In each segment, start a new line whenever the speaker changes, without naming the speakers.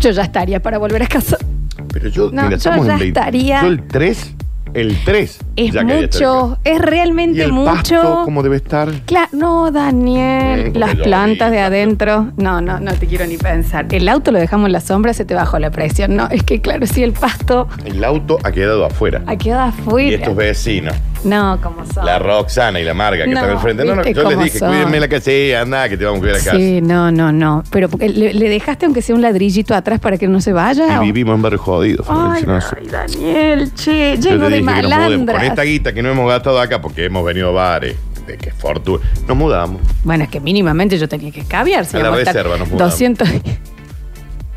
yo ya estaría para volver a casa.
Pero yo,
No,
mira,
yo
estamos
ya
en 20.
estaría-
Yo el 3, el 3.
Es
ya quería estar acá.
mucho, es
¿Y
realmente
el
mucho.
pasto cómo debe estar?
Cla- no,
Eh,
Daniel,
porque
las
yo
plantas
vi-
de adentro. No, no, no te quiero ni pensar. El auto lo dejamos en la sombra, se te bajó la presión. No, es que claro, sí, el pasto
El auto ha quedado afuera.
ha quedado
Y
afuera.
estos vecinos,
No, como son.
la Roxana y la Marga que
No,
están al frente. No, no,
viste
yo les
cómo
dije,
son.
cuídenme la casa, sí, anda, que te vamos a cuidar la casa.
Sí, no, no, no. Pero porque le, le dejaste aunque sea un ladrillito atrás para que no se vaya.
Y
¿o?
vivimos en barrio jodido.
Ay,
Florencia, no sé.
ay, Daniel, che, lleno de
Yo te dije que nos mudemos. Con esta
malandras.
guita que no hemos gastado acá porque hemos venido a bares, de qué fortuna. Nos mudamos.
Bueno, es que mínimamente yo tenía que escabiar. si
A la
vamos estar
reserva nos mudamos.
200,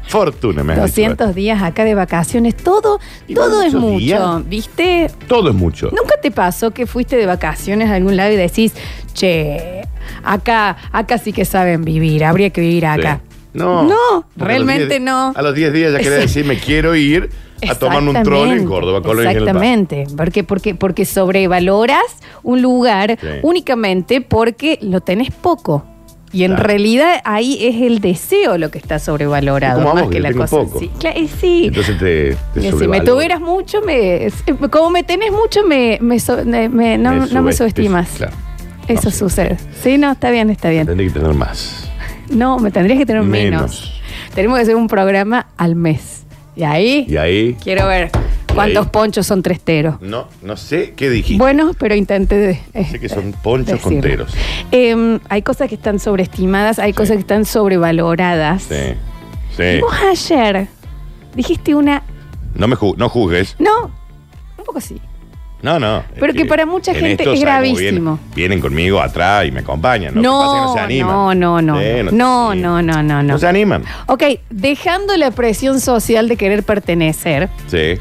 Fortuna, me has dicho.
200 días acá de vacaciones. Todo,
Y
todo
van
es
muchos
mucho,
días.
¿viste?
Todo es mucho.
¿Nunca te pasó que fuiste de vacaciones a algún lado y decís, che, acá, acá sí que saben vivir, habría que vivir acá?
Sí. No.
No,
Porque a los
realmente
10
no.
A los 10 días ya quería decir, me quiero ir a tomar un troll en Córdoba, Colón y en el Paso.
Exactamente, porque, porque, porque sobrevaloras un lugar
Sí.
únicamente porque lo tenés poco. Y en
Claro.
realidad ahí es el deseo lo que está sobrevalorado,
Es como a
más
vos,
que
que
la
tengo
cosa. en
poco.
Sí, Cla- eh, sí.
Entonces te, te
Que si me
sobrevalora.
tuvieras mucho, me, eh, como me tenés mucho, me, me so- me- me- no,
Me
no me
subest-
subestimas.
Claro.
Eso
No, sí.
sucede. Sí, no, está bien, está bien.
Tendré que tener más.
No, me tendrías que tener menos.
Menos.
Tenemos que hacer un programa al mes. Y ahí
Y ahí,
quiero ver cuántos
ahí?
ponchos son tresteros.
no, no sé qué dijiste.
Bueno, pero intenté de. eh,
sé que son ponchos
decirlo.
conteros.
Em, hay cosas que están sobreestimadas, hay
Sí. Eh.
cosas que están sobrevaloradas.
Sí.
Y
Sí.
Vos ayer dijiste una.
No me ju- no juzgues.
No, un poco sí.
No, no.
Pero
Es
que para mucha
en
gente
esto
es
sabe cómo
gravísimo.
Vienen, vienen conmigo atrás y me acompañan. No, Lo que pasa es que no se animan.
no, no, no.
Sí, se
No, no,
animan.
no, no, no.
No se animan.
Ok, dejando la presión social de querer pertenecer
Sí.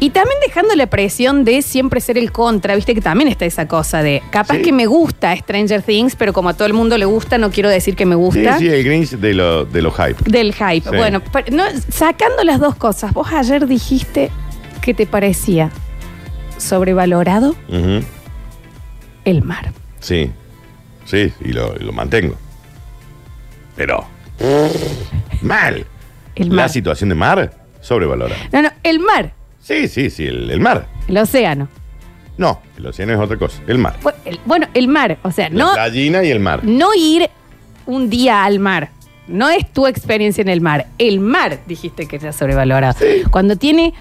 y también dejando la presión de siempre ser el contra, viste que también está esa cosa de capaz
Sí.
que me gusta Stranger Things, pero como a todo el mundo le gusta, no quiero decir que me
Sí,
gusta.
sí, el Grinch de los de los hype.
Del hype.
Sí.
Bueno, pero no, sacando las dos cosas, vos ayer dijiste que te parecía sobrevalorado
Ujú.
el mar.
Sí. Sí, y lo, y lo mantengo. Pero. Mal.
El
La
mar.
situación de mar sobrevalorada.
No, no, el mar,
Sí, sí, sí, el, el mar.
el océano.
No, el océano es otra cosa. El mar.
Bu- el- Bueno, el mar, o sea,
La
no,
gallina y el mar.
no ir un día al mar. No es tu experiencia en el mar. El mar dijiste que está sobrevalorado. Cuando tiene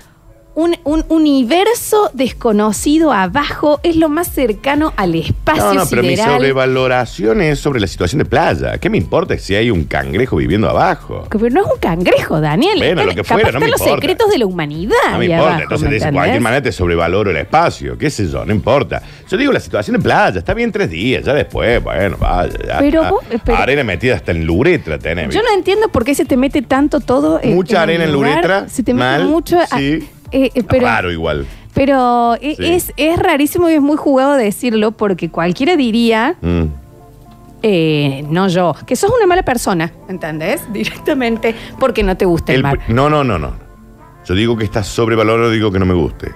un, un universo desconocido abajo, es lo más cercano al espacio
No, no, pero mi
sideral.
sobrevaloración es sobre la situación de playa. ¿Qué me importa si hay un cangrejo viviendo abajo?
Que- Pero no es un cangrejo, Daniel.
Bueno,
Están-
lo que fuera,
capaz
no me
están los
importa.
secretos de la humanidad.
No me
ahí
importa,
abajo,
entonces
¿me
de esa-
entendés?
cualquier manera te sobrevaloro el espacio, qué sé yo, no importa. Yo digo la situación de playa, está bien tres días, ya después, bueno, vaya, ya
Pero
está.
vos- eh, pero-
Arena metida hasta en luretra tenés.
Yo no entiendo por qué se te mete tanto todo. eh, en-
Mucha
un
arena en la
lugar.
uretra,
Se te
mal,
mete mucho. a-
sí.
eh, eh, pero,
Raro igual.
Pero e-
Sí.
es, es rarísimo y es muy jugado decirlo porque cualquiera diría,
Mm.
eh, no yo, que sos una mala persona, ¿entendés? Directamente porque no te gusta el,
El
mar.
pri- no, no, no, no. Yo digo que está sobrevalorado, digo que no me guste.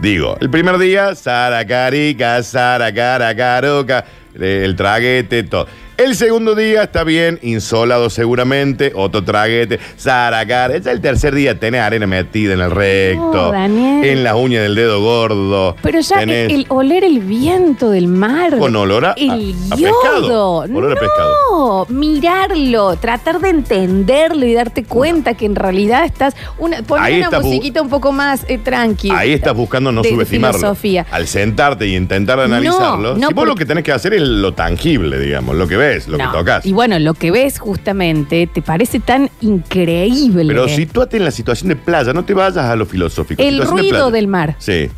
Digo, el primer día, Sara Carica, Sara Cara Caroca, eh, el traguete, todo. El segundo día está bien, insolado seguramente, otro traguete, Sara Cara. Ya el tercer día tenés arena metida en el recto,
Daniel.
en las uñas del dedo gordo.
Pero ya el,
tenés-
el oler el viento del mar.
Con olor a-
El
a- a
yodo.
pescado. Olor a
no,
pescado.
mirarlo, tratar de entenderlo y darte cuenta que en realidad estás. Una, poner
Ahí
una
está bu-
musiquita un poco más eh, tranqui.
Ahí estás buscando no
de
subestimarlo.
filosofía.
Al sentarte y intentar analizarlo, si
no,
vos lo
porque-
que tenés que hacer es lo tangible, digamos, lo que ves, lo
No.
que tocas.
Y bueno, lo que ves justamente te parece tan increíble.
Pero sitúate en la situación de playa, no te vayas a lo filosófico.
El
Situación de
ruido
playa.
del mar.
Sí.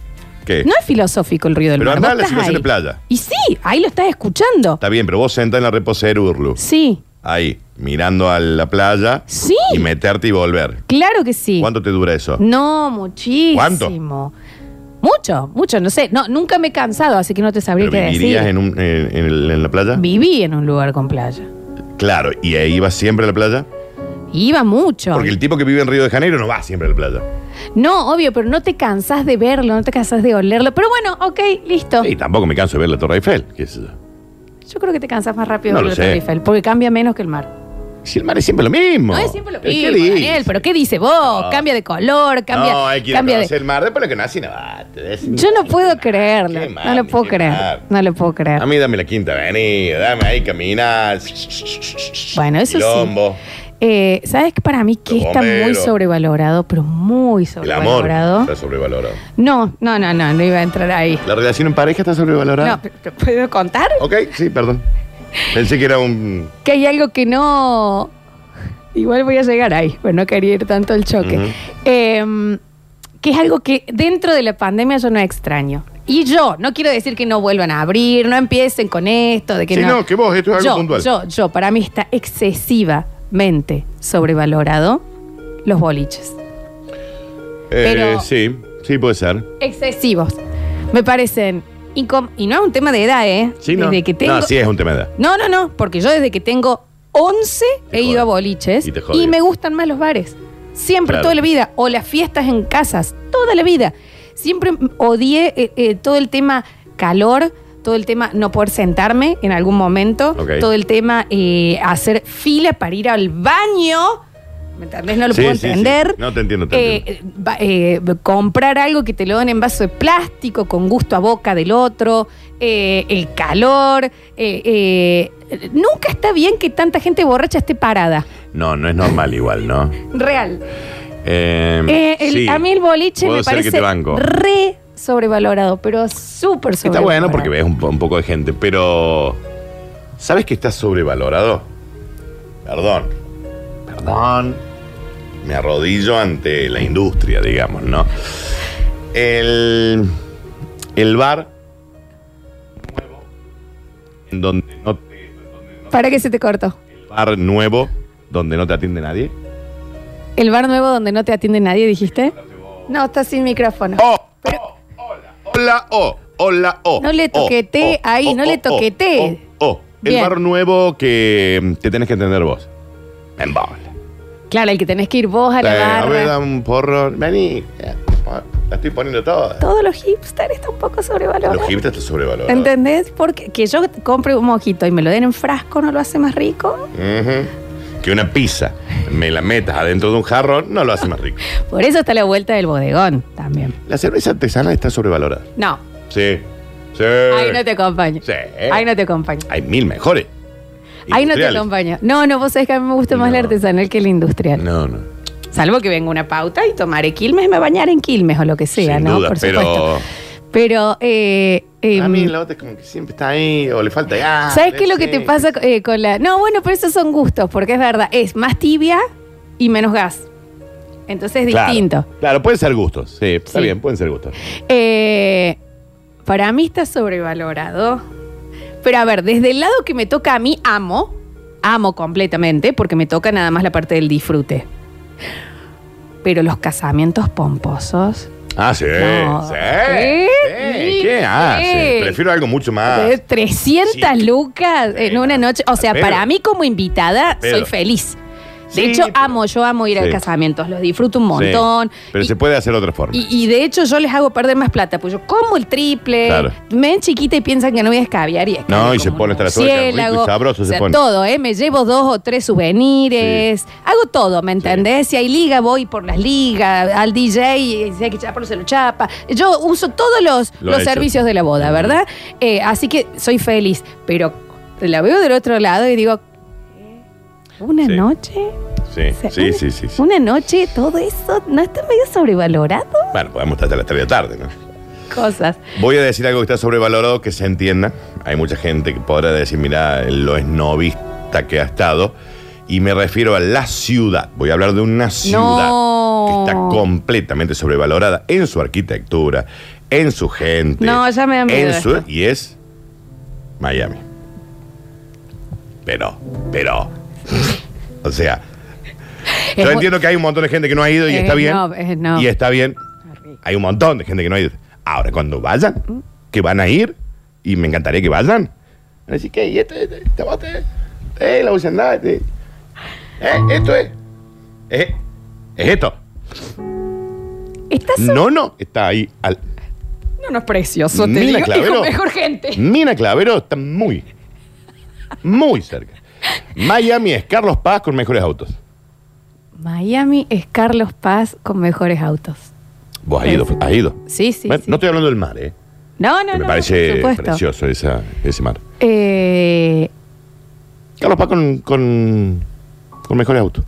¿Qué?
No es filosófico el ruido del
Pero
mar.
andá
vos
a la
estás
situación
ahí.
de playa.
Y sí, ahí lo estás escuchando.
Está bien, pero vos sentás en la reposera, Urlu.
Sí,
Ahí, mirando a la playa.
Sí.
Y meterte y volver.
claro que sí.
¿Cuánto te dura eso?
No, muchísimo.
¿Cuánto?
Mucho, mucho, no sé. No, nunca me he cansado, así que no te sabría
¿Pero
qué decir.
vivirías en, un- en- en el- en la playa?
Viví en un lugar con playa.
claro, ¿y ahí vas siempre a la playa?
Iba mucho.
Porque el tipo que vive en Río de Janeiro no va siempre a la playa.
No, obvio, pero no te cansás de verlo, no te cansás de olerlo. Pero bueno, ok, listo.
Y tampoco me canso de ver la Torre Eiffel. qué sé yo.
Yo creo que te cansás más rápido
No
de
lo
ver la
sé.
Torre Eiffel, porque cambia menos que el mar.
Si el mar es siempre lo mismo.
No es siempre lo
¿Pero qué
mismo,
dice?
Daniel, pero ¿qué dice vos?
No.
Cambia de color, cambia,
no, hay que ir a
cambia de...
conocer el mar después lo que nací, no. ah, te des-
Yo no puedo creerlo,
Qué
no
mar,
lo puedo
qué
creer,
mar.
no lo puedo creer.
A mí dame la quinta avenida, dame ahí caminar.
Bueno, eso sí.
Quilombo.
Eh, ¿Sabes que para mí que
Los
está muy
bomberos.
sobrevalorado, pero muy
El amor
sobrevalorado?
está sobrevalorado.
No, no, no, no, no iba a entrar ahí.
La relación en pareja está sobrevalorada.
No, pero ¿te puedo contar?
Ok, sí, perdón. Pensé que era un.
Que hay algo que no. Igual voy a llegar ahí, pero no quería ir tanto al choque.
Ujú.
Em, que es algo que dentro de la pandemia yo no extraño. Y yo, no quiero decir que no vuelvan a abrir, no empiecen con esto, de que
Sí, no, que vos, esto es algo
yo,
puntual.
Yo, yo, para mí está excesivamente sobrevalorado los boliches.
Eh,
pero-
Sí, sí, puede ser.
Excesivos. Me parecen. incom- Y no es un tema de edad, ¿eh?
Sí, no.
Desde que tengo.
No, sí, es un tema de edad.
No, no, no, porque yo desde que tengo 11
Te
he ido
jode.
a boliches
Y te jode.
y, me gustan más los bares. Siempre,
Claro.
toda la vida. O las fiestas en casas, toda la vida. Siempre odié eh, eh, todo el tema calor, todo el tema no poder sentarme en algún momento,
Ok.
todo el tema eh, hacer fila para ir al baño. ¿Me entendés? No lo
Sí,
puedo
sí, sí.
entender.
No te entiendo, te
Eh, va- eh, comprar algo que te lo dan en vaso de plástico con gusto a boca del otro, eh, el calor. eh, eh, nunca está bien que tanta gente borracha esté parada.
No, no es normal igual, ¿no?
Real.
Eh,
Eh, el-
sí.
A mí el boliche
Puedo
me
ser
parece
que te banco.
re sobrevalorado, pero súper sobrevalorado.
Está bueno porque ves un, po- un poco de gente, pero. ¿Sabes que está sobrevalorado? Perdón. Perdón. Me arrodillo ante la industria, digamos, ¿no? El. El bar. nuevo, En donde no te-
¿Para qué se te cortó?
el bar nuevo, donde no te atiende nadie.
¿El bar nuevo donde no te atiende nadie, dijiste? No, está sin micrófono.
¡Oh! oh, ¡Hola! ¡Hola! ¡Oh! ¡Hola! ¡Oh!
No le
oh,
toquetee ahí, no le toquetee.
¡Oh! oh. El
Bien.
bar nuevo que mm, te tenés que entender vos. Me embola.
Claro, el que tenés que ir vos a la
Eh, a ver,
barra.
dame un porro. Vení. Eh, La estoy poniendo toda.
Todos los hipsters están un poco sobrevalorados.
Los hipsters están sobrevalorados.
¿Entendés? Porque que yo compre un mojito y me lo den en frasco no lo hace más rico.
Ujú. Que una pizza me la metas adentro de un jarro no lo hace más rico.
Por eso está la vuelta del bodegón también.
La cerveza artesana está sobrevalorada.
No,
Sí. Sí.
ahí no te acompaño.
Sí.
Ahí no te acompaño.
Hay mil mejores.
Ahí no te
Industriales.
acompaño. No, no, vos sabés que a mí me gusta más
No.
la artesanal que la industrial.
No, no.
Salvo que venga una pauta y tomaré Quilmes, me bañaré en Quilmes o lo que sea,
Sin
¿no?
duda,
Por supuesto. Pero,
pero.
eh, eh,
A mí la otra es como que siempre está ahí o le falta gas.
¿Sabes qué es lo
sí.
que te pasa eh, con la.? No, bueno, pero esos son gustos, porque es verdad. Es más tibia y menos gas. Entonces es
Claro.
distinto.
Claro, pueden ser gustos. Sí, está
Sí.
bien, pueden ser gustos.
Eh, para mí está sobrevalorado. Pero a ver, desde el lado que me toca a mí, amo. Amo completamente porque me toca nada más la parte del disfrute. Pero los casamientos pomposos.
Ah, sí.
No.
Sí.
¿Eh?
sí.
Sí,
¿Qué
sí.
hace? Prefiero algo mucho más.
de 300
Ah, sí.
lucas en
Venga.
una noche. O sea,
Pero-
para mí como invitada
pero-
soy feliz. De
Sí,
hecho,
pero-
amo, yo amo ir a
Sí.
casamientos, los disfruto un
Sí.
montón.
Pero
Y-
se puede hacer de otra forma.
Y, y de hecho yo les hago perder más plata, pues yo como el triple,
Claro.
me ven chiquita y piensan que no voy a escabiar y escabio
No, y
como
se
un
pone hasta la suerte, rico y
murciélago.
sabroso
O
se
sea,
pone.
todo, ¿eh? Me llevo dos o tres souvenirs, hago todo, ¿me entendés? Si hay liga, voy por las ligas, al DJ, y si hay que chaparlo, se lo chapa. Yo uso todos los,
Lo
los
ha hecho.
servicios de la boda, ¿verdad? Eh, así que soy feliz, pero la veo del otro lado y digo, ¿una
Sí.
noche?
Sí,
O sea,
sí,
una-
sí, sí, sí.
Una noche, todo eso, ¿no está medio sobrevalorado?
Bueno, podemos estar hasta las 3 de la tarde, ¿no?
Cosas.
Voy a decir algo que está sobrevalorado, que se entienda. Hay mucha gente que podrá decir, mira, lo esnovista que ha estado. Y me refiero a la ciudad. Voy a hablar de una ciudad
No.
que está completamente sobrevalorada en su arquitectura, en su gente.
No, ya me da miedo
en su,
esto.
Y es Miami. Pero, pero. o sea,
Es
yo
muy-
entiendo que hay un montón de gente que Eh, no ha ido y
Es
está bien.
snob, es snob.
Y está bien. Hay un montón de gente que no ha ido. Ahora, cuando vayan, que van a ir, y me encantaría que vayan. Van a decir, ¿qué? ¿Y esto? ¿Este? ¿Este bote? ¿Eh? ¿La bucendad? ¿Eh? ¿Esto es? ¿Eh? ¿Es esto?
Estás
No, no. Está ahí. Al...
No, no es precioso, te
Mina
digo. y con
Clavero.
mejor gente.
Mina Clavero está muy, muy cerca. Miami es Carlos Paz con mejores autos.
Miami es Carlos Paz con mejores autos.
Vos has ido,
Sí.
has ido.
Sí, sí,
Bueno,
sí.
No estoy hablando del mar, ¿eh?
No, no, no.
Que me
no, por
parece
supuesto.
precioso esa, ese mar.
Eh,
Carlos Paz con, con, con mejores autos.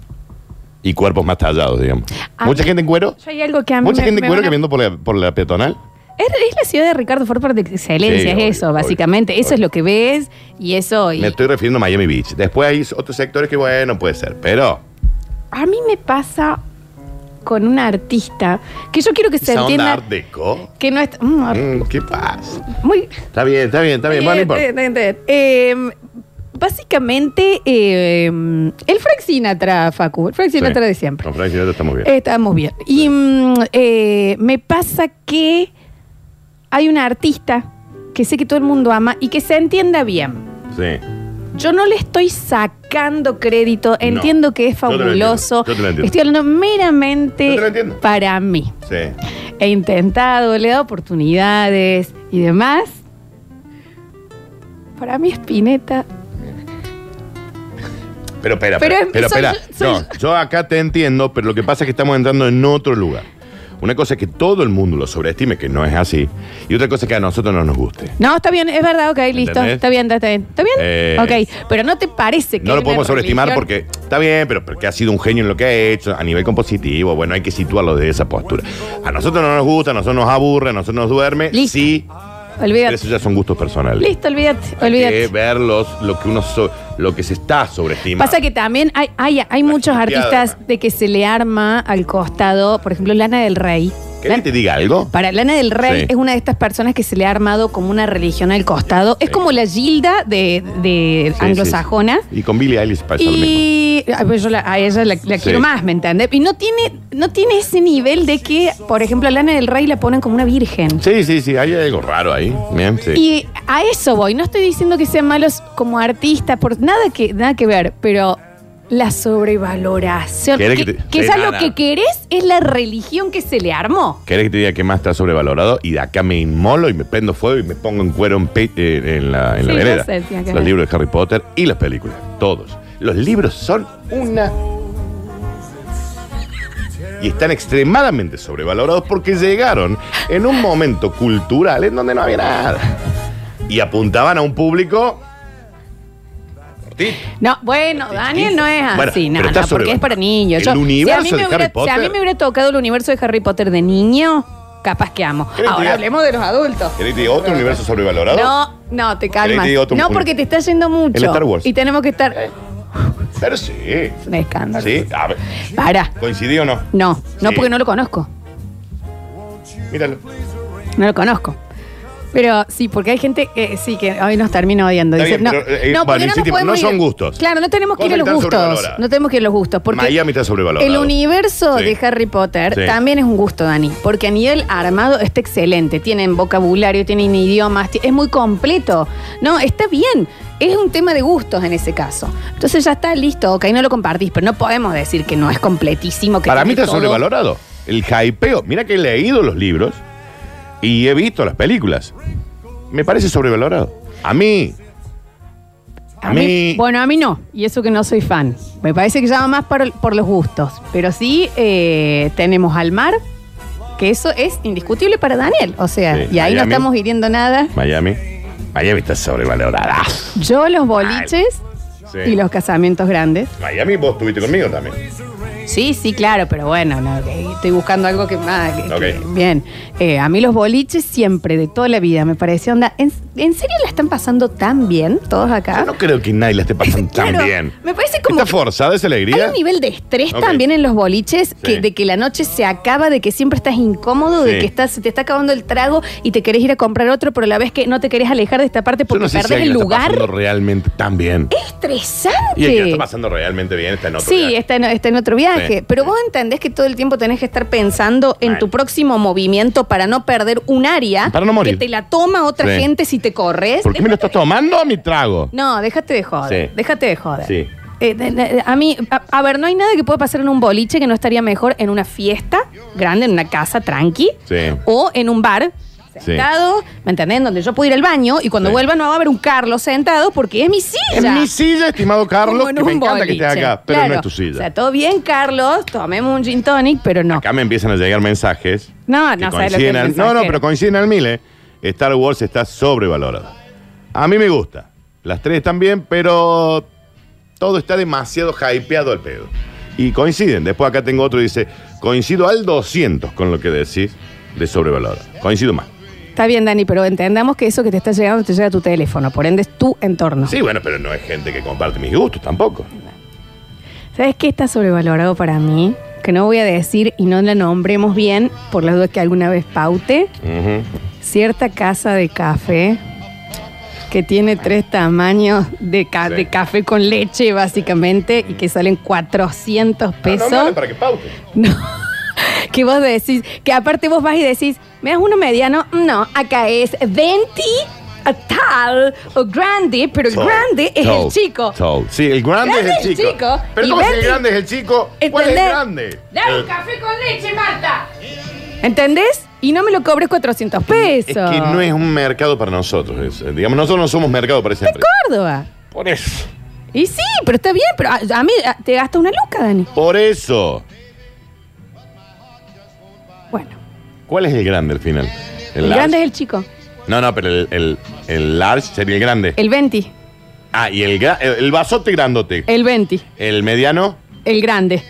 Y cuerpos más tallados, digamos.
Ah,
Mucha gente en cuero.
yo hay algo que a mí
Mucha
me-
gente
me
en cuero
van a-
que viendo por la, por la peatonal.
Es, es la ciudad de Ricardo Ford por excelencia,
Sí,
es
obvio,
eso,
obvio,
básicamente. eso es
obvio.
lo que ves y eso. y-
Me estoy refiriendo a Miami Beach. Después hay otros sectores que, bueno, puede ser. Pero
A mí me pasa con una artista que yo quiero que se
esa onda
entienda
art deco.
que no es. mm, ar-
Mm, ¿Qué pasa?
muy.
Está bien, está bien, está bien. Bueno, no importa.
Eh, eh, eh, eh, básicamente, eh, el Frank Sinatra, Facu, el Frank Sinatra
Sí.
de siempre. Eh,
Con Frank Sinatra estamos bien.
Estamos bien. Y mm, eh, me pasa que hay una artista que sé que todo el mundo ama y que se entienda bien.
Sí.
Yo no le estoy sacando crédito, entiendo que es
yo te lo
fabuloso.
entiendo, yo te lo entiendo.
Estoy hablando meramente
Yo te lo entiendo.
para mí.
Sí.
He intentado, le he dado oportunidades y demás. Para mí Spinetta,
Pero espera,
Pero
pero,
es-
pero,
soy
espera.
yo- soy
no, yo acá te entiendo, pero lo que pasa es que estamos entrando en otro lugar. Una cosa es que todo el mundo lo sobreestime, que no es así, y otra cosa es que a nosotros no nos guste.
No, está bien, es verdad, ok, listo.
¿Entendés?
Está bien, está bien. ¿Está bien?
Eh,
ok, pero no te parece que.
No
hay
lo
una
podemos sobreestimar
religión-
porque está bien, pero porque ha sido un genio en lo que ha hecho, a nivel compositivo, bueno, hay que situarlo de esa postura. A nosotros no nos gusta, a nosotros nos aburre, a nosotros nos duerme,
Listo.
sí, pero
Olvídate.
esos ya son gustos personales.
Listo, olvídate,
Hay que
olvídate.
ver los- lo que uno so- lo que se está sobreestimando.
Pasa que también hay, hay, hay muchos
chipeada,
artistas
además.
de que se le arma al costado, por ejemplo, Lana del Rey.
¿Querés que te diga algo?
Para Lana del Rey
Sí.
es una de estas personas que se le ha armado como una religión al costado. Es
Sí.
como la Gilda de, de
Sí, sí,
anglosajona.
sí. Y con Billie Eilish pasa lo mismo.
Y a, ver, yo la- a ella la, la
Sí.
quiero más, ¿me entiendes? Y no tiene, no tiene ese nivel de que, por ejemplo, a Lana del Rey la ponen como una virgen.
Sí, sí, sí, hay algo raro ahí. Bien, sí.
Y a eso voy. No estoy diciendo que sean malos como artistas, por nada que, nada que ver, pero la sobrevaloración.
¿Querés
Que-
que te-
Quizás
Sí,
lo
no, no.
que querés es la religión que se le armó.
¿Querés que te diga qué más está sobrevalorado? Y de acá me inmolo y me prendo fuego y me pongo en cuero en, pe- eh, en la,
Sí,
en la
yo
vereda.
sé, tía, que
Los
es.
libros de Harry Potter y las películas, todos. Los libros son una... Y están extremadamente sobrevalorados porque llegaron en un momento cultural en donde no había nada. Y apuntaban a un público... cortito.
No, bueno, Daniel no es
Bueno,
así,
pero
nada,
está
porque
sobre-
es para niños.
El
Yo-
universo
si a mí
de
me
Harry
hubiera-
Potter.
Si a mí me hubiera tocado el universo de Harry Potter de niño, capaz que amo.
¿Querés que
Ahora
diga-
hablemos de los adultos.
¿Querés que te diga otro universo sobrevalorado?
No, no, te
¿Querés
calmas.
que diga otro-
No,
un-
porque te está yendo mucho.
El Star Wars.
Y tenemos que estar.
Eh, Pero sí.
Es un escándalo.
Sí, a ver.
Para.
¿Coincidí o no?
No, no,
Sí.
porque no lo conozco.
Míralo.
No lo conozco. Pero sí, porque hay gente que sí, que hoy nos termina odiando.
Está
Dice,
bien,
no,
pero, eh,
no, porque no,
bueno,
nos
insistimos,
podemos
no son
ir-
gustos.
Claro, no tenemos que ir a
Cosas
los
que están
gustos.
sobrevaloradas.
No tenemos que ir a los gustos. Porque
Miami está sobrevalorado.
El universo
Sí.
de Harry Potter
Sí.
también es un gusto, Dani. Porque a nivel armado está excelente. Tienen vocabulario, tienen idiomas, ti- es muy completo. No, está bien. Es un tema de gustos en ese caso. Entonces ya está listo, ok, no lo compartís, pero no podemos decir que no es completísimo. Que
Para mí
tiene
está
todo.
sobrevalorado. El hypeo. Mira que he leído los libros y he visto las películas. Me parece sobrevalorado. A mí.
A mí, bueno, a mí no, y eso que no soy fan. Me parece que ya va más por, por los gustos. Pero sí eh, tenemos al mar, que eso es indiscutible para Daniel. O sea,
Sí,
y ahí no
Miami.
estamos hiriendo nada.
Miami. Miami está sobrevalorada.
Yo los boliches
Sí.
y los casamientos grandes.
Miami vos estuviste conmigo también.
Sí, sí, claro, pero bueno, no, eh, estoy buscando algo que más. que- que-
Ok.
bien. Eh, a mí los boliches siempre, de toda la vida, me pareció onda. ¿En, en serio la están pasando tan bien todos acá?
Yo Ah, no creo que nadie la esté pasando
Claro,
tan bien.
Me parece como.
¿Está
que-
forzada esa
Hay
alegría?
un nivel de estrés
Ok.
también en los boliches, que,
Sí.
de que la noche se acaba, de que siempre estás incómodo, de
Sí.
que estás, se te está acabando el trago y te querés ir a comprar otro, pero a la vez que no te querés alejar de esta parte
Yo
porque
no sé si
perdés el
alguien la está
lugar.
pasando realmente tan bien. Y el que la
Estresante.
está pasando realmente bien está en otro
Sí,
viaje.
está en, está en otro viaje.
Sí.
Pero vos entendés que todo el tiempo tenés que estar pensando en
Mal.
tu próximo movimiento para no perder un área.
Para no morir.
Que te la toma otra
Sí.
gente si te corres.
¿Por qué me lo estás tomando a mi trago?
No, déjate de joder.
Sí.
Déjate de joder.
Sí.
Eh, de- de- a mí, a, a ver, no hay nada que pueda pasar en un boliche que no estaría mejor en una fiesta grande, en una casa tranqui
Sí.
o en un bar sentado, ¿me entendés? En Donde yo puedo ir al baño y cuando
Sí.
vuelva no va a haber un Carlos sentado porque es mi
En
silla.
mi silla, estimado Carlos,
Como en
que me
un
encanta que estés
boliche.
acá, pero
Claro.
no es tu
O sea,
silla.
todo bien, Carlos, tomemos un gin tonic, pero no.
Acá me empiezan a llegar mensajes.
Ah, No,
que
no sabes lo que es
coinciden al- No, no,
mensajero.
pero coinciden al mil, ¿eh? Star Wars está sobrevalorado. A mí me gusta. Las tres están bien, pero todo está demasiado hypeado al pedo. Y coinciden. Después acá tengo otro que dice, coincido al 200 con lo que decís de sobrevalorado. Coincido más.
Está bien, Dani, pero entendamos que eso que te está llegando te llega a tu teléfono, por ende es tu entorno.
Sí, bueno, pero no es gente que comparte mis gustos tampoco.
¿Sabes qué está sobrevalorado para mí? Que no voy a decir y no la nombremos bien, por las dudas que alguna vez paute.
Ujú.
Cierta casa de café que tiene tres tamaños de, ca-
Sí.
de café con leche, básicamente, y que salen 400
No, no,
pesos.
vale para que paute.
que vos decís, que aparte vos vas y decís, ¿me das uno mediano? No, acá es 20, a tal o grande, pero el
Tall,
grande es
tall,
el chico.
tall. Sí, el grande, es el chico. Pero
y
¿cómo si el
Betty-
grande es el chico? ¿Cuál es el grande?
Dame
El-
café con leche, Marta. ¿Entendés? Y no me lo cobres 400 pesos.
Es que no es un mercado para nosotros. es- digamos, nosotros no somos mercado para esa empresa.
Córdoba.
Por eso.
Y sí, pero está bien, pero a, a mí a- te gasta una luca, Dani.
Por eso.
Bueno,
¿Cuál es el grande al final?
el,
large?
grande es el chico.
No, no, pero el, el- el large sería el grande.
El 20.
Ah, y el, gra- el, el vasote grandote.
El 20.
El mediano.
El grande.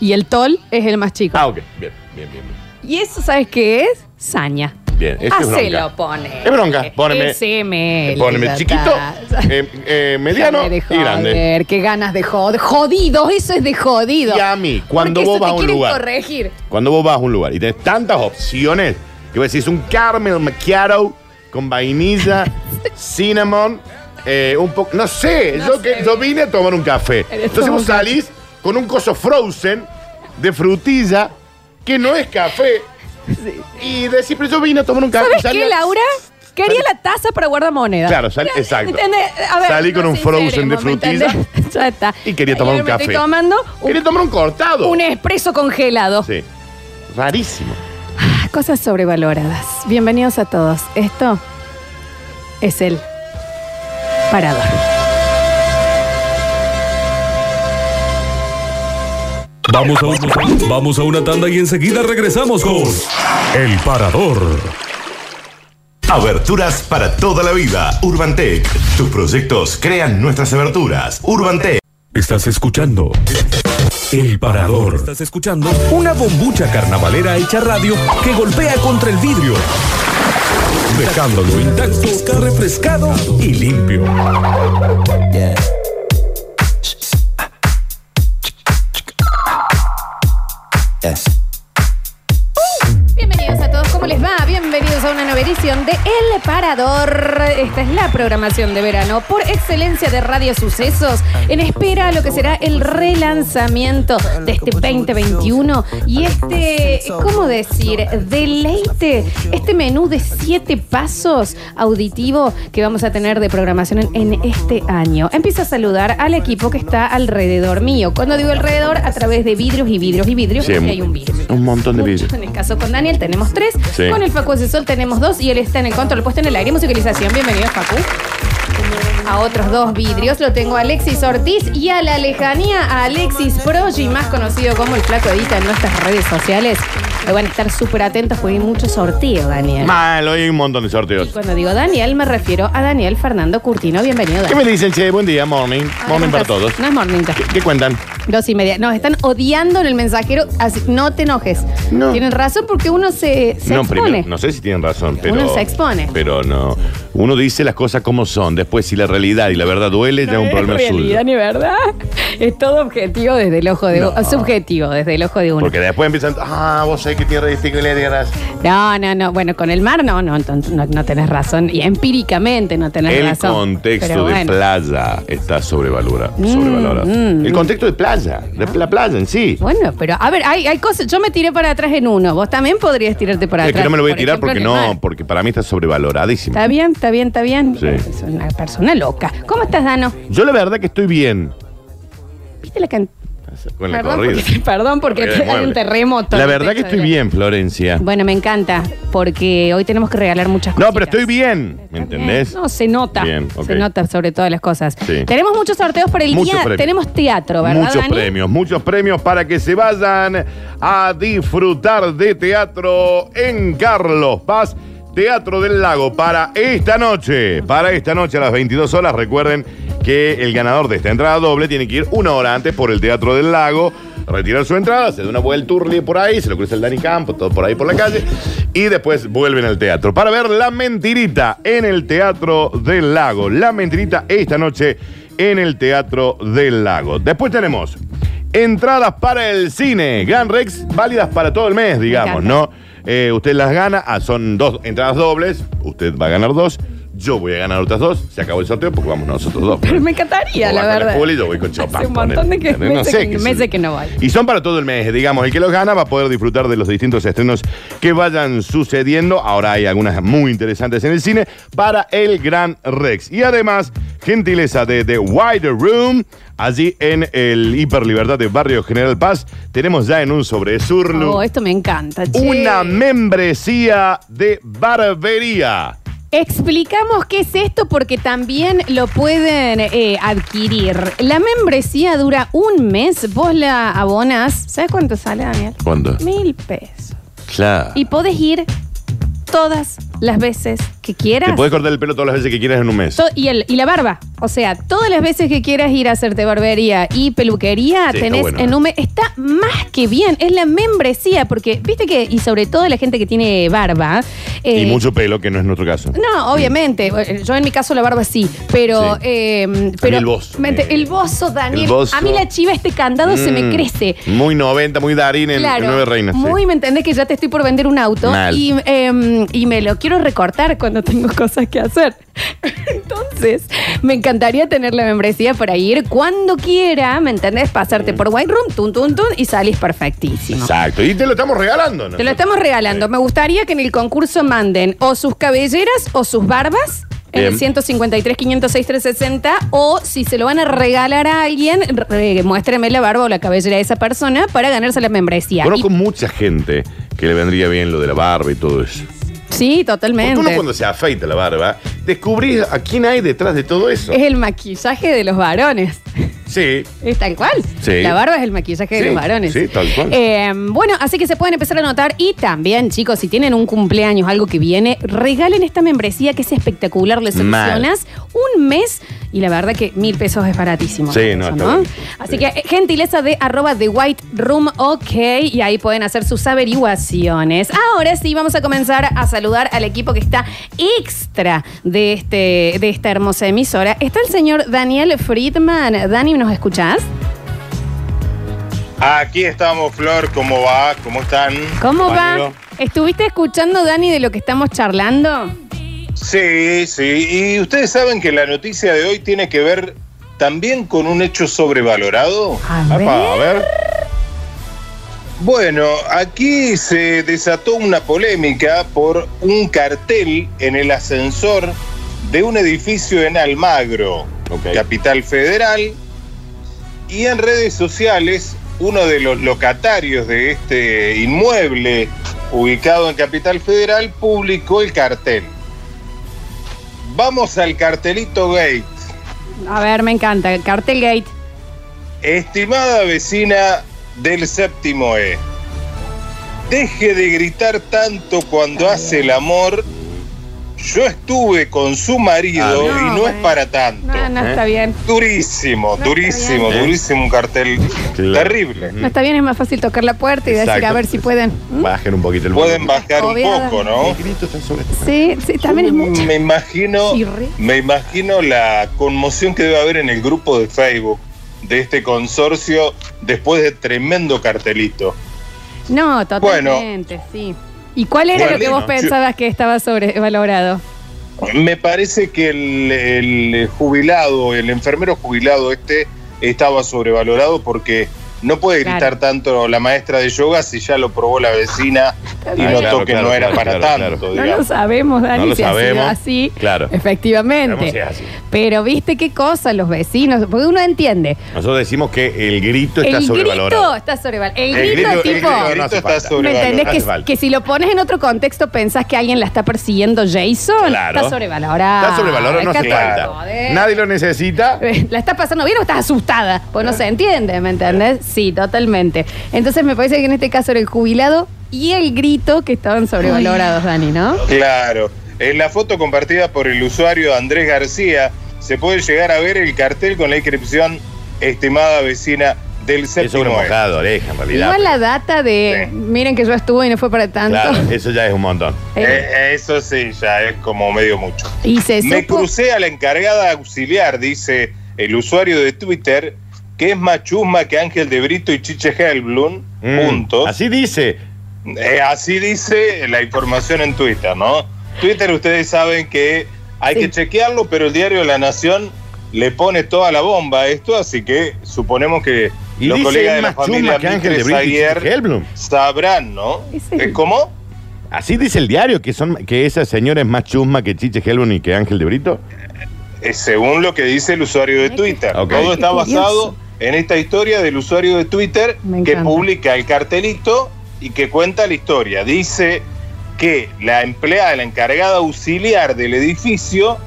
Y el tol es el más chico.
Ah, ok. Bien, bien, bien. bien.
¿Y eso sabes qué es? Saña.
Bien, eso es
Hacelo,
bronca.
pone.
Es bronca, poneme-
SML, ya
Poneme chiquito,
está.
eh, eh, mediano
Déjame de
y grande.
joder, Qué ganas de joder. Jodidos, eso es de jodido.
Y a mí, cuando
Porque
vos
eso
vas
te
a un
quieren
lugar.
corregir.
Cuando vos vas a un lugar y tenés tantas opciones, que vos decís un caramel macchiato con vainilla, cinnamon, eh, un poco. No sé,
No
yo,
sé.
que, yo vine a tomar un café.
Eres
Entonces vos
todo un café.
salís con un coso frozen de frutilla que no es café. Y decís, pero yo vine a tomar un café.
¿Sabes
Salí
qué,
a-
Laura? Quería la taza para guardar monedas.
Claro, sal- exacto.
¿Entendés? A ver,
Salí con un
sinceremos,
frozen de
¿me
frutilla.
entendés? ya está.
Y quería tomar
ahora
un
me estoy
café.
tomando
Quería
un,
tomar un cortado.
un espresso congelado.
Sí. Rarísimo.
Ah, Cosas sobrevaloradas. Bienvenidos a todos. Esto es el parador.
Vamos a, un- vamos a una tanda y enseguida regresamos con El Parador.
Aberturas para toda la vida. Urbantec. Tus proyectos crean nuestras aberturas. Urbantec.
Estás escuchando El Parador. Estás escuchando una bombucha carnavalera hecha radio que golpea contra el vidrio, dejándolo intacto, refrescado y limpio.
Bienvenidos a todos, ¿cómo les va? Bienvenidos a una nueva edición de El Parador. Esta es la programación de verano por excelencia de Radio Sucesos, en espera a lo que será el relanzamiento de este 2021 y este, ¿cómo decir? Deleite, este menú de siete pasos auditivo que vamos a tener de programación en, en este año. Empiezo a saludar al equipo que está alrededor mío. Cuando digo alrededor, a través de vidrios y vidrios y vidrios,
Sí,
porque hay un vidrio.
un montón de
Mucho.
vidrios.
En el caso con Daniel tenemos tres,
Sí.
con el Facu Asesor tenemos dos y él está en el control puesto en el aire y musicalización. Bienvenido, Facu. A otros dos vidrios lo tengo a Alexis Ortiz y a la lejanía a Alexis Progi, más conocido como el Flaco Edita en nuestras redes sociales. Ahí van a estar súper atentos porque hay mucho sorteo, Daniel.
Mal, hoy hay un montón de
Y
sorteos.
cuando digo Daniel, me refiero a Daniel Fernando Curtino. Bienvenido,
¿Qué
Daniel.
me dicen, che? Buen día, morning. Morning para todos.
Ah, No es morning ya.
¿Qué, qué cuentan?
Dos y media. Nos están odiando en el mensajero, así no te enojes.
No.
Tienen razón porque uno se, se
no,
expone.
primero, no sé si tienen razón, pero.
Uno se expone.
Pero no. Uno dice las cosas como son. Después, si la realidad y la verdad duele, ya Este es un problema
es realidad
suyo.
ni verdad. Es todo objetivo desde el ojo de
No.
uno. Subjetivo desde el ojo de uno.
Porque después empiezan. Ah, vos sabés que tiene radicularidades.
No, no, no. Bueno, con el mar no, no, entonces no, no tenés razón. Y empíricamente no tenés
El
razón.
contexto
Pero
de
bueno. Mm,
playa está sobrevalorado. sobrevalorado. el contexto de playa, de la playa en sí.
Bueno, pero a ver, hay, hay cosas. Yo me tiré para atrás en uno. Vos también podrías tirarte para
Es
atrás.
que no me lo voy a
Por
tirar
ejemplo,
porque
en el mar.
no, porque para mí está sobrevaloradísimo.
Está bien, está bien, está bien.
Sí.
Es una persona loca. ¿Cómo estás, Dano?
Yo la verdad que estoy bien.
¿Viste la cantidad? eso.
Con la
perdón,
corrida.
Porque, perdón porque
Corrida de
hay un
muebles.
terremoto.
La verdad que estoy bien, Florencia.
Bueno, me encanta, porque hoy tenemos que regalar muchas cosas.
No, pero estoy bien. ¿Me entendés?
Eh, No, se nota.
Bien, ok.
Se nota sobre todas las cosas.
Sí.
Tenemos muchos sorteos por el
Muchos
día.
premios.
Tenemos teatro, ¿verdad?
Muchos
Dani?
premios, muchos premios para que se vayan a disfrutar de teatro en Carlos Paz, Teatro del Lago, para esta noche. Para esta noche a las 22 horas, recuerden que el ganador de esta entrada doble tiene que ir una hora antes por el Teatro del Lago, retirar su entrada, se da una vuelta turli por ahí, se lo cruza el Dani Campo, todo por ahí por la calle, y después vuelven al teatro para ver La Mentirita en el Teatro del Lago. La Mentirita esta noche en el Teatro del Lago. Después tenemos entradas para el cine, Gran Rex, válidas para todo el mes, digamos,
encanta.
¿no? Eh, usted las gana, ah, son dos entradas dobles, usted va a ganar dos, yo voy a ganar otras dos, se acabó el sorteo porque vamos nosotros dos.
Pero
¿no?
me encantaría,
Vos
la
vas con
verdad.
Juli, yo voy con Chopin.
Hace un montón de que-
ponele.
meses que-
qué sé
meses
yo.
que no voy.
Y son para todo el mes, digamos. El que los gana va a poder disfrutar de los distintos estrenos que vayan sucediendo. Ahora hay algunas muy interesantes en el cine para el Gran Rex. Y además, gentileza de The Wider Room. Allí en el Hiperlibertad de Barrio General Paz tenemos ya en un sobresurlo
Oh, esto me encanta. che.
una membresía de barbería.
Explicamos qué es esto porque también lo pueden eh, adquirir. La membresía dura un mes, vos la abonás. ¿Sabes cuánto sale, Daniel?
¿Cuándo?
Mil pesos.
Claro.
Y podés ir todas las veces que quieras.
Te puedes cortar el pelo todas las veces que quieras en un mes.
To- y, el, y la barba. O sea, todas las veces que quieras ir a hacerte barbería y peluquería,
Sí, está
tenés
bueno,
en
¿eh?
un mes. Está más que bien. Es la membresía, porque viste que, y sobre todo la gente que tiene barba. eh,
Y mucho pelo, que no es nuestro caso.
No, obviamente. eh, Yo en mi caso la barba sí, pero.
Sí.
eh, pero
el bozo.
me ent-
Eh,
el bozo, Daniel.
el bozo.
A mí la chiva, este candado se me
Mm,
crece.
Muy 90, muy Darín en,
Claro,
en Nueve Reinas. sí.
Muy, ¿me entendés? Que ya te estoy por vender un auto
Mal.
y, eh, y me lo quiero recortar cuando tengo cosas que hacer. Entonces, me encantaría tener la membresía para ir cuando quiera, ¿me entendés? Pasarte por White Room, tun, tun, tun, y salís perfectísimo.
Exacto. Y te lo estamos regalando, ¿no?
Te lo estamos regalando. Me gustaría que en el concurso manden o sus cabelleras o sus barbas. En el
Bien.
153 506 360 o si se lo van a regalar a alguien, re- muéstrame la barba o la cabellera de esa persona para ganarse la membresía. Y-
Conozco mucha gente que le vendría bien lo de la barba y todo eso.
Sí,
Porque
totalmente.
uno cuando se afeita la barba, descubrís a quién hay detrás de todo eso.
Es el maquillaje de los varones.
Sí.
Es Eh, tal cual.
Sí.
La barba es el maquillaje de
Sí,
los varones.
sí, tal cual.
Eh, bueno, así que se pueden empezar a anotar. Y también, chicos, si tienen un cumpleaños, algo que viene, regalen esta membresía que es espectacular. Les
Mal.
solucionas un mes y la verdad que mil pesos es baratísimo.
Sí, no, está bueno.
Así
Sí.
que eh, gentileza de arroba The White Room OK y ahí pueden hacer sus averiguaciones. Ahora sí, vamos a comenzar a saludar al equipo que está extra de, este, de esta hermosa emisora. Está el señor Daniel Friedman. Dani, ¿nos escuchás?
Aquí estamos, Flor. ¿Cómo va? ¿Cómo están?
¿Cómo
compañero?
va? ¿Estuviste escuchando, Dani, de lo que estamos charlando?
Sí, sí. Y ustedes saben que la noticia de hoy tiene que ver también con un hecho sobrevalorado.
A
Apa, a ver.
Bueno, aquí se desató una polémica por un cartel en el ascensor de un edificio en Almagro,
Ok.
capital federal, y en redes sociales uno de los locatarios de este inmueble ubicado en capital federal publicó el cartel. Vamos al cartelito Gates.
A ver, me encanta. Cartel Gate.
Estimada vecina del séptimo E, deje de gritar tanto cuando hace el amor. Yo estuve con su marido
Ah,
y
no,
no, es
bueno.
para tanto.
No, no
¿Eh?
está bien.
Durísimo,
No,
durísimo,
está
bien.
durísimo un cartel
Claro.
terrible.
No está bien, es más fácil tocar la puerta y decir
Exacto.
a ver si pueden. ¿Mm?
Bajen un poquito el
Pueden
volumen.
bajar un
Obviada.
poco, ¿no?
El grito está sobre-
Sí, sí, también es mucho.
Me imagino,
Sí, re.
me imagino la conmoción que debe haber en el grupo de Facebook de este consorcio después de tremendo cartelito.
No, totalmente, sí. ¿Y cuál era
Bueno,
lo que vos
yo-
pensabas que estaba sobrevalorado?
Me parece que el, el jubilado, el enfermero jubilado este, estaba sobrevalorado porque no puede gritar
Claro.
tanto la maestra de yoga si ya lo probó la vecina
Está
Y
bien.
no
Ah, claro,
toque
claro,
no era
claro,
para
claro,
tanto,
claro.
No lo
digamos.
sabemos, Dani,
No lo
si ha sido
sabemos.
así.
Claro. Sabemos si
Efectivamente.
es así.
Pero viste qué cosa, los vecinos, porque uno entiende.
Nosotros decimos que el grito está
el grito
sobrevalorado.
está sobrevalorado. El,
El
grito,
grito-
es
el
tipo.
grito
Esto
hace
está
falta.
¿Me
sobrevalorado.
entendés?
hace
Que,
falta.
que si lo pones en otro contexto pensás que alguien la está persiguiendo Jason.
Claro.
Está sobrevalorado. ¿eh?
Está sobrevalorado, no hace
Claro.
falta.
Joder.
Nadie lo necesita.
¿La estás pasando bien o estás asustada? Pues no se entiende, ¿me entendés? Sí, totalmente. Entonces me parece que en este caso era el jubilado y el grito que estaban sobrevalorados, Dani, ¿no?
Claro. En la foto compartida por el usuario Andrés García se puede llegar a ver el cartel con la inscripción estimada vecina del
Es un
séptimo E".
mojado, oreja, en realidad.
Igual la data de
Sí.
miren que yo estuve y no fue para tanto.
Claro, eso ya es un montón.
Eh,
Eh, eso sí, ya es como medio mucho.
y se
Me
supo-
crucé a la encargada auxiliar, dice el usuario de Twitter, que es más chusma que Ángel de Brito y Chiche Helblum
Mm,
juntos.
Así dice.
Eh, así dice la información en Twitter, ¿no? Twitter ustedes saben que hay
Sí.
que chequearlo, pero el diario de la Nación le pone toda la bomba a esto, así que suponemos que
Y
los
dice
colegas de
es
la
más chuma
familia
que Ángel de
Mitre
Brito y
Zaguier
Chiqui Helblum.
sabrán, ¿no?
Es el-
Eh, ¿Cómo?
Así dice el diario que son que esa señora es más chusma que Chiche Helbun y que Ángel de Brito.
Eh, según lo que dice el usuario de
Mirá
Twitter.
qué- Ok.
Todo está
qué curioso.
basado en esta historia del usuario de Twitter
Me
que
encanta.
publica el cartelito y que cuenta la historia. Dice que la empleada, la encargada auxiliar del edificio,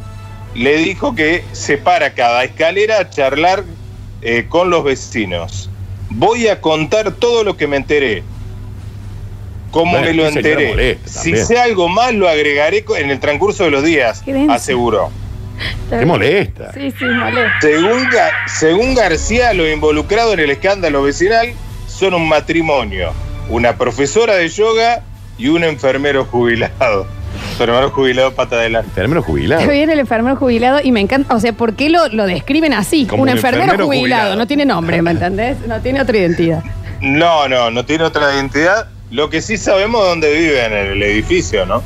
le dijo que se para cada escalera a charlar eh, con los vecinos. Voy a contar todo lo que me enteré. ¿Cómo
Bueno,
me lo
qué señora
enteré?
molesta
Si
también.
sé algo más, lo agregaré co- en el transcurso de los días,
Qué denso.
aseguró.
Qué molesta.
Sí, sí, molesta.
Según, Ga- según García, los involucrados en el escándalo vecinal son un matrimonio, una profesora de yoga y un enfermero jubilado. Su hermano jubilado pata adelante.
Enfermero jubilado.
Está bien el enfermero jubilado y me encanta, o sea, ¿por qué lo, lo describen así?
Como
un
un
enfermero,
enfermero
jubilado.
jubilado.
no tiene nombre, ¿me entendés? No tiene otra identidad.
No, no, no tiene otra identidad. Lo que sí sabemos es dónde vive en el edificio, ¿no?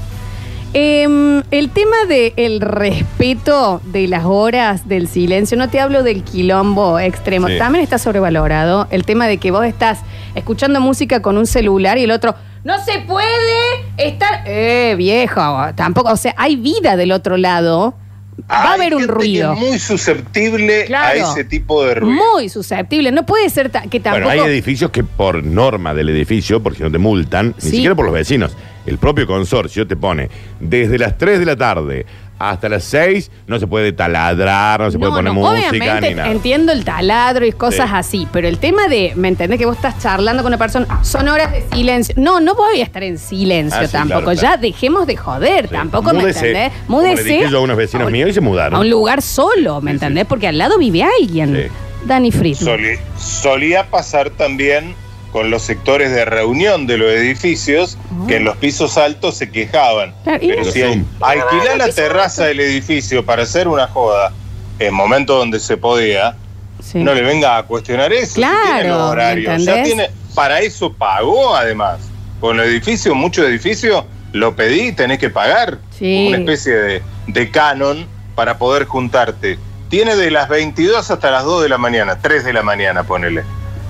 Em, el tema del respeto de las horas del silencio, no te hablo del quilombo extremo,
Sí.
también está sobrevalorado. El tema de que vos estás escuchando música con un celular y el otro, no se puede estar. Eh, viejo, tampoco. O sea, hay vida del otro lado. Va a
Hay
haber un
gente que
ruido.
es muy susceptible
Claro.
a ese tipo de ruido.
Muy susceptible. No puede ser ta- que tampoco.
Bueno, hay edificios que por norma del edificio, porque si no te multan,
Sí.
ni siquiera por los vecinos, el propio consorcio te pone desde las 3 de la tarde hasta las 6, no se puede taladrar, no se puede poner música
obviamente
ni nada.
entiendo el taladro y cosas
Sí.
así, pero el tema de, ¿me entendés? Que vos estás charlando con una persona, son horas de silencio. No, no voy a estar en silencio
Ah, sí,
tampoco.
claro, claro.
Ya dejemos de joder,
Sí.
tampoco,
Múdese,
¿me entendés?
como le dije yo a unos
a
vecinos
un-
míos y se
a un
mudaron.
lugar solo, ¿me
Sí, sí.
entendés? Porque al lado vive alguien.
Sí.
Dani Friedman.
Soli- solía pasar también con los sectores de reunión de los edificios que en los pisos altos se quejaban.
Ah. Claro, y
Pero
no-
si
Zoom.
al-
Ah,
alquilar
los
la
pisos
terraza del edificio para hacer una joda en momentos donde se podía,
Sí.
no le venga a cuestionar eso. si
Claro,
tiene los horarios. Ya
¿entendés?
tiene- para eso pagó además. Con los edificios, muchos edificios, lo pedí, tenés que pagar
Sí.
una especie de, de canon para poder juntarte. Tiene de las 22 hasta las 2 de la mañana, 3 de la mañana, ponele.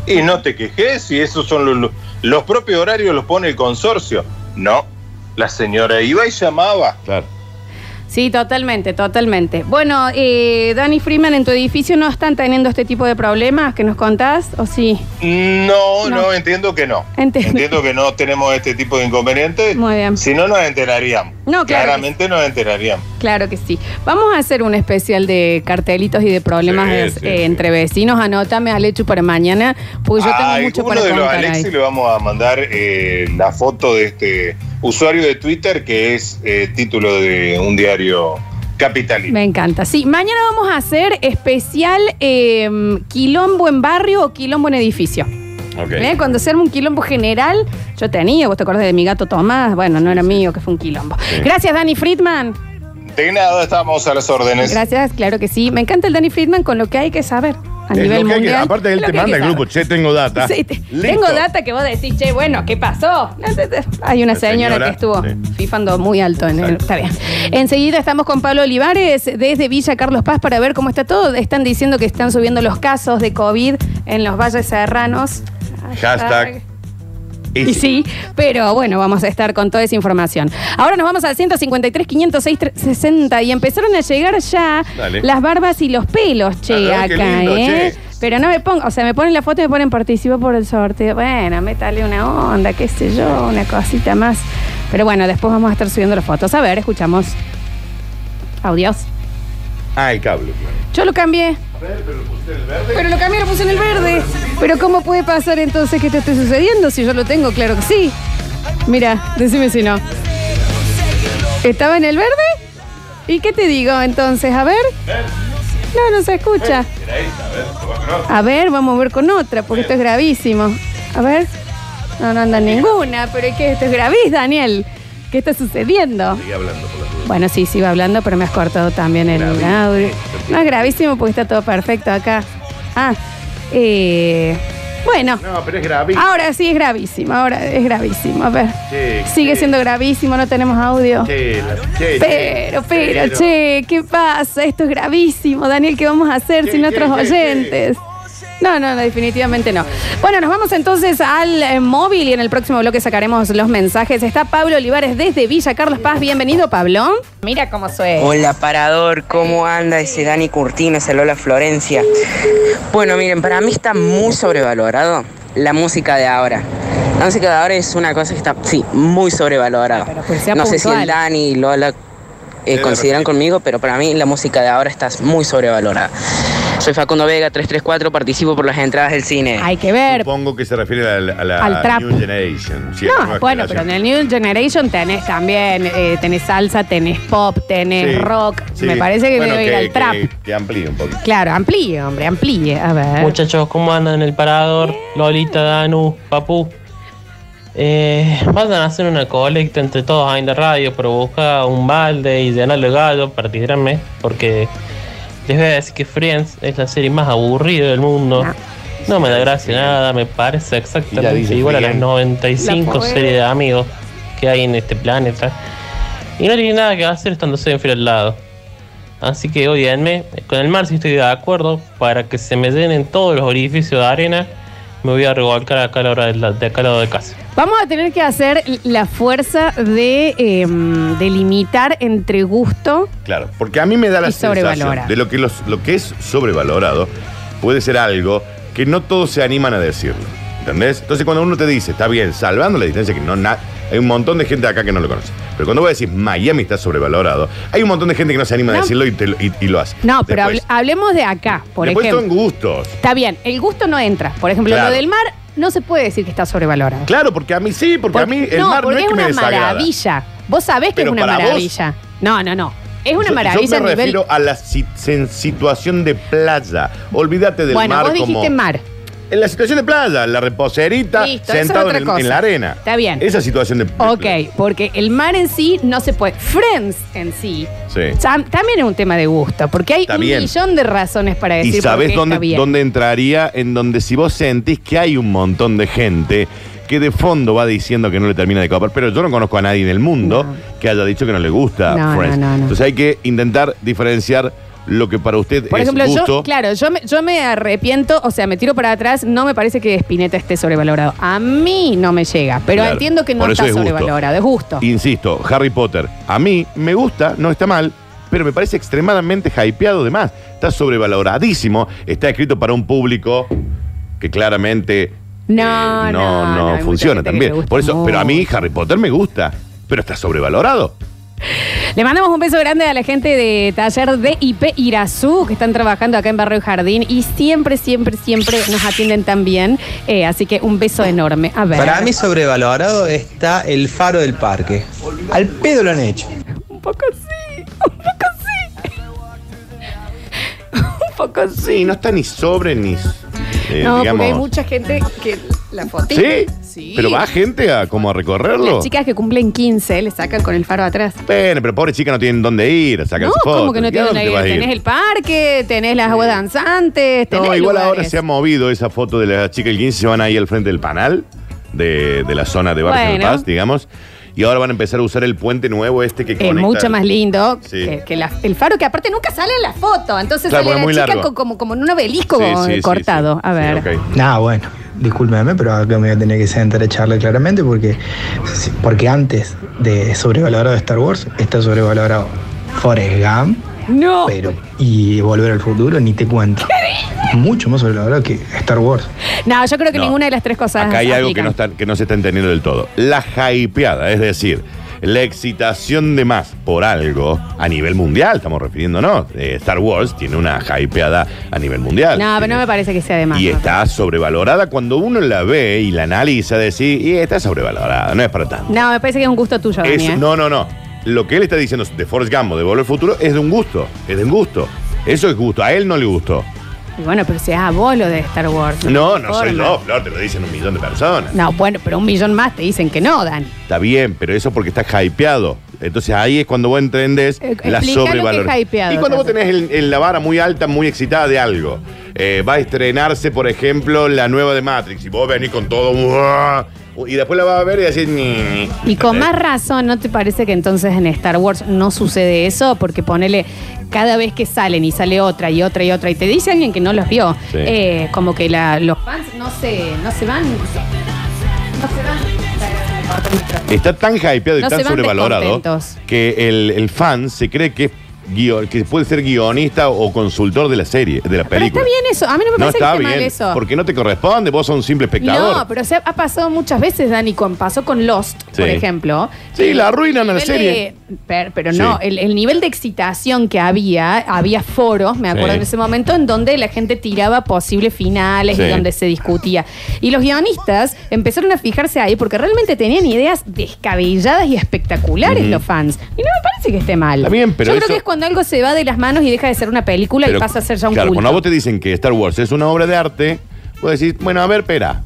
Y no te quejes si esos son los, los propios horarios los pone el consorcio. No, la señora iba y llamaba.
Claro.
Sí, totalmente, totalmente. Bueno, eh, Dani Freeman, en tu edificio no están teniendo este tipo de problemas que nos contás, ¿o sí?
No, no,
No.
entiendo que no.
Entiendo.
que no tenemos este tipo de inconvenientes.
Muy bien.
Si no, nos enteraríamos.
No, claro que
Claramente nos enteraríamos.
Claro que sí. Vamos a hacer un especial de cartelitos y de problemas
Sí,
eh,
sí,
eh,
sí.
entre vecinos. Anótame al hecho para mañana, porque Pues yo
a
tengo mucho
alguno
para
de los
contar
Alexis
ahí.
le vamos a mandar eh, la foto de este usuario de Twitter que es eh, título de un diario capitalino.
Me encanta. Sí, mañana vamos a hacer especial eh, quilombo en barrio o quilombo en edificio.
Ok.
¿Eh? Cuando se arma un quilombo general, yo tenía, vos te acordás de mi gato Tomás, bueno, no era mío, que fue un quilombo.
Sí.
Gracias, Dani Friedman.
De nada, estamos a las órdenes.
Gracias, claro que sí. Me encanta el Dani Friedman con lo que hay que saber a
Es
nivel
lo que hay que-
mundial.
aparte, él
Lo
te
que hay que
manda el
saber.
grupo, che, tengo data.
Sí, te- tengo
Listo.
data que vos decís, che, bueno, ¿qué pasó? Hay una señora,
La señora, eh,
que estuvo
sí.
fifando muy alto en el.
Exacto.
Está bien. Enseguida estamos con Pablo Olivares desde Villa Carlos Paz para ver cómo está todo. Están diciendo que están subiendo los casos de COVID en los valles serranos.
Hashtag
Y sí, pero bueno, vamos a estar con toda esa información. Ahora nos vamos al 153, 506, 60 y empezaron a llegar ya
Dale.
las barbas y los pelos, che,
Ah, qué
acá,
lindo,
¿eh?
che.
Pero no me pongo, o sea, me ponen la foto y me ponen participo por el sorteo. Bueno, métale una onda, qué sé yo, una cosita más. Pero bueno, después vamos a estar subiendo las fotos. A ver, escuchamos. Audios.
Ah, el cable, claro.
Yo lo cambié. Pero lo cambié, lo puse en el verde. Pero ¿cómo puede pasar entonces que esto esté sucediendo si yo lo tengo? Claro que sí. Mira, decime si no. ¿Estaba en el verde? ¿Y qué te digo entonces? A ver. No, no se escucha. A ver, vamos a ver con otra, porque esto es gravísimo. A ver. No, no anda ninguna, pero es que esto es gravísimo, Daniel. ¿Qué está sucediendo?
Seguí hablando por la duda.
Bueno, sí, sí va hablando, pero me has cortado también el
Gravísimo.
audio. No es gravísimo porque está todo perfecto acá. Ah, eh, bueno,
No, pero es grave.
ahora sí es gravísimo, ahora es gravísimo. A ver,
Che,
sigue
che,
siendo gravísimo, no tenemos audio.
Che, la- che,
Pero,
che,
pero, che, ¿qué pasa? Esto es gravísimo, Daniel, ¿qué vamos a hacer
Che,
sin
che,
otros
che, che.
oyentes? No, no, no, definitivamente no. Bueno, nos vamos entonces al eh, móvil y en el próximo bloque sacaremos los mensajes. Está Pablo Olivares desde Villa Carlos Paz. Bienvenido, Pablo. Mira cómo suena.
Hola parador, ¿cómo anda ese Dani Curtino, ese Lola Florencia? Bueno, miren, para mí está muy sobrevalorado la música de ahora. La música de ahora es una cosa que está, sí, muy sobrevalorada.
Pero pues sea
no sé si
puntual.
el Dani y Lola eh,
Tiene
consideran
razón.
conmigo, pero para mí la música de ahora está muy sobrevalorada. Soy Facundo Vega, 334, participo por las entradas del cine.
Hay que ver.
Supongo que se refiere a la, a la
Al trap.
New Generation. sí, a la
No,
nueva
bueno, pero
generación.
en el New Generation tenés también, eh, tenés salsa, tenés pop, tenés
Sí,
rock.
sí.
Me parece que
Bueno,
debe ir al trap.
Que, que amplíe un poquito.
Claro, amplíe, hombre, amplíe. A ver.
Muchachos, ¿cómo andan en el parador? Lolita, Danu, Papu. Eh, vayan a hacer una colecta entre todos ahí en la radio, pero busca un balde y llenarlo de gallo para tirarme, porque les voy a decir que Friends es la serie más aburrida del mundo.
No.
No me da gracia nada, me parece
Ya
exactamente
dice
igual a las
Friends.
95
La pobre.
series de amigos que hay en este planeta. Y no tiene nada que hacer estando siempre al lado. Así que odienme, con el mar sí estoy de acuerdo, para que se me llenen todos los orificios de arena, me voy a revolcar acá a la hora de, la- de acá al lado de casa.
Vamos a tener que hacer la fuerza de em, delimitar entre gusto.
Claro, porque a mí me da la
Y sobrevalora.
sensación de lo que, los- lo que es sobrevalorado puede ser algo que no todos se animan a decirlo. ¿Entendés? Entonces, cuando uno te dice, está bien, salvando la distancia, que no na- hay un montón de gente acá que no lo conoce. Pero cuando vos decís Miami está sobrevalorado, hay un montón de gente que no se anima a
No.
decirlo y, te lo- y- y lo hace.
No, pero
Después-
hable- hablemos de acá, por
después
ejemplo.
son gustos.
Está bien, el gusto no entra. Por ejemplo,
Claro.
lo del mar no se puede decir que está sobrevalorado.
Claro, porque a mí sí, porque, a
Porque-
mí el mar no
porque
es que me
una
desagrada.
maravilla. Vos sabés que
Pero
es una
para vos-
maravilla. No, no, no. Es una
Yo-
maravilla
Yo,
a
me
nivel.
refiero a la si- sen- situación de playa. Olvídate del
bueno,
mar
vos
como.
dijiste mar.
En la situación de playa, la reposerita
Listo, eso es
sentado
otra
en, el-
cosa.
en la arena.
Está bien.
Esa situación de. de
Ok,
playa.
porque el mar en sí no se puede. Friends en sí.
Sí.
tam- También es un tema de gusto, porque hay
Está
un
bien.
millón de razones para decir
Y
por qué
sabes
está
dónde,
bien.
dónde entraría, en donde si vos sentís que hay un montón de gente que de fondo va diciendo que no le termina de copar, pero yo no conozco a nadie en el mundo que haya dicho que no le gusta
No,
Friends.
no, no, no.
Entonces hay que intentar diferenciar lo que para usted
Por
es
ejemplo,
gusto.
yo, claro, yo me, yo me arrepiento, o sea, me tiro para atrás, no me parece que Spinetta esté sobrevalorado. A mí no me llega, pero
Claro,
entiendo que no
por eso
está
es gusto.
sobrevalorado, es gusto.
Insisto, Harry Potter. A mí me gusta, no está mal, pero me parece extremadamente hypeado de más. Está sobrevaloradísimo. Está escrito para un público que claramente
No, Ah, no,
eh, no,
no,
no
hay mucha
funciona
gente que le
también.
gusta
Por eso, pero a mí
mucho.
Harry Potter me gusta, pero está sobrevalorado.
Le mandamos un beso grande a la gente de Taller de IP Irazú, que están trabajando acá en Barrio Jardín y siempre, siempre, siempre nos atienden tan bien. Eh, así que un beso enorme. A ver.
Para mí sobrevalorado está el faro del parque. Al pedo lo han hecho.
Un poco sí, un poco sí. un poco sí.
Sí, no está ni sobre ni. eh,
no,
digamos.
porque hay mucha gente que la fotita.
¿Sí?
Sí.
Pero va gente a como a recorrerlo.
Las chicas que cumplen 15 le sacan con el faro atrás.
Bueno, pero pobre chica no tienen dónde ir a sacar
No,
su foto.
como que no
¿Y a
tienen
dónde
la
te vas a ir?
Tenés el parque, tenés las aguas danzantes, tenés
No, igual ahora
lugares.
se ha movido esa foto de la chica del 15, se van ahí al frente del panal de, de la zona de Barrio del
Bueno.
Paz, digamos, y ahora van a empezar a usar el puente nuevo este que
Es
conecta.
mucho más lindo
Sí.
que, que la- el faro, que aparte nunca sale en la foto. Entonces
Claro,
sale
porque
la
es muy
chica
largo.
con- como, como en un obelisco
Sí, sí, sí,
cortado.
sí.
A ver.
Sí, ok.
Ah, bueno. discúlpeme, pero acá me voy a tener que sentar a charla claramente porque, porque antes de sobrevalorado Star Wars está sobrevalorado Forrest Gump,
No.
pero y Volver al Futuro ni te cuento. Mucho más sobrevalorado que Star Wars.
No, yo creo que
No.
ninguna de las tres cosas.
Acá hay algo que
aplican.
no, está- que no se está entendiendo del todo. La hypeada, es decir, la excitación de más por algo a nivel mundial, estamos refiriéndonos. Eh, Star Wars tiene una hypeada a nivel mundial.
No, pero no
Tiene-
me parece que sea de más.
Y
no.
está sobrevalorada cuando uno la ve y la analiza, decir, y está sobrevalorada, no es para tanto.
No, me parece que es un gusto tuyo, Dani.
Es-
¿eh?
no, no, no. Lo que él está diciendo de Forrest Gump o de Volver al Futuro es de un gusto, es de un gusto. Eso es gusto, a él no le gustó.
Y bueno, pero si es a vos lo de Star Wars.
No,
te
no soy
informa.
yo, Flor, te lo dicen un millón de personas.
No, bueno, pero un millón más te dicen que no, Dani.
Está bien, pero eso porque está hypeado. Entonces ahí es cuando vos entendés
Eh, explica
la
lo que
sobrevalor.
es hypeado,
y cuando vos
Rafa.
tenés el- el- la vara muy alta, muy excitada de algo. Eh, va a estrenarse, por ejemplo, la nueva de Matrix. Y vos venís con todo. "Uah", Y después la vas a ver y decís. "Ni".
Y con
Eh,
más razón, ¿no te parece que entonces en Star Wars no sucede eso? Porque ponele, cada vez que salen y sale otra y otra y otra, y te dice alguien que no los vio,
Sí.
eh, como que la, los fans no se, no se van. No se van.
Está tan hypeado y
No
tan
se van
sobrevalorado
descontentos.
que el, el fan se cree que, es guio- que puede ser guionista o consultor de la serie, de la
Pero
película.
está bien eso. A mí no me
no
parece que
está
esté
bien,
mal eso.
porque no te corresponde, vos sos un simple espectador.
No, pero se ha, ha pasado muchas veces, Dani, con, pasó con Lost,
Sí.
por ejemplo.
Sí,
Y
la arruinan a la
el nivel
serie.
de- per- pero no,
Sí.
el, el nivel de excitación que había, había foros, me acuerdo
Sí.
en ese momento, en donde la gente tiraba posibles finales y
Sí.
donde se discutía. Y los guionistas empezaron a fijarse ahí porque realmente tenían ideas descabelladas y espectaculares los fans. Y no me parece que esté mal.
Está bien, pero
Yo creo
eso-
que es cuando algo se va de las manos y deja de ser una película y
Pero,
pasa a ser ya un
Claro,
culto.
cuando a vos te dicen que Star Wars es una obra de arte, vos decís, bueno, a ver, espera.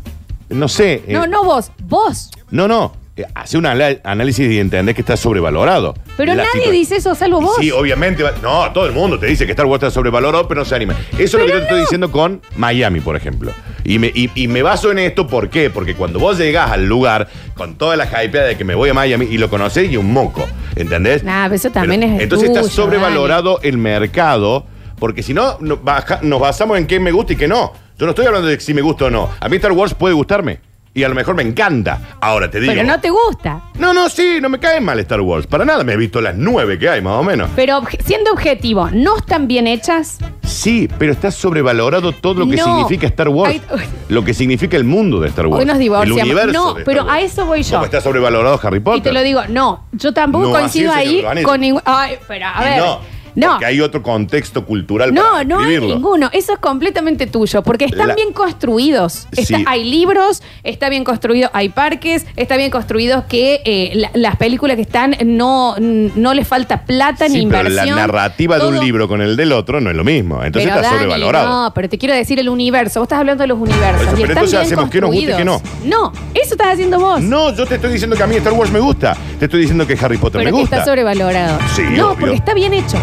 No sé. eh,
No, no vos, vos.
No, no. eh, hace un ala- análisis y entendés que está sobrevalorado.
Pero
La
nadie
situa-
dice eso, salvo
Y
vos.
Sí, obviamente. va- No, todo el mundo te dice que Star Wars está sobrevalorado, pero no se anima. Eso es lo que yo te estoy diciendo con Miami, por ejemplo. Y me, y- y me baso en esto, ¿por qué? Porque cuando vos llegás al lugar con toda la hypea de que me voy a Miami y lo conocés y un moco, ¿entendés?
Nah, pero eso también es
Entonces está
tuyo,
sobrevalorado el mercado, porque si no, no baja- nos basamos en qué me gusta y qué no. Yo no estoy hablando de si me gusta o no. A mí Star Wars puede gustarme. Y a lo mejor me encanta. Ahora te digo.
Pero no te gusta.
No, no, sí, no me cae mal Star Wars. Para nada, me he visto las nueve que hay, más o menos.
Pero obje- siendo objetivo, ¿no están bien hechas?
Sí, pero está sobrevalorado todo lo que
No.
significa Star Wars.
Ay,
lo que significa el mundo de Star Wars.
Hoy nos divorciamos.
El universo.
No,
de Star
pero
Wars.
a eso voy yo.
Como está sobrevalorado Harry Potter.
Y te lo digo, no, yo tampoco
No,
coincido
así es,
ahí
señor Vanessa.
con ningún... Ay, pero a
Y
ver.
No.
No,
Porque hay otro contexto cultural
no,
para
no hay
escribirlo.
ninguno. Eso es completamente tuyo, porque están
La-
bien construidos. Está-
Sí.
Hay libros, está bien construido, hay parques, está bien construidos que eh, la- las películas que están no, no les falta plata ni
Sí, pero
inversión.
la narrativa de
Todo-
un libro con el del otro no es lo mismo. Entonces
Pero,
está
Dani,
sobrevalorado.
No, pero te quiero decir el universo. Vos estás hablando de los universos.
Por
y
eso, pero
están
entonces
bien
hacemos que nos guste y que
construidos. No, eso estás haciendo vos.
No, yo te estoy diciendo que a mí Star Wars me gusta. Te estoy diciendo que Harry Potter
pero
me
que
gusta.
está sobrevalorado.
Sí,
no,
obvio.
porque está bien hecho.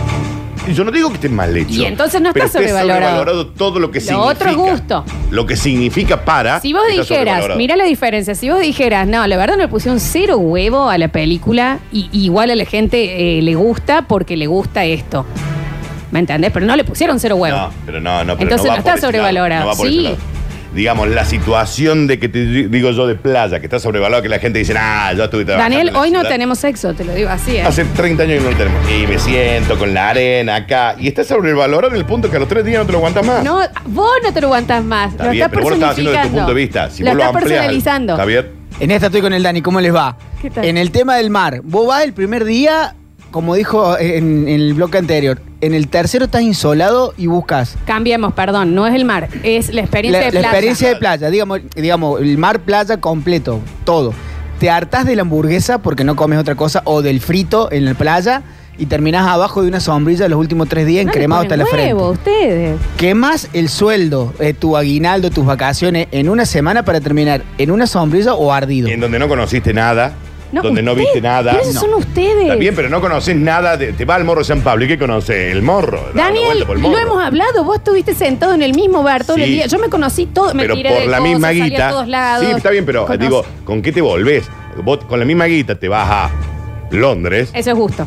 Yo no digo que esté mal hecho.
Y entonces no
pero
está sobrevalorado.
sobrevalorado todo lo que
Lo
significa.
otro es gusto.
Lo que significa para.
Si vos
está
dijeras,
sobrevalorado.
mirá la diferencia, si vos dijeras, no, la verdad no le pusieron cero huevo a la película y y igual a la gente eh, le gusta porque le gusta esto. ¿Me entendés? Pero no le pusieron cero huevo.
No, pero no, no. Pero
Entonces
va
no está
por ese lado,
sobrevalorado,
no va por
sí.
ese lado. Digamos, la situación de que te di- digo yo de playa, que está sobrevalorado, que la gente dice, ah, yo estuve trabajando.
Daniel,
en la
hoy no
ciudad".
tenemos sexo, te lo digo así. ¿eh?
Hace 30 años que no lo tenemos. Y me siento con la arena acá. Y está sobrevalorado en el punto que a los tres días no te lo aguantas más.
No, vos no te lo aguantas más.
Está
lo
bien,
estás
pero vos lo estás haciendo desde tu punto
personificando.
de vista. Si
lo
vos lo
estás
amplias.
personalizando.
¿Está bien?
En esta estoy con el Dani, ¿cómo les va?
¿Qué tal?
En el tema del mar, vos vas el primer día, como dijo en, en el bloque anterior, en el tercero estás insolado y buscas
Cambiemos, perdón, no es el mar, es la experiencia de
la, la
playa.
experiencia de playa, digamos, digamos, el mar playa completo, todo. Te hartás de la hamburguesa porque no comes otra cosa o del frito en la playa y terminás abajo de una sombrilla los últimos tres días
No le
encremado hasta
ponen
la frente.
huevo, ustedes.
Quemas el sueldo, eh, tu aguinaldo, tus vacaciones en una semana para terminar en una sombrilla o ardido.
En donde no conociste nada, donde no
ustedes,
viste nada.
pero esos
No.
son ustedes.
Está bien, pero no conoces nada. de- te va al morro de San Pablo. ¿Y qué conoces? El morro. Dando
Daniel,
vuelta por el
lo
morro.
hemos hablado. Vos estuviste sentado en el mismo bar todo el
Sí.
día. Yo me conocí todo, me
pero
tiré
por
de
la
cosas,
misma
salí a
guita.
todos lados.
Sí, está bien, pero
Conocí.
digo, ¿con qué te volvés? Vos con la misma guita te vas a Londres.
Eso es justo.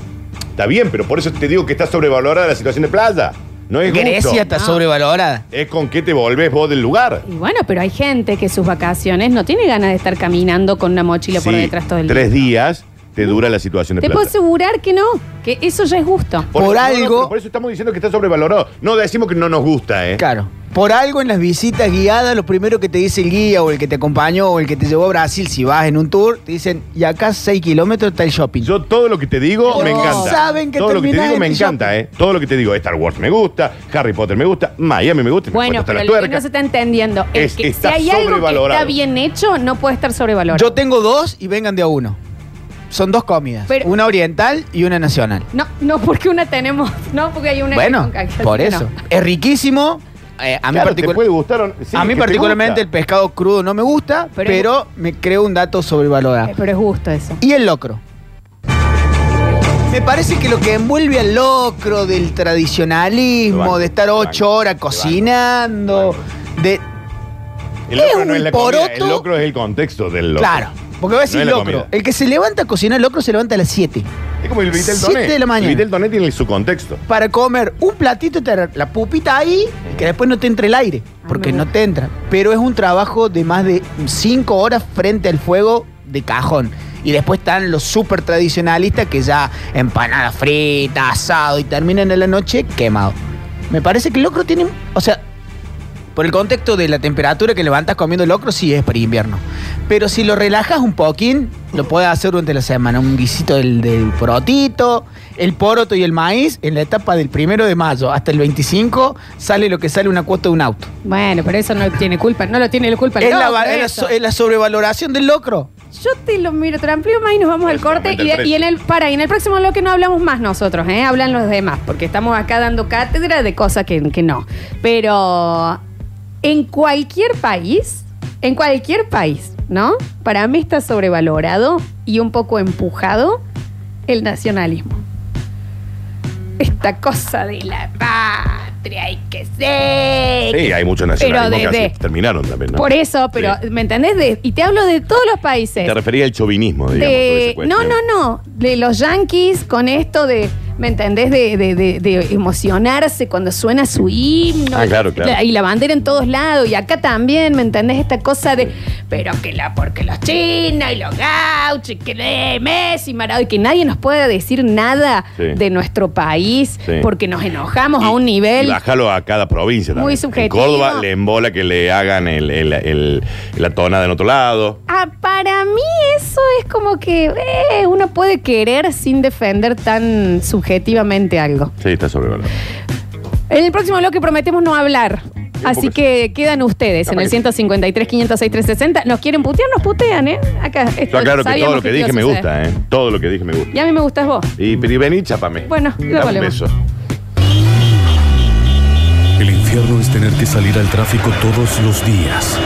Está bien, pero por eso te digo que está sobrevalorada la situación de playa. No es gusto.
Grecia está
No.
sobrevalorada.
Es con qué te volvés vos del lugar.
Y bueno, pero hay gente que sus vacaciones no tiene ganas de estar caminando con una mochila por
Sí,
detrás todo el día.
tres días te dura la situación de
Te puedo
plata.
asegurar que no, que eso ya es gusto.
Por
no, no,
algo-
pero por eso estamos diciendo que está sobrevalorado. No decimos que no nos gusta, ¿eh?
Claro. Por algo en las visitas guiadas, lo primero que te dice el guía o el que te acompañó o el que te llevó a Brasil, si vas en un tour, te dicen, y acá 6 kilómetros está el shopping.
Yo todo lo que te digo
Pero
me encanta.
saben que
todo lo que te
terminás
digo
en
me
el
encanta, ¿eh? Todo lo que te digo, Star Wars me gusta, Harry Potter me gusta, Miami me gusta, me
Bueno,
cuesta
pero
hasta
lo
la
que no
tuerca.
se está entendiendo es,
Es-
que si
está
hay algo que está
sobrevalorado.
bien hecho, no puede estar sobrevalorado.
Yo tengo dos y vengan de a uno. Son dos comidas.
Pero-
una oriental y una nacional.
No, no, porque una tenemos, no, porque hay una
Bueno,
con cacao,
por
no.
eso. Es riquísimo. Eh, a mí,
Claro,
particu-
te puede gustar. o- sí,
a mí
que te
particularmente el
gusta.
pescado crudo no me gusta,
Pero-
pero, me creo un dato
Eh,
sobrevalorado.
Pero es gusto eso.
Y el locro. Me parece que lo que envuelve al locro del
Te
tradicionalismo,
banco,
de estar
te
ocho
banco,
horas
te
cocinando, de...
El locro
es
no es
un
la comida,
poroto.
el locro es el contexto del locro.
Claro, porque voy a
No
decir
es la
locro.
comida.
El que se levanta a cocinar locro se levanta a las 7.
Es como el Vitel
Siete
Toné.
de la mañana.
El Vitel Toné tiene su contexto.
Para comer un platito, te agarra la pupita ahí, y que después no te entre el aire, porque
me
no
gusta.
te entra. Pero es un trabajo de más de 5 horas frente al fuego de cajón. Y después están los súper tradicionalistas que ya empanadas fritas, asado y terminan en la noche quemado. Me parece que el locro tiene. O sea, por el contexto de la temperatura que levantas comiendo locro, sí es para invierno. Pero si lo relajas un poquín, lo puedes hacer durante la semana. Un guisito del, del porotito, el poroto y el maíz. En la etapa del primero de mayo hasta el 25 sale lo que sale una cuota de un auto.
Bueno, pero eso no tiene culpa, no lo tiene la culpa. el
Es, la,
locro,
va- es la
eso.
so- es la sobrevaloración del locro.
Yo te lo miro, te lo amplio más y nos vamos al
Eso,
corte.
aumenta
Y,
el precio.
y en el para, y en el próximo bloque no hablamos más nosotros, ¿eh? hablan los demás, porque estamos acá dando cátedra de cosas que, que no. Pero en cualquier país, en cualquier país, ¿no? Para mí está sobrevalorado y un poco empujado el nacionalismo. Esta cosa de la patria hay que ser.
Sí, hay muchos nacionalismos que
Eh, Pero desde-
así terminaron también, ¿no?
Por eso, pero,
Sí.
¿me entendés? De- y te hablo de todos los países.
Te refería al chauvinismo, digamos. toda
De-
esa
no,
cuestión.
no, no. De los yankees con esto de. ¿Me entendés? De, de- de- de emocionarse cuando suena su himno.
Ah, claro, claro.
La- y la bandera en todos lados. Y acá también, ¿me entendés? Esta cosa de. Pero que la. Porque los chinos y los gauchos. y Que eh, Messi, Maradona. Y que nadie nos pueda decir nada
Sí.
de nuestro país.
Sí.
Porque nos enojamos
Y-
a un
y
nivel.
bájalo a cada provincia.
Muy
también.
subjetivo.
En Córdoba le embola que le hagan el, el- el- la tonada en otro lado.
Ah, para mí eso es como que eh, uno puede querer sin defender tan subjetivamente algo.
Sí, está sobrevalorado.
En el próximo bloque prometemos no hablar. Así que quedan ustedes en el 153, 506, 360. ¿Nos quieren putear? Nos putean, ¿eh? Acá.
Yo
esto
aclaro que todo
sabíamos
lo que
iba a
dije me
suceder.
gusta, ¿eh? Todo lo que dije me gusta.
Y a mí me gustas vos.
Y, pero y vení, chápame.
Bueno, ya
Dame un
volvemos.
beso.
El infierno es tener que salir al tráfico todos los días.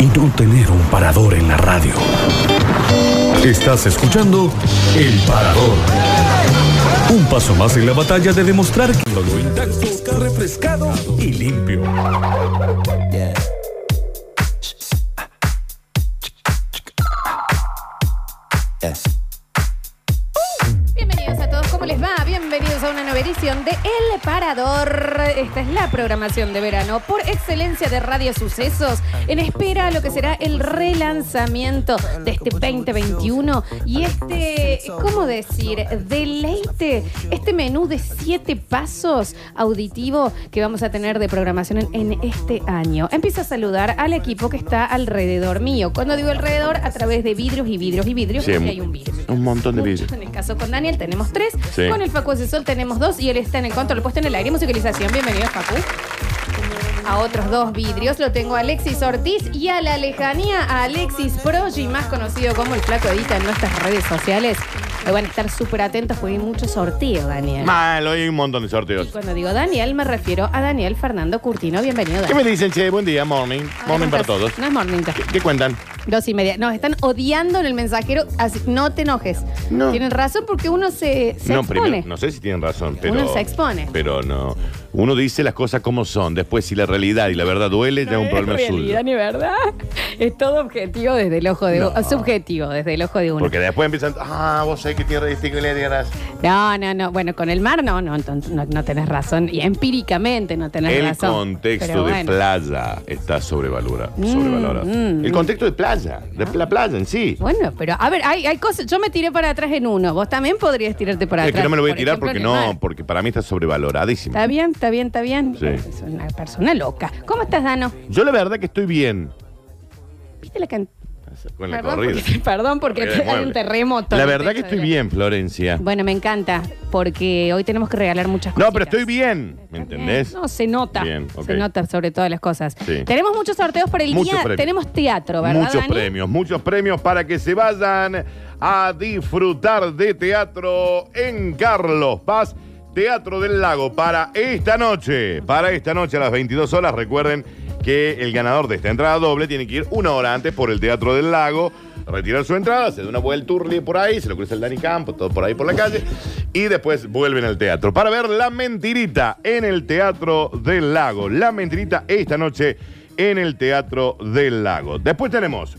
Y no tener un parador en la radio. Estás escuchando El Parador. Un paso más en la batalla de demostrar que lo intacto está refrescado y limpio.
Bienvenidos a todos, ¿cómo les va? Bienvenidos a una nueva edición de El Parador. Esta es la programación de verano por excelencia de Radio Sucesos, en espera a lo que será el relanzamiento de este 2021 y este, ¿cómo decir? Deleite, este menú de siete pasos auditivo que vamos a tener de programación en, en este año. Empiezo a saludar al equipo que está alrededor mío. Cuando digo alrededor, a través de vidrios y vidrios y vidrios,
Sí,
porque hay un vidrio.
Un montón de
Muchos.
vídeos.
En el caso con Daniel tenemos tres.
Sí.
Con el Facu Asesor tenemos dos y él está en el control puesto en el aire. Musicalización, bienvenido Facu. A otros dos vidrios lo tengo a Alexis Ortiz y a la lejanía a Alexis Progi, más conocido como el Flaco Edita en nuestras redes sociales. Ahí Van a estar súper atentos porque hay mucho sorteo, Daniel.
Mal, hoy hay un montón de
Y
sorteos.
cuando digo Daniel me refiero a Daniel Fernando Curtino. Bienvenido,
¿Qué
Daniel.
me dicen, che? Buen día, morning. Morning para todos.
Ah, No es morning ya.
¿Qué, qué cuentan?
Dos y media. Nos están odiando en el mensajero, así no te enojes.
No.
Tienen razón porque uno se, se
no,
expone.
primero, no sé si tienen razón, pero.
Uno se expone.
Pero no. Uno dice las cosas como son. Después, si la realidad y la verdad duele, ya es un problema
es
suyo.
realidad ni verdad. Es todo objetivo desde el ojo de
No.
uno. Subjetivo desde el ojo de uno.
Porque después empiezan. Ah, vos sabés que tiene este que le digas".
No, no, no. Bueno, con el mar no, no, no, no- no tenés razón. Y empíricamente no tenés
El
razón.
contexto
Pero
de
bueno.
playa está sobrevalora- sobrevalorado.
mm,
el
mm. Ah.
contexto de playa, de la playa en sí.
Bueno, pero a ver, hay, hay cosas. Yo me tiré para atrás en uno. Vos también podrías tirarte para
Es
atrás.
que no me lo voy a
por
tirar
ejemplo,
porque
en el mar.
no, porque para mí está sobrevaloradísimo.
Está bien, está bien, está bien.
Sí.
Es una persona loca. ¿Cómo estás, Dano?
Yo la verdad que estoy bien
¿Viste la can-
con la
perdón,
corrida.
Porque, perdón, porque
Corrida de
hay un
muebles.
terremoto. en
La
el
verdad
techo
que
de
estoy
la-
bien, Florencia.
Bueno, me encanta, porque hoy tenemos que regalar muchas cosas.
No, pero estoy bien, ¿me entendés?
Eh, No, se nota.
Bien, ok.
Se nota sobre todas las cosas.
Sí.
Tenemos muchos sorteos por el
Muchos
día.
premios.
Tenemos teatro, ¿verdad?
Muchos
Dani?
premios, muchos premios para que se vayan a disfrutar de teatro en Carlos Paz, Teatro del Lago, para esta noche, para esta noche a las 22 horas. Recuerden que el ganador de esta entrada doble tiene que ir una hora antes por el Teatro del Lago, retirar su entrada, se da una vuelta turli por ahí, se lo cruza el Dani Campo, todo por ahí por la calle, y después vuelven al teatro para ver La Mentirita en el Teatro del Lago. La Mentirita esta noche en el Teatro del Lago. Después tenemos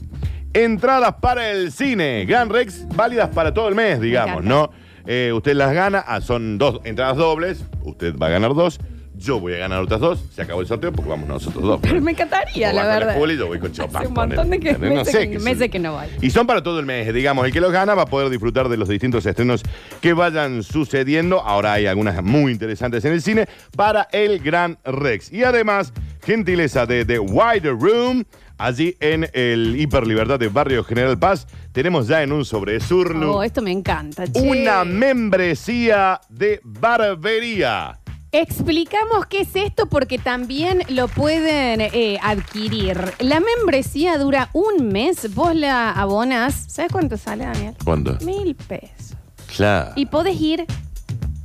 entradas para el cine, Gran Rex, válidas para todo el mes, digamos,
encanta.
¿no? Eh, usted las gana, ah, son dos entradas dobles, usted va a ganar dos, yo voy a ganar otras dos, se acabó el sorteo porque vamos nosotros dos.
Pero me encantaría,
Vos
la
vas con
verdad.
Juli, yo voy con Chopin.
Hace un montón de que-
ponele, ¿entendés?
meses que-
qué sé
meses
yo.
que no voy.
Y son para todo el mes, digamos. El que los gana va a poder disfrutar de los distintos estrenos que vayan sucediendo. Ahora hay algunas muy interesantes en el cine para el Gran Rex. Y además, gentileza de The Wider Room. Allí en el Hiperlibertad de Barrio General Paz tenemos ya en un sobresurlo
Oh, esto me encanta. che.
una membresía de barbería.
Explicamos qué es esto porque también lo pueden eh, adquirir. La membresía dura un mes, vos la abonás. ¿Sabes cuánto sale, Daniel?
¿Cuándo?
Mil pesos.
Claro.
Y podés ir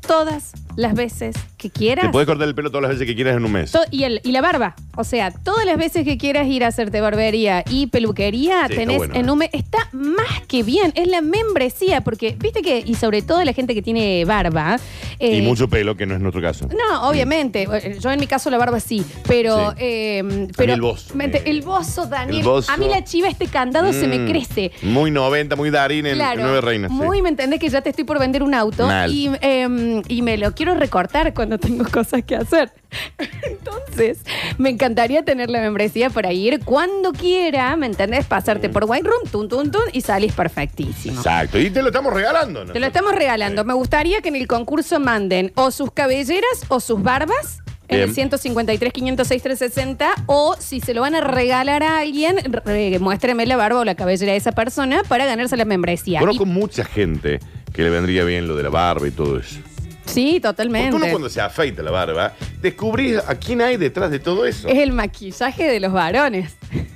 todas las veces que quieras.
Te puedes cortar el pelo todas las veces que quieras en un mes.
To- y, el- y la barba. O sea, todas las veces que quieras ir a hacerte barbería y peluquería,
Sí, está
tenés
bueno,
en
¿eh?
un mes- Está más que bien. Es la membresía, porque, viste que, y sobre todo la gente que tiene barba.
Y
eh,
mucho pelo, que no es nuestro caso.
No, obviamente. eh, Yo en mi caso la barba sí, pero.
Sí.
eh, pero
el bozo.
me ent- el bozo, Daniel.
El bozo.
A mí la chiva, este candado se me
Mm,
crece.
Muy 90, muy Darín en
Claro,
Nueve Reinas. sí.
Muy me entendés que ya te estoy por vender un auto
Mal.
y, eh, y me lo quiero recortar cuando tengo cosas que hacer. Entonces, me encantaría tener la membresía para ir cuando quiera, ¿me entendés? Pasarte por Wine Room, tun, tun, tun, y salís perfectísimo.
Exacto. Y te lo estamos regalando. ¿no?
Te lo estamos regalando. Me gustaría que en el concurso manden o sus cabelleras o sus barbas. En el
Bien.
153 506 360 o si se lo van a regalar a alguien, re- muéstreme la barba o la cabellera de esa persona para ganarse la membresía. Y-
Conozco mucha gente que le vendría bien lo de la barba y todo eso.
sí,
Porque
totalmente.
uno cuando se afeita la barba, descubrís a quién hay detrás de todo eso.
Es el maquillaje de los varones.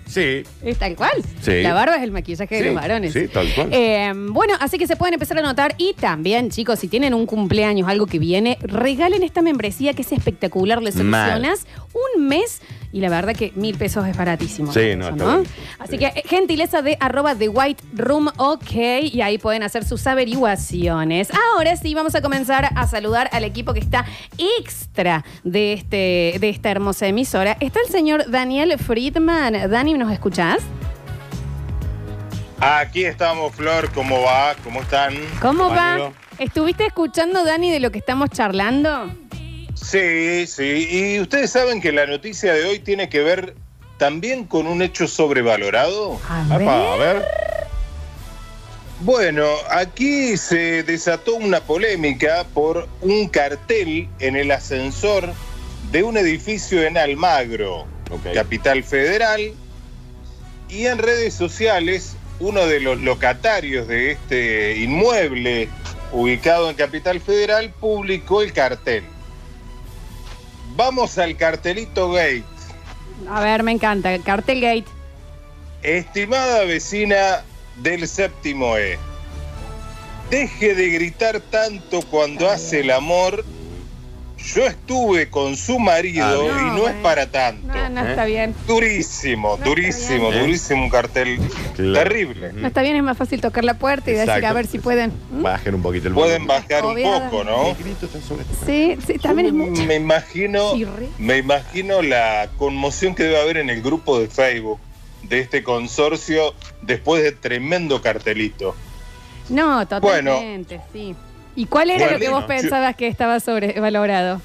Sí.
Es Eh, tal cual.
Sí.
La barba es el maquillaje de
Sí,
los varones.
sí, tal cual.
Eh, bueno, así que se pueden empezar a notar. Y también, chicos, si tienen un cumpleaños, algo que viene, regalen esta membresía que es espectacular. Les
Mal.
solucionas un mes y la verdad que mil pesos es baratísimo.
Sí, no, está bien.
Así
Sí.
que eh, gentileza de arroba The White Room OK y ahí pueden hacer sus averiguaciones. Ahora sí, vamos a comenzar a saludar al equipo que está extra de, este, de esta hermosa emisora. Está el señor Daniel Friedman. Dani, ¿nos escuchás?
Aquí estamos, Flor. ¿Cómo va? ¿Cómo están?
¿Cómo va?
compañero?
¿Estuviste escuchando, Dani, de lo que estamos charlando?
Sí, sí. Y ustedes saben que la noticia de hoy tiene que ver también con un hecho sobrevalorado.
A
Apa, a ver.
Bueno, aquí se desató una polémica por un cartel en el ascensor de un edificio en Almagro,
Ok.
capital federal, y en redes sociales uno de los locatarios de este inmueble ubicado en capital federal publicó el cartel. Vamos al cartelito gay.
A ver, me encanta. Cartel Gate.
Estimada vecina del séptimo E, deje de gritar tanto cuando hace el amor. Yo estuve con su marido
Ah,
y
no,
no es
eh.
para tanto.
No, no
¿Eh?
está bien.
Durísimo,
No,
durísimo,
está bien.
durísimo un cartel
Claro.
terrible.
No está bien, es más fácil tocar la puerta y decir
Mm. Exacto.
a ver si pueden. ¿Mm?
Bajen un poquito el
Pueden
volumen.
bajar un
Obviada.
poco, ¿no?
El grito está sobre-
Sí, sí, también es mucho.
Me imagino,
Sí, re.
me imagino la conmoción que debe haber en el grupo de Facebook de este consorcio después de tremendo cartelito.
No, totalmente, sí. ¿Y cuál era
Bueno,
lo que vos
yo-
pensabas que estaba sobrevalorado?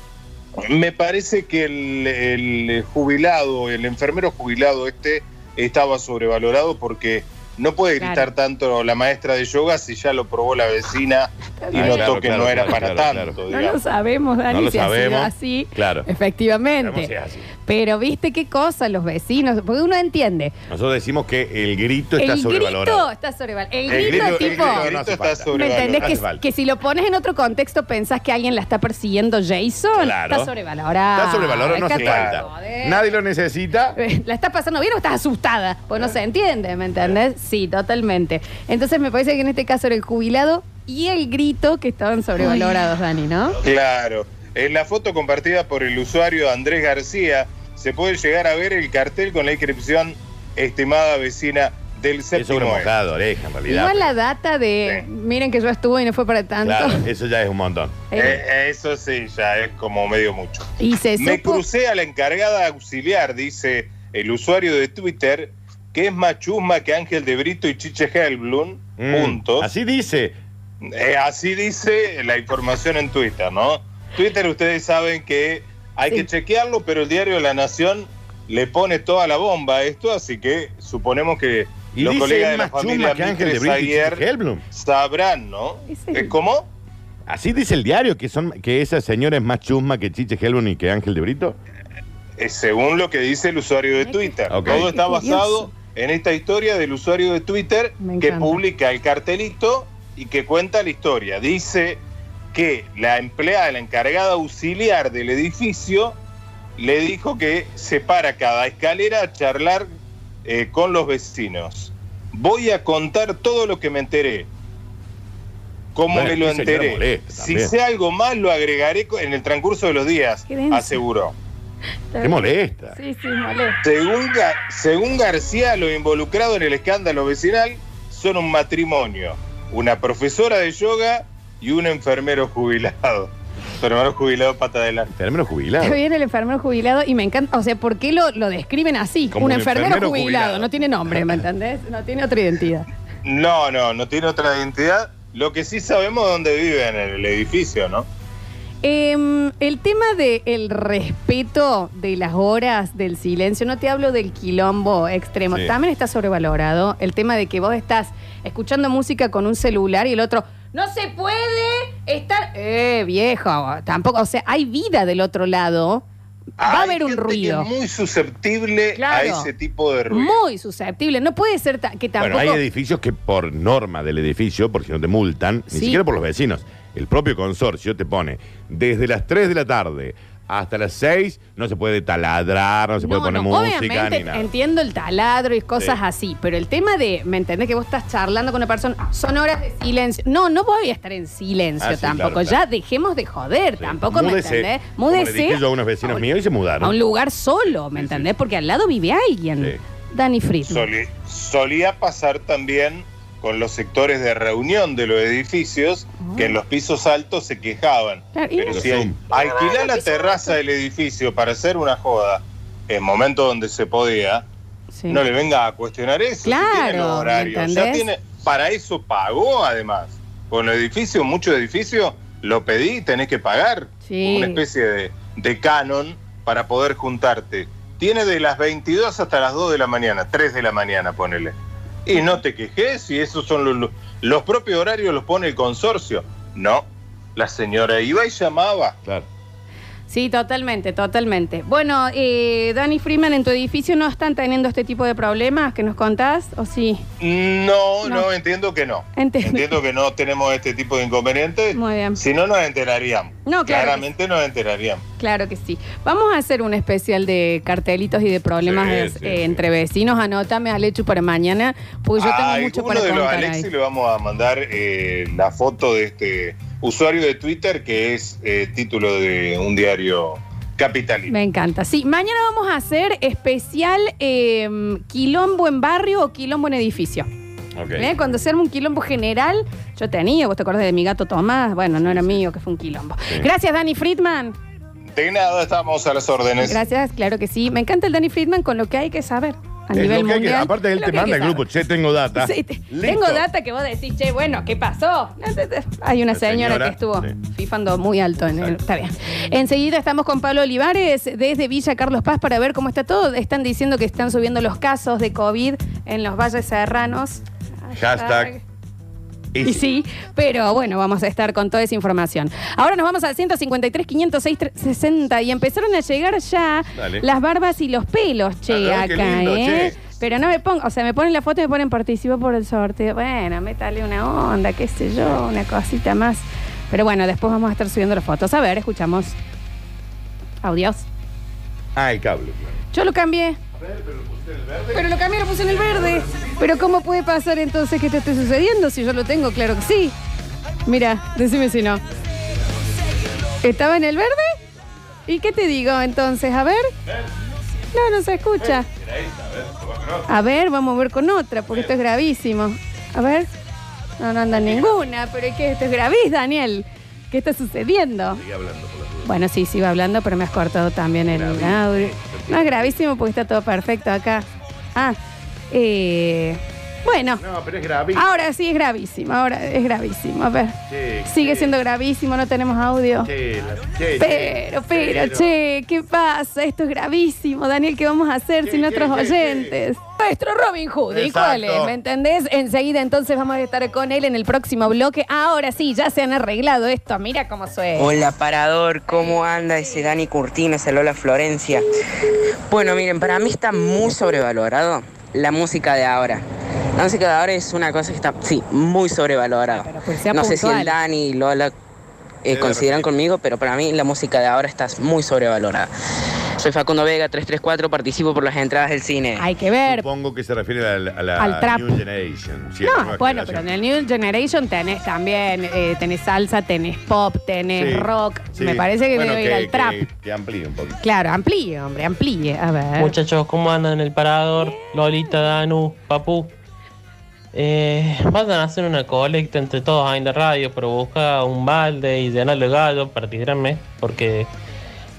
Me parece que el, el eh, jubilado, el enfermero jubilado este, estaba sobrevalorado porque no puede gritar
Claro.
tanto la maestra de yoga si ya lo probó la vecina y
bien.
notó
Ah, Claro,
que
claro,
no era
claro,
para
claro,
tanto.
claro.
No
digamos.
lo sabemos, Dani,
No lo
si ha sido
sabemos.
así.
Claro. Digamos,
Efectivamente.
sea así.
Pero viste qué cosa, los vecinos, porque uno entiende.
Nosotros decimos que el grito está
el grito
sobrevalorado.
está sobrevalorado. El,
El
grito,
grito- el
tipo.
grito
El
no
grito
hace
está
falta.
¿Me
sobrevalorado.
entendés?
no hace
Que,
falta.
que si lo pones en otro contexto pensás que alguien la está persiguiendo Jason.
Claro.
Está sobrevalorado.
Está sobrevalorado, no hace
Dejate de
falta.
joder.
Nadie lo necesita.
¿La estás pasando bien o estás asustada? Pues no se entiende, ¿me entendés? Sí, totalmente. Entonces me parece que en este caso era el jubilado y el grito que estaban sobrevalorados, Dani, ¿no?
Claro. En la foto compartida por el usuario Andrés García se puede llegar a ver el cartel con la inscripción estimada vecina del
Es sobre
séptimo. E".
mojado, oreja, en realidad.
Igual la data de,
Sí.
miren que yo estuve y no fue para tanto.
pues. Claro, eso ya es un montón.
Eh,
Eh, eso sí, ya es como medio mucho.
y se
Me
supo,
crucé a la encargada auxiliar, dice el usuario de Twitter, que es más chusma que Ángel de Brito y Chiche Helblum
Mm.
juntos.
Así dice.
Eh, así dice la información en Twitter, ¿no? Twitter ustedes saben que hay
Sí.
que chequearlo, pero el diario La Nación le pone toda la bomba a esto, así que suponemos que
Y
los
dice
colegas
es
de la
más chuma
familia
que Ángel de
Mitre
Brito y Chiqui
Zaguier
Hellblum.
sabrán, ¿no?
Es
¿Es
el-
como?
Así dice el diario que son que esa señora es más chusma que Chiche Helbun y que Ángel de Brito.
Eh, según lo que dice el usuario de
Ay,
Twitter.
Ok.
Todo está
Qué curioso.
basado en esta historia del usuario de Twitter
Me
que
encanta.
publica el cartelito y que cuenta la historia. Dice que la empleada, la encargada auxiliar del edificio, le dijo que se para cada escalera a charlar eh, con los vecinos. Voy a contar todo lo que me enteré. ¿Cómo
Bueno,
me lo
qué señora
enteré?
molesta
si
también.
sé algo más, lo agregaré co- en el transcurso de los días,
Qué denso.
aseguró.
Qué molesta.
Sí, sí, molesta.
Según, Ga- según García, los involucrados en el escándalo vecinal son un matrimonio, una profesora de yoga y un enfermero jubilado. Enfermero jubilado pata adelante.
Tenemos jubilado.
Está bien el enfermero jubilado y me encanta, o sea, ¿por qué lo, lo describen así?
Como
un
un
enfermero,
enfermero
jubilado.
jubilado.
no tiene nombre, ¿me entendés? No tiene otra identidad.
No, no, no tiene otra identidad. Lo que sí sabemos es dónde viven en el edificio, ¿no?
Em, el tema del respeto de las horas del silencio, no te hablo del quilombo extremo,
Sí.
también está sobrevalorado. El tema de que vos estás escuchando música con un celular y el otro, no se puede estar. Eh, viejo, tampoco. O sea, hay vida del otro lado. Va a
Hay
haber un
gente que
ruido.
es muy susceptible a
Claro.
ese tipo de ruido.
Muy susceptible. No puede ser ta- que tampoco.
Bueno, hay edificios que por norma del edificio, porque no te multan,
Sí.
ni siquiera por los vecinos, el propio consorcio te pone desde las 3 de la tarde hasta las 6, no se puede taladrar, no se puede poner música
obviamente eh,
ni nada.
entiendo el taladro y cosas
Sí.
así, pero el tema de, ¿me entendés? Que vos estás charlando con una persona, son horas de silencio. No, no voy a estar en silencio
Ah, sí,
tampoco.
claro, claro.
Ya dejemos de joder,
Sí.
tampoco,
Múdese,
¿me entendés?
como le
Múdese
dije yo a unos vecinos
a-
míos y se mudaron.
a un lugar solo, ¿me entendés? Porque al lado vive alguien.
Sí.
Danny Friedman.
Soli- solía pasar también con los sectores de reunión de los edificios que en los pisos altos se quejaban.
Ah. Claro, y
Pero
no.
si hay- alquilar la terraza del edificio para hacer una joda en momentos donde se podía,
Sí.
no le venga a cuestionar eso. si
Claro,
tiene los horarios. Ya
¿entendés?
tiene, para eso pagó además. Con los edificios, muchos edificios, lo pedí, tenés que pagar
Sí.
una especie de, de canon para poder juntarte. Tiene de las 22 hasta las 2 de la mañana, 3 de la mañana, ponele. Y no te quejes si esos son los- los, los propios horarios los pone el consorcio. No, la señora iba y llamaba.
Claro.
Sí, totalmente, totalmente. Bueno, eh, Danny Freeman, ¿en tu edificio no están teniendo este tipo de problemas que nos contás? ¿O sí?
No,
No.
no, entiendo que no.
Entiendo.
Entiendo que no tenemos este tipo de inconvenientes.
Muy bien.
Si no, nos enteraríamos.
No, claro que
Claramente nos enteraríamos.
Claro que sí. Vamos a hacer un especial de cartelitos y de problemas
Sí,
eh,
sí,
eh,
sí.
entre vecinos. Anótame, Alechu, para mañana, porque Pues yo tengo
A
mucho
alguno
para
de los
contar
Alexis
ahí.
le vamos a mandar eh, la foto de este usuario de Twitter que es eh, título de un diario capitalista.
Me encanta. Sí, mañana vamos a hacer especial eh, quilombo en barrio o quilombo en edificio.
Ok.
¿Eh? Cuando se arma un quilombo general, yo tenía, vos te acordás de mi gato Tomás, bueno, no era mío, que fue un quilombo. Gracias, Dani Friedman.
De nada, estamos a las órdenes.
Gracias, claro que sí. Me encanta el Danny Friedman con lo que hay que saber a
Es lo
nivel
que hay que-
mundial.
aparte, él
Lo
te
que hay
manda
que
al grupo,
saber.
che, tengo data.
Sí, te-
Listo.
tengo data que vos decís, che, bueno, ¿qué pasó? Hay una señora,
La señora,
que estuvo
sí.
fifando muy alto. En el-
Exacto.
está bien. Enseguida estamos con Pablo Olivares desde Villa Carlos Paz para ver cómo está todo. Están diciendo que están subiendo los casos de COVID en los valles serranos.
Hashtag.
Y sí, pero bueno, vamos a estar con toda esa información. Ahora nos vamos al 153, 506, 60 y empezaron a llegar ya
Dale.
las barbas y los pelos, che,
Ah,
acá,
qué lindo,
¿eh?
che.
Pero no me pongo, o sea, me ponen la foto y me ponen participo por el sorteo. Bueno, métale una onda, qué sé yo, una cosita más. Pero bueno, después vamos a estar subiendo las fotos. A ver, escuchamos. Audios.
Ah, el cable. claro.
Yo lo cambié. Pero lo cambié, lo puse pues, en el verde. Pero ¿cómo puede pasar entonces que te esté sucediendo si yo lo tengo? Claro que sí. Mira, decime si no. ¿Estaba en el verde? ¿Y qué te digo entonces? A ver. No, no se escucha. A ver, vamos a ver con otra, porque esto es gravísimo. A ver. No, no anda ninguna, pero es que esto es gravísimo, Daniel. ¿Qué está sucediendo?
Sigue hablando por las dudas.
Bueno, sí, sigo hablando, pero me has cortado también el
Gravísimo.
audio. No es gravísimo porque está todo perfecto acá. Ah, eh, bueno,
No, pero es grave.
ahora sí es gravísimo, ahora es gravísimo. A ver,
Che,
sigue
che,
siendo gravísimo, no tenemos audio.
Che, la- che,
Pero, pero, che, ¿qué pasa? Esto es gravísimo, Daniel, ¿qué vamos a hacer
Sí,
sin
sí,
otros
sí, sí.
oyentes? Nuestro Robin Hood, ¿y
Exacto.
cuál es? ¿Me entendés? Enseguida entonces vamos a estar con él en el próximo bloque. Ahora sí, ya se han arreglado esto, mira cómo suena.
Hola Parador, ¿cómo anda ese Dani Curtino, ese Lola Florencia? Bueno, miren, para mí está muy sobrevalorado la música de ahora. La música de ahora es una cosa que está, sí, muy sobrevalorada.
Pero por ser
No sé si
puntual.
el Dani y Lola eh, consideran conmigo, pero para mí la música de ahora está muy sobrevalorada. Soy Facundo Vega, 334, participo por las entradas del cine.
Hay que ver,
Supongo que se refiere a la, a la
Al trap.
New Generation. sí, a la
No,
nueva
bueno, pero
generación.
en el New Generation tenés también, eh, tenés salsa, tenés pop, tenés
Sí,
rock.
sí.
Me parece que
Bueno,
debe ir al trap.
Que, que amplíe un poquito.
Claro, amplíe, hombre, amplíe. A ver.
Muchachos, ¿cómo andan en el parador? Lolita, Danu, Papu. Eh, van a hacer una colecta entre todos ahí en la radio, pero busca un balde y llenarlo de gallo para tirarme, porque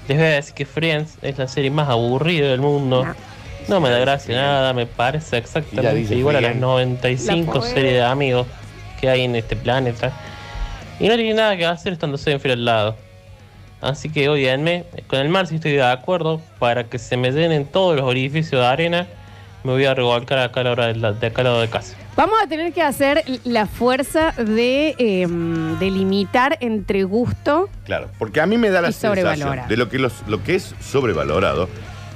les voy a decir que Friends es la serie más aburrida del mundo.
No.
No me da gracia nada, me parece
Ya
exactamente
dice
igual a las
Friends.
95
La pobre.
series de amigos que hay en este planeta. Y no tiene nada que hacer estando siempre al lado. Así que odienme, con el mar sí estoy de acuerdo, para que se me llenen todos los orificios de arena, me voy a revolcar acá a la hora de, la- de acá al lado de casa.
Vamos a tener que hacer la fuerza de em, delimitar entre gusto.
Claro, porque a mí me da la
Y
sensación
sobrevalorado.
de lo que, los- lo que es sobrevalorado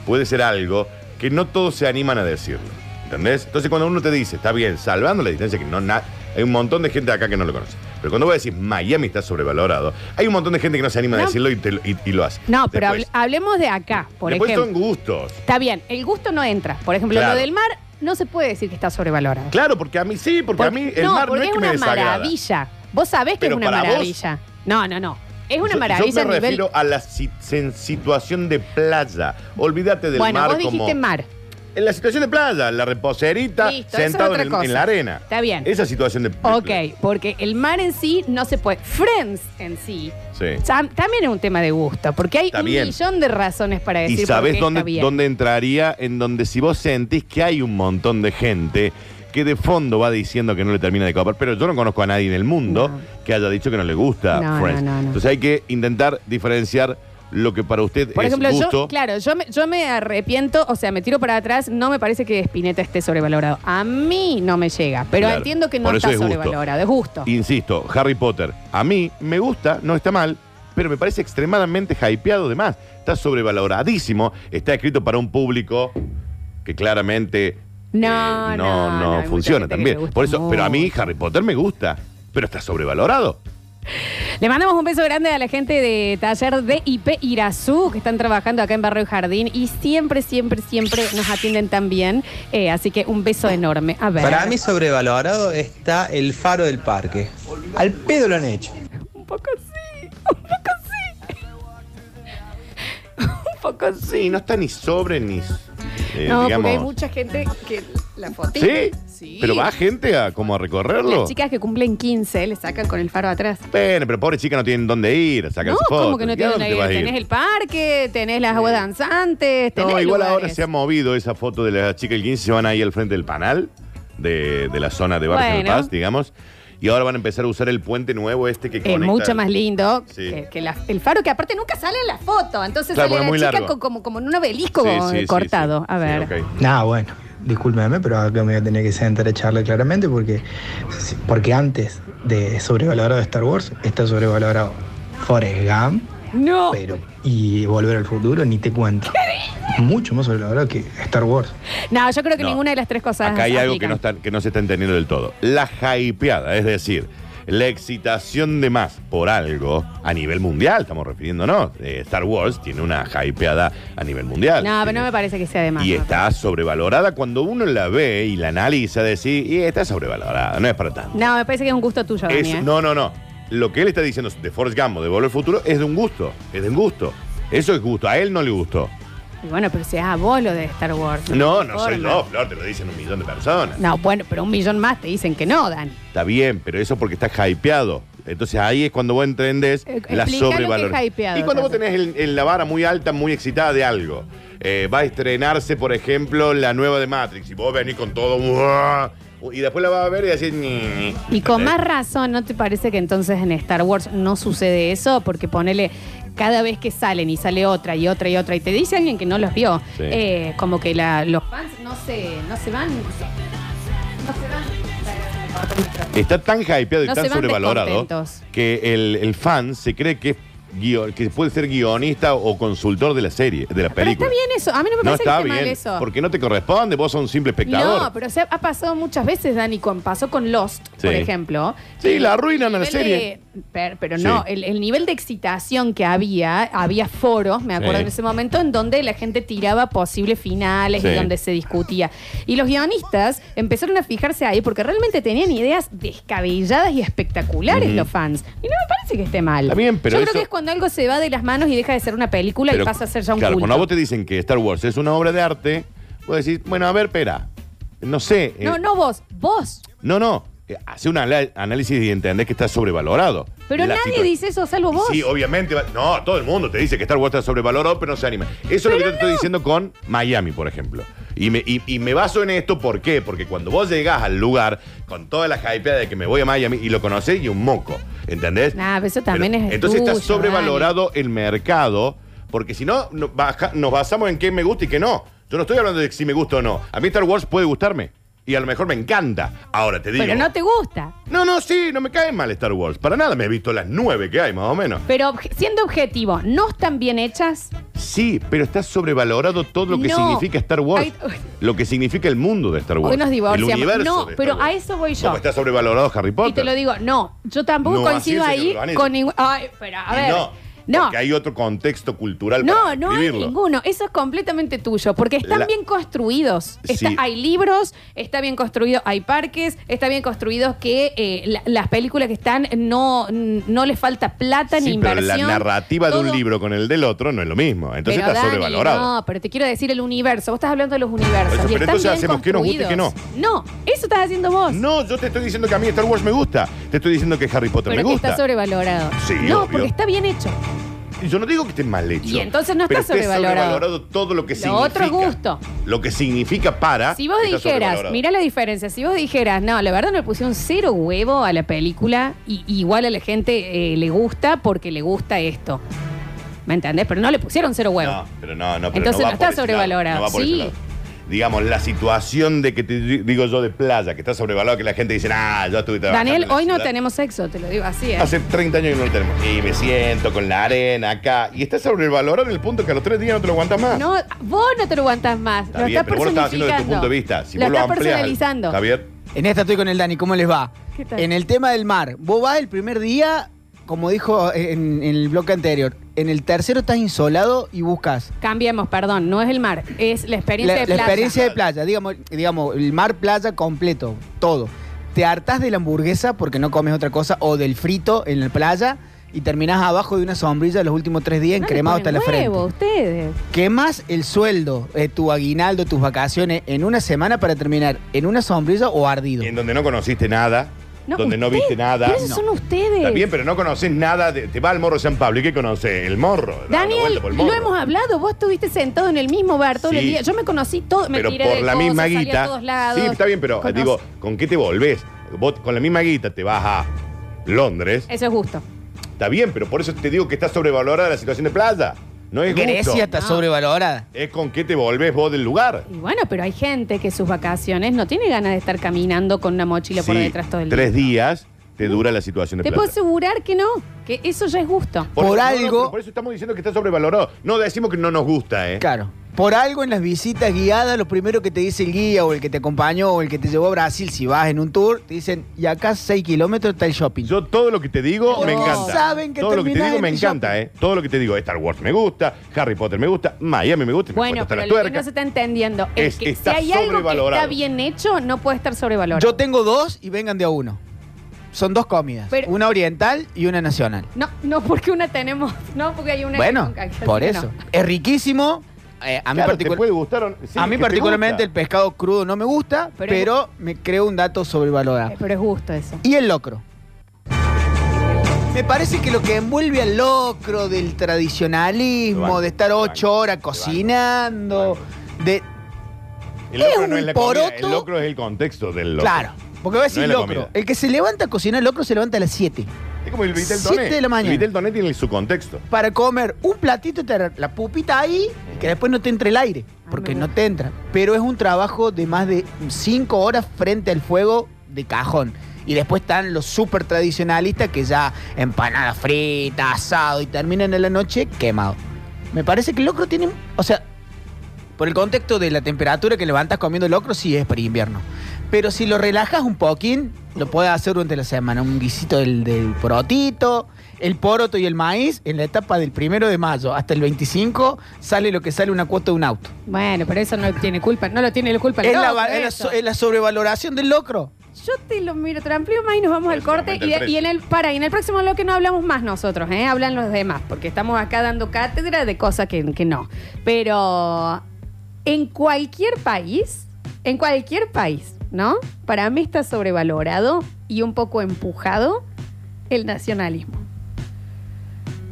puede ser algo que no todos se animan a decirlo. ¿Entendés? Entonces, cuando uno te dice, está bien, salvando la distancia, que no na- hay un montón de gente acá que no lo conoce. Pero cuando vos decís Miami está sobrevalorado, hay un montón de gente que no se anima a
No.
decirlo y, te lo- y- y lo hace.
No, pero
Después-
hable- hablemos de acá, por
después
ejemplo.
son gustos.
Está bien, el gusto no entra. Por ejemplo,
Claro.
lo del mar no se puede decir que está sobrevalorado.
Claro, porque a mí sí, porque, a mí el
no,
mar no
porque
es
es
que me
una
desagrada.
maravilla. Vos sabés que
Pero
es una
para vos-
maravilla. No, no, no. Es una
Yo-
maravilla
Yo,
a
me
nivel.
refiero a la si- sen- situación de playa. Olvídate del
bueno,
mar
vos dijiste
como-
mar.
En la situación de playa, la reposerita,
Listo,
sentado
eso es otra
en, el-
cosa.
en la arena.
Está bien.
Esa situación de. de
Ok,
playa.
porque el mar en sí no se puede. Friends en sí
Sí.
tam- también es un tema de gusto, porque hay
Está
un
bien.
millón de razones para decir
¿Y
por qué
sabes
está
dónde,
bien.
dónde entraría? En donde si vos sentís que hay un montón de gente que de fondo va diciendo que no le termina de copar, pero yo no conozco a nadie en el mundo
No.
que haya dicho que no le gusta
No,
Friends.
no, no, no.
Entonces hay que intentar diferenciar lo que para usted
Por
es
ejemplo,
gusto.
yo, claro, yo me, yo me arrepiento, o sea, me tiro para atrás, no me parece que Spinetta esté sobrevalorado. A mí no me llega, pero
Claro,
entiendo que no
por eso
está
es gusto.
sobrevalorado, es gusto.
Insisto, Harry Potter, a mí me gusta, no está mal, pero me parece extremadamente hypeado de más. Está sobrevaloradísimo, está escrito para un público que claramente
No,
eh,
Ah, no, no, hay mucha
funciona
gente que le
también.
gusta
Por eso, pero a mí
mucho.
Harry Potter me gusta, pero está sobrevalorado.
Le mandamos un beso grande a la gente de Taller de IP Irazú, que están trabajando acá en Barrio Jardín y siempre, siempre, siempre nos atienden tan bien. Eh, así que un beso enorme. A ver.
eh,
Para mí sobrevalorado está el faro del parque. Al pedo lo han hecho.
Un poco consigo.
Sí, no está ni sobre ni. eh,
no,
digamos.
porque hay mucha gente que la fotita.
¿Sí? Pero va gente a como a recorrerlo.
Las chicas que cumplen 15 le sacan con el faro atrás.
Bueno, pero pobre chica no tienen dónde ir a sacar
No,
sus fotos.
como que no
¿Y a
tienen
dónde
aire.
vas a ir?
Tenés el parque, tenés las aguas danzantes, tenés
No, igual ahora
lugares.
se ha movido esa foto de la chica del 15, se van ahí al frente del panal de, de la zona de Barrio del
Bueno.
Paz, digamos. Y ahora van a empezar a usar el puente nuevo este que
Es
conecta.
mucho más lindo
Sí.
que, que la- el faro, que aparte nunca sale en la foto. Entonces
Claro, porque
sale
es
la
muy
chica
largo.
co- como, como en un obelisco
Sí, sí, sí,
cortado.
sí.
A ver.
Sí, ok.
Nah, Ah, bueno, discúlpeme, pero acá me voy a tener que sentar a charlar claramente porque, porque antes de sobrevalorado Star Wars está sobrevalorado Forrest Gump,
No.
pero y Volver al Futuro ni te cuento. Mucho más sobrevalorado que Star Wars.
No, yo creo que
No.
ninguna de las tres cosas.
Acá hay algo que
aplican.
no, está, que no se está entendiendo del todo. La hypeada, es decir, la excitación de más por algo a nivel mundial, estamos refiriéndonos. Eh, Star Wars tiene una hypeada a nivel mundial.
No, pero
Tiene-
no me parece que sea de más.
Y
no.
está sobrevalorada. Cuando uno la ve y la analiza, decir, y está sobrevalorada, no es para tanto.
No, me parece que es un gusto tuyo, Dani.
Es-
¿eh?
no, no, no. Lo que él está diciendo de Forrest Gump, o de Volver al Futuro, es de un gusto. Es de un gusto. Eso es gusto. A él no le gustó.
Y bueno, pero sea a vos lo de Star Wars.
No, no soy
Forma.
yo, Flor, te lo dicen un millón de personas.
No, bueno, pero un millón más te dicen que no, Dan.
Está bien, pero eso porque está hypeado. Entonces ahí es cuando vos entendés
Eh, explica
la
lo que
sobrevalor.
es hypeado,
Y cuando vos
Charlie.
tenés el- el- la vara muy alta, muy excitada de algo. Eh, va a estrenarse, por ejemplo, la nueva de Matrix. Y vos venís con todo. "Uah", Y después la vas a ver y decís. "Ni".
Y con más razón, ¿no te parece que entonces en Star Wars no sucede eso? Porque ponele, cada vez que salen y sale otra y otra y otra, y te dice alguien que no los vio,
Sí.
eh, como que la- los fans no se, no se van. No se van.
Está tan hypeado y
No
tan
se van
sobrevalorado
descontentos.
que el, el fan se cree que, es guio- que puede ser guionista o consultor de la serie, de la
Pero está
película.
bien eso. A mí no me
no
parece
está
que esté
bien,
mal eso.
porque no te corresponde, vos sos un simple espectador.
No, pero se ha, ha pasado muchas veces, Dani, con, pasó con Lost,
Sí.
por ejemplo.
Sí,
Y
la arruinan a la
el nivel
serie.
de- per- pero no,
Sí.
el, el nivel de excitación que había, había foros, me acuerdo
Sí.
en ese momento, en donde la gente tiraba posibles finales
Sí.
y donde se discutía. Y los guionistas empezaron a fijarse ahí porque realmente tenían ideas descabelladas y espectaculares
Ujú.
los fans. Y no me parece que esté mal.
Está bien, pero
Yo
eso-
creo que es cuando algo se va de las manos y deja de ser una película
Pero,
y pasa a ser ya un
Claro,
culto.
cuando a vos te dicen que Star Wars es una obra de arte, vos decís, bueno, a ver, espera, no sé. eh,
No, no vos, vos.
No, no, eh, hace un ala- análisis y entendés que está sobrevalorado.
Pero
La
nadie
situa-
dice eso salvo vos.
Sí, obviamente. va- No, todo el mundo te dice que Star Wars está sobrevalorado, pero no se anima. Eso es lo que yo te estoy diciendo con Miami, por ejemplo. Y me, y- y me baso en esto, ¿por qué? Porque cuando vos llegás al lugar con toda la hypeada de que me voy a Miami y lo conocés y un moco, ¿entendés?
Nah, pero eso también es
Entonces está
tuyo,
sobrevalorado el mercado, porque si no, no, baja- nos basamos en qué me gusta y qué no. Yo no estoy hablando de si me gusta o no. A mí Star Wars puede gustarme y a lo mejor me encanta. Ahora te digo.
Pero no te gusta.
No, no, sí, no me cae mal Star Wars. Para nada, me he visto las nueve que hay, más o menos.
Pero obje- siendo objetivo, ¿no están bien hechas?
Sí, pero está sobrevalorado todo lo que
No.
significa Star Wars.
Ay,
lo que significa el mundo de Star Wars.
Hoy nos divorciamos.
El universo
No,
de Star
pero
Wars.
a eso voy yo.
Como está sobrevalorado Harry Potter.
Y te lo digo, no, yo tampoco
No,
coincido
así es, señor
ahí
Urbanismo.
con ningún... Ay, pero a
Y
ver.
no,
No,
Porque hay otro contexto cultural
no,
para
no hay
vivirlo.
ninguno. Eso es completamente tuyo, porque están
La-
bien construidos. Está-
Sí.
Hay libros, está bien construido, hay parques, está bien construido que eh, la- las películas que están no, no les falta plata ni
Sí, pero
inversión.
la narrativa de
Todo-
un libro con el del otro no es lo mismo. Entonces
Pero,
está
Dani,
sobrevalorado.
No, pero te quiero decir el universo. Vos estás hablando de los universos.
Eso,
y
pero
están
entonces
bien
hacemos que nos guste y que no.
construidos. No, eso estás haciendo vos.
No, yo te estoy diciendo que a mí Star Wars me gusta. Te estoy diciendo que Harry Potter
pero
me
que
gusta.
está sobrevalorado.
Sí,
no,
obvio.
porque está bien hecho.
Y Yo no digo que esté mal hecho.
Y entonces no está
pero está
sobrevalorado.
sobrevalorado todo lo que
Lo
significa.
otro es gusto.
Lo que significa para.
Si vos
está
dijeras,
sobrevalorado.
mirá la diferencia, si vos dijeras, no, la verdad no le pusieron cero huevo a la película y y igual a la gente eh, le gusta porque le gusta esto. ¿Me entendés? Pero no le pusieron cero huevo.
No, pero no, no. Pero
Entonces
va
no está
por ese lado,
sobrevalorado,
no va por
sí.
ese lado. Digamos, la situación de que te di- digo yo de playa, que está sobrevalorado, que la gente dice, ah, yo estuve trabajando.
Daniel,
en la
hoy no
ciudad". Ah,
tenemos sexo, te lo digo así. ¿eh?
Hace 30 años que no lo tenemos. Y me siento con la arena acá. Y está sobrevalorado en el punto que a los tres días no te lo aguantas más.
No, vos no te lo aguantás más.
Está
lo
bien,
estás
pero vos lo estás haciendo desde tu punto
personificando.
de vista. Si
lo
vos lo
estás
amplias.
personalizando.
Javier.
En esta estoy con el Dani, ¿cómo les va?
¿Qué tal?
En el tema del mar, vos vas el primer día, como dijo en, en el bloque anterior, en el tercero estás insolado y buscas
Cambiemos, perdón, no es el mar, es la
la,
experiencia
la
de playa.
experiencia de playa, digamos, digamos, el mar playa completo, todo. Te hartás de la hamburguesa porque no comes otra cosa o del frito en la playa y terminás abajo de una sombrilla los últimos tres días
No le
encremado hasta
ponen
la frente.
huevo a ustedes.
Quemas el sueldo, eh, tu aguinaldo, tus vacaciones en una semana para terminar en una sombrilla o ardido.
En donde no conociste nada,
No,
donde no
ustedes,
viste nada.
pero esos son ustedes.
Está bien, pero no conoces nada. de- te va al morro San Pablo. ¿Y qué conoces? El morro. Dar una
Daniel,
vuelta por el
lo
morro.
hemos hablado. Vos estuviste sentado en el mismo bar todo el
Sí.
día. Yo me conocí todo. Me
pero
tiré
por
de
la
cosas,
misma
salí a
guita.
todos lados.
Sí, está bien, pero eh,
Conocí-
digo, ¿con qué te volvés? Vos con la misma guita te vas a Londres.
Eso es justo.
Está bien, pero por eso te digo que está sobrevalorada la situación de playa. No es
Grecia
justo.
está sobrevalorada.
Es con qué te volvés vos del lugar.
Y bueno, pero hay gente que sus vacaciones no tiene ganas de estar caminando con una mochila por
Sí,
detrás todo el día.
tres días te dura la situación de
Te
plata.
puedo asegurar que no, que eso ya es justo.
Por
eso- no, no,
algo-
pero por eso estamos diciendo que está sobrevalorado. No decimos que no nos gusta, ¿eh?
Claro. Por algo en las visitas guiadas, lo primero que te dice el guía o el que te acompañó o el que te llevó a Brasil, si vas en un tour, te dicen, y acá 6 kilómetros está el shopping.
Yo todo lo que te digo
Porque
me encanta.
saben que
todo lo que te
terminás
digo
en
me
el
encanta, ¿eh? Todo lo que te digo, Star Wars me gusta, Harry Potter me gusta, Miami me gusta, me
Bueno,
gusta hasta
pero
las
lo que no
tuercas.
se está entendiendo es,
Es-
que si
está
hay algo que está
sobrevalorado.
bien hecho, no puede estar sobrevalorado.
Yo tengo dos y vengan de a uno. Son dos comidas.
Pero-
una oriental y una nacional.
No, no, porque una tenemos, no, porque hay una...
Bueno,
que nunca-
por
que
eso.
no.
Es riquísimo. Eh, a mí,
Claro,
particu-
te puede gustar o no. Sí,
a mí
es que te
particularmente el
gusta.
pescado crudo no me gusta,
Pero-
pero, me creo un dato sobrevalorado.
Eh, Pero es justo eso.
Y el locro. Me parece que lo que envuelve al locro del tradicionalismo,
Te banco,
de estar
te
ocho
banco,
horas
te
cocinando, de...
El locro
es
no es
un
la comida,
poroto.
el locro es el contexto del locro.
Claro, porque voy a
No
decir
es la
locro.
comida.
El que se levanta a cocinar locro se levanta a las 7.
Es como el Vitel
Siete
Toné.
de la mañana.
El Vitel Toné tiene su contexto.
para comer un platito, tener la pupita ahí, que después no te entre el aire, porque
me
no te entra. Pero es un trabajo de más de cinco horas frente al fuego de cajón. Y después están los súper tradicionalistas que ya empanada frita, asado y terminan en la noche quemado. Me parece que el locro tiene, o sea, por el contexto de la temperatura que levantas comiendo locro, sí es para invierno. Pero si lo relajas un poquín, lo puedes hacer durante la semana. Un guisito del, del porotito, el poroto y el maíz. En la etapa del primero de mayo hasta el 25 sale lo que sale una cuota de un auto.
Bueno, pero eso no tiene culpa, no lo tiene la culpa. el
Es la,
locro,
va- es la
eso.
so- es la sobrevaloración del locro.
Yo te lo miro, te lo amplío más y nos vamos
Por
al
eso
corte.
aumenta
Y,
el
de- y
precio.
en el para, y en el próximo bloque no hablamos más nosotros, ¿eh? hablan los demás, porque estamos acá dando cátedra de cosas que, que no. Pero en cualquier país, en cualquier país, ¿no? Para mí está sobrevalorado y un poco empujado el nacionalismo.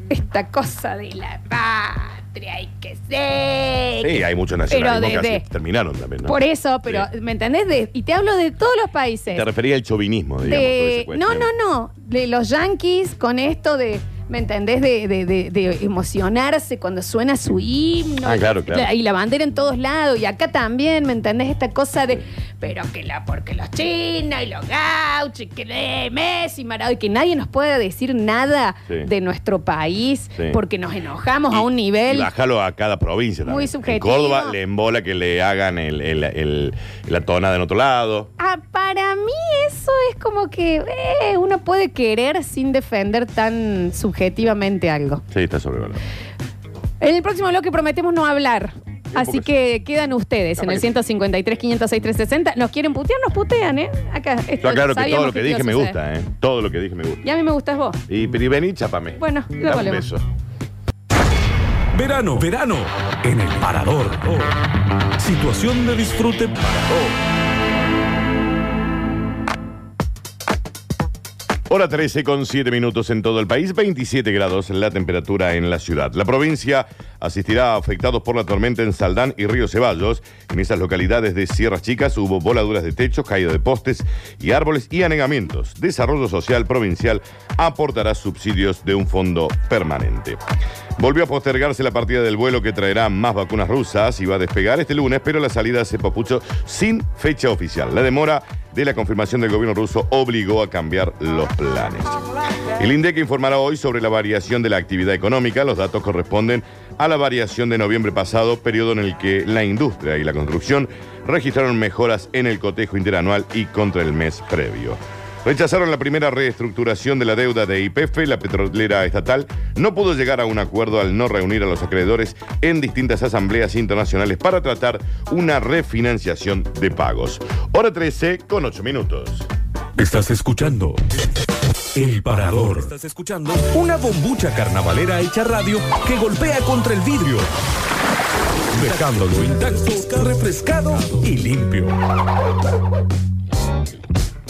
Esta cosa de la patria hay que ser.
Sí, hay muchos nacionalismos
Eh, Pero
que
desde-
así terminaron también, ¿no?
Por eso, pero,
Sí.
¿me entendés? De- y te hablo de todos los países.
Te refería al chauvinismo, digamos. toda esa
De- no,
cuestión.
no, no. De los yankees con esto de. ¿Me entendés? De, de- de- de emocionarse cuando suena su himno.
Ah, claro, claro.
La- y la bandera en todos lados. Y acá también, ¿me entendés? Esta cosa de. Pero que la. Porque los chinos y los gauchos y que de Messi, Maradona. Y que nadie nos pueda decir nada
Sí.
de nuestro país
Sí.
porque nos enojamos
Y-
a un
Y
nivel.
bájalo a cada provincia.
Muy
también.
subjetivo.
En Córdoba le embola que le hagan el, el- el- la tonada en otro lado.
Ah, para mí eso es como que eh, uno puede querer sin defender tan subjetivamente algo.
Sí, está sobrevalorado.
En el próximo bloque prometemos no hablar. Así
porque
que quedan ustedes en
Capaz
el
que sí.
153, 506, 360. ¿Nos quieren putear? Nos putean, ¿eh? Acá.
Yo
esto
aclaro que todo
sabíamos
lo que
iba a
dije me
suceder.
gusta, ¿eh? Todo lo que dije me gusta.
Y a mí me gustas vos.
Y, pero y vení, chápame.
Bueno, lo
Dame un
volvemos.
beso.
Verano, verano, en el parador. oh. Situación de disfrute para todos.
Hora 13 con 7 minutos en todo el país, 27 grados la temperatura en la ciudad. La provincia asistirá a afectados por la tormenta en Saldán y Río Ceballos. En esas localidades de Sierras Chicas hubo voladuras de techos, caída de postes y árboles y anegamientos. Desarrollo Social Provincial aportará subsidios de un fondo permanente. Volvió a postergarse la partida del vuelo que traerá más vacunas rusas y va a despegar este lunes, pero la salida hace papucho sin fecha oficial. La demora de la confirmación del gobierno ruso obligó a cambiar los planes. El INDEC informará hoy sobre la variación de la actividad económica. Los datos corresponden a la variación de noviembre pasado, periodo en el que la industria y la construcción registraron mejoras en el cotejo interanual y contra el mes previo. Rechazaron la primera reestructuración de la deuda de IPF, la petrolera estatal, no pudo llegar a un acuerdo al no reunir a los acreedores en distintas asambleas internacionales para tratar una refinanciación de pagos. Hora 13 con 8 minutos.
Estás escuchando El Parador. Estás escuchando una bombucha carnavalera hecha radio que golpea contra el vidrio, dejándolo intacto, refrescado y limpio.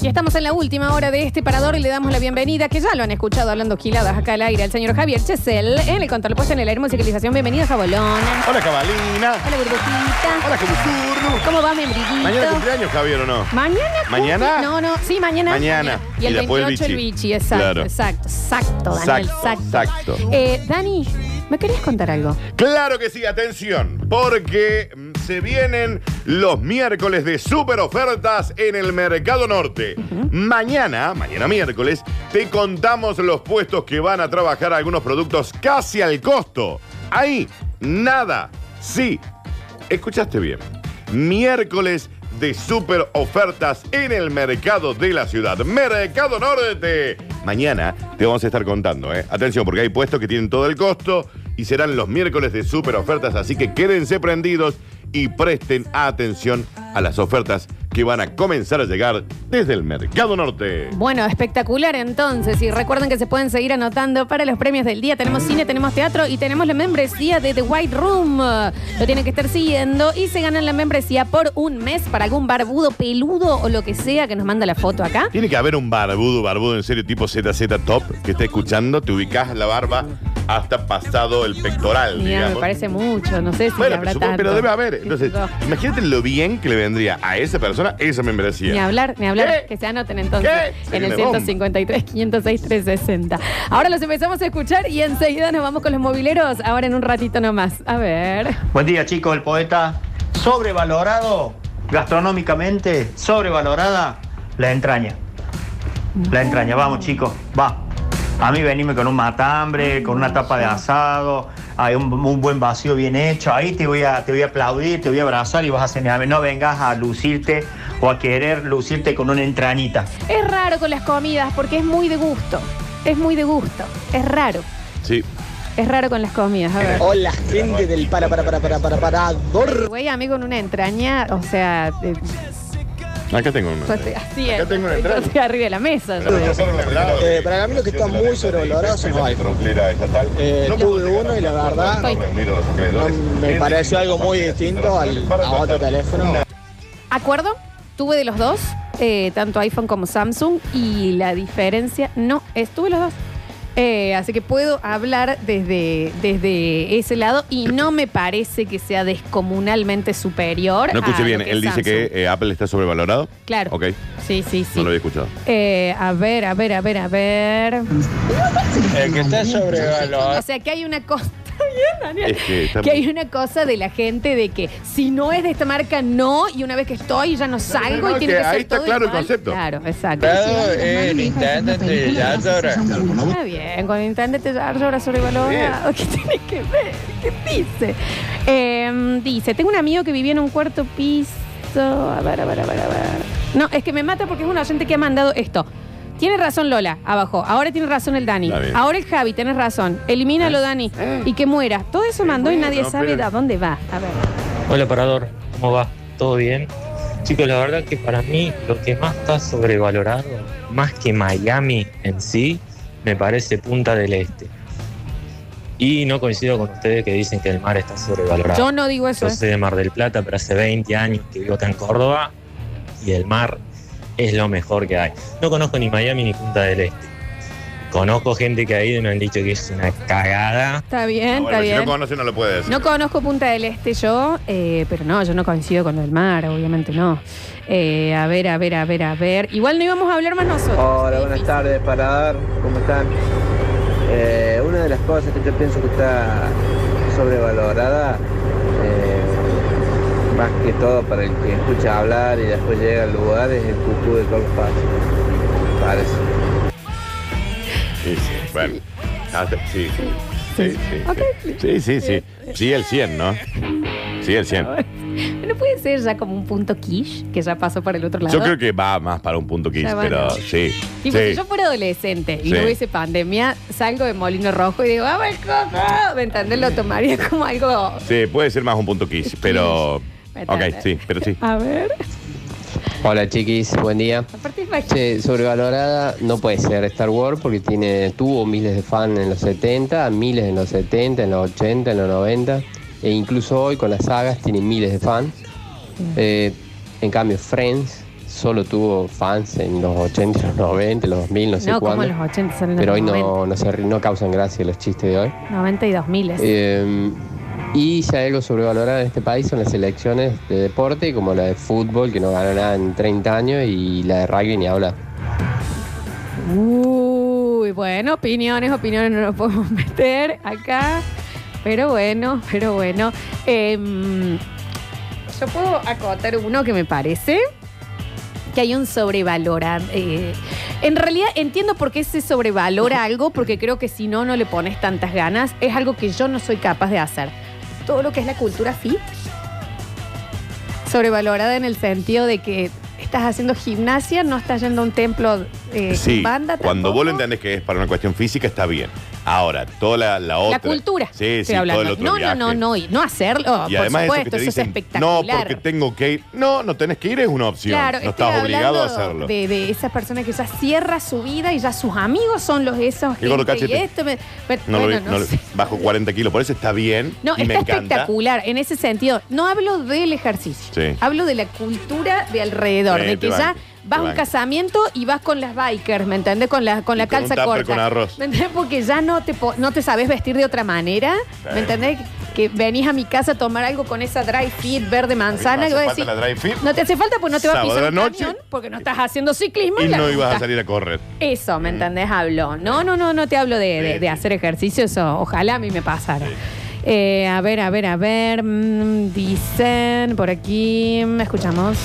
Y estamos en la última hora de este parador y le damos la bienvenida, que ya lo han escuchado hablando giladas acá al aire, al señor Javier Chesel, en el control puesto en el aire musicalización. Bienvenido, Jabolona.
Hola, Cabalina.
Hola, burbujita.
Hola, Cucurru.
¿Cómo va, membriguito?
Mañana cumpleaños, Javier, ¿o no?
¿Mañana?
¿Mañana?
cumple? No, no, sí, mañana.
Mañana.
Y el
Y después el
28 el
bichi.
bichi, exacto,
Claro.
exacto, exacto, Daniel, exacto.
Exacto, exacto.
Eh, Dani, ¿me querías contar algo?
Claro que sí, atención, porque mm, se vienen los miércoles de super ofertas en el Mercado Norte. Mañana, mañana miércoles, te contamos los puestos que van a trabajar algunos productos casi al costo. Ahí, nada, sí. Escuchaste bien. Miércoles de super ofertas en el mercado de la ciudad. Mercado Norte. Mañana te vamos a estar contando, ¿eh? Atención, porque hay puestos que tienen todo el costo y serán los miércoles de super ofertas, así que quédense prendidos y presten atención a las ofertas que van a comenzar a llegar desde el Mercado Norte.
Bueno, espectacular entonces. Y recuerden que se pueden seguir anotando para los premios del día. Tenemos cine, tenemos teatro y tenemos la membresía de The White Room. Lo tienen que estar siguiendo y se ganan la membresía por un mes para algún barbudo, peludo o lo que sea que nos manda la foto acá.
Tiene que haber un barbudo, barbudo en serio, tipo ZZ Top, que está escuchando, te ubicas la barba hasta pasado el pectoral,
Mira, me
digamos.
parece mucho. No sé si
Bueno,
habrá
pero, supongo-
tanto.
pero debe haber.
Qué
Entonces,
sé yo.
imagínate lo bien que le vendría a esa persona esa membresía.
Ni hablar, ni hablar.
¿Qué?
Que se anoten entonces
¿Qué?
en el
Sí, la bomba.
153, 506, 360. Ahora los empezamos a escuchar y enseguida nos vamos con los mobileros. Ahora en un ratito nomás. A ver.
Buen día, chicos, el poeta. Sobrevalorado, gastronómicamente, sobrevalorada, la entraña. La entraña, vamos, chicos, va. A mí venime con un matambre, con una tapa de asado, hay un, un buen vacío bien hecho, ahí te voy, a, te voy a aplaudir, te voy a abrazar y vas a cenar. No vengas a lucirte o a querer lucirte con una entrañita.
Es raro con las comidas porque es muy de gusto. Es muy de gusto. Es raro.
Sí.
Es raro con las comidas. A ver.
Hola, gente del para, para, para, para, para, parador.
Güey, amigo, en una entraña, o sea, eh,
Acá tengo una.
yo estoy- así es.
Acá tengo una
Yo
entraña.
estoy arriba de la mesa. yo.
Eh, para mí lo que está muy sobrevalorado son los iPhones. Eh, tuve uno y la verdad no me pareció algo muy distinto al, a otro teléfono.
Acuerdo, tuve de los dos, eh, tanto iPhone como Samsung, y la diferencia no es, tuve los dos. Eh, así que puedo hablar desde, desde ese lado y no me parece que sea descomunalmente superior.
No escuché
a
bien.
ah, lo que
Él
es
dice que
Samsung.
eh, Apple está sobrevalorado.
Claro.
Ok.
Sí, sí, sí.
No lo había escuchado.
Eh, a ver, a ver, a ver, a ver.
El que está sobrevalorado.
O sea, que hay una cosa. Está bien, Daniel.
Es que está-
Que hay una cosa de la gente de que si no es de esta marca, no, y una vez que estoy ya no salgo
no,
y tiene que,
que
ser
ahí está
todo
claro el
igual.
concepto.
Claro, exacto.
Eh, Nintendo, te ya sobra.
Está bien, con internet te ya ahora sobrevalorado. ¿Qué tiene que ver? ¿Qué dice? Em, dice, tengo un amigo que vivía en un cuarto piso. A ver, a ver, a ver, a ver. No, es que me mata porque es una gente que ha mandado esto. Tiene razón Lola, abajo. Ahora tiene razón el Dani.
Está bien. ¿Eh?
Ahora el Javi, tienes razón. Elimínalo, Dani. Y que muera. Todo eso mandó y
bueno,
nadie sabe
pero-
de a dónde va. A ver.
Hola Parador, ¿cómo va? ¿Todo bien? Chicos, la verdad que para mí lo que más está sobrevalorado, más que Miami en sí, me parece Punta del Este. Y no coincido con ustedes que dicen que el mar está sobrevalorado.
Yo no digo eso.
Yo
¿eh?
soy de Mar del Plata, pero hace 20 años que vivo acá en Córdoba y el mar es lo mejor que hay. No conozco ni Miami ni Punta del Este. Conozco gente que ha ido y me han dicho que es una cagada.
Está bien,
Ah, bueno,
está
si no
bien.
conoce, no lo puede decir.
No conozco Punta del Este yo, eh, pero no, yo no coincido con lo del mar, obviamente no. Eh, a ver, a ver, a ver, a ver. Igual no íbamos a hablar más nosotros.
Hola, buenas tardes, Parador. ¿Cómo están? Eh, una de las cosas que yo pienso que está sobrevalorada, eh, más que todo para el que escucha hablar y después llega al lugar, es el cucú de Carlos Paz. Me Parece.
Sí, sí. Bueno. Ah, te- Sí, sí. Sí, sí. sí.
Ok.
Sí, sí, sí. Sí, el 100, ¿no? Sí, el 100.
¿No puede ser ya como un punto quiche que ya pasó para el otro lado?
Yo creo que va más para un punto 15,
Ya,
pero
bueno.
sí.
Tipo,
sí.
si yo fuera adolescente y no
Sí.
hubiese pandemia, salgo de Molino Rojo y digo, "Ah, ¡vamos el coco! ¿Me entendés? Lo tomaría como algo...
Sí, puede ser más un punto 15, pero.
Me Ah,
Ok,
entendés.
sí, pero sí.
A ver...
Hola chiquis, buen día. Che, sobrevalorada no puede ser Star Wars porque tiene tuvo miles de fans en los 70, miles en los 70, en los 80, en los 90 e incluso hoy con las sagas tiene miles de fans.
Mm.
Eh, en cambio Friends solo tuvo fans en los 80, los 90, los 2000, no sé
no, como
cuándo.
los 80 salen en
pero hoy
los 90.
no, no, se ri- no causan gracia los chistes de hoy.
92 miles.
Eh, y si hay algo sobrevalorado en este país son las elecciones de deporte, como la de fútbol, que no ganó nada en 30 años, y la de rugby ni habla.
Uy, bueno, opiniones, opiniones no nos podemos meter acá. Pero bueno, pero bueno. Em, yo puedo acotar uno que me parece que hay un sobrevalora. eh, en realidad entiendo por qué se sobrevalora algo, porque creo que si no, no le pones tantas ganas. Es algo que yo no soy capaz de hacer. Todo lo que es la cultura fit. Sobrevalorada en el sentido de que estás haciendo gimnasia, no estás yendo a un templo eh,
Sí,
con banda.
cuando
tampoco.
vos lo entendés que es para una cuestión física, está bien. Ahora, toda la, la otra.
La cultura.
Sí,
estoy
sí,
hablando.
todo el otro
no,
viaje.
no, no, no. Y no hacerlo,
Y
Ah, por
además
supuesto,
eso que
eso
te
es
dicen,
espectacular.
no, porque tengo que ir. No, no tenés que ir, es una opción.
Claro,
no
estoy
estás obligado a
hablando
hacerlo.
De, de esas personas que ya cierra su vida y ya sus amigos son los esos.
Qué gordo
gente y
cachete.
esto me- me-
No lo
bueno,
vi-
no
no lo-
sé.
bajo 40 kilos, por eso está bien.
No,
y
está
me encanta.
espectacular en ese sentido. No hablo del ejercicio.
Sí.
Hablo de la cultura de alrededor,
Sí,
de que
te
ya vas
banco, te
a un
banco.
casamiento y vas con las bikers, ¿me entendés? Con la, con la
Y con un
calza
tupper
corta.
con arroz.
¿Me entendés? Porque ya no te, po- no te sabes vestir de otra manera.
Sí.
¿Me entendés? Que venís a mi casa a tomar algo con esa dry fit verde manzana. que
¿Hace
vos
falta
decís,
la dry fit?
No te hace falta porque no te va a
Sábado
pisar
a
un
la noche.
camión porque no estás haciendo ciclismo.
Y
la
no ibas a
juntás.
salir a correr.
Eso,
Mm.
¿me entendés? Hablo. No, no, no, no te hablo de, de- de hacer ejercicio, eso ojalá a mí me pasara. Eh, a ver, a ver, a ver. mm, dicen por aquí, mm, ¿me escuchamos?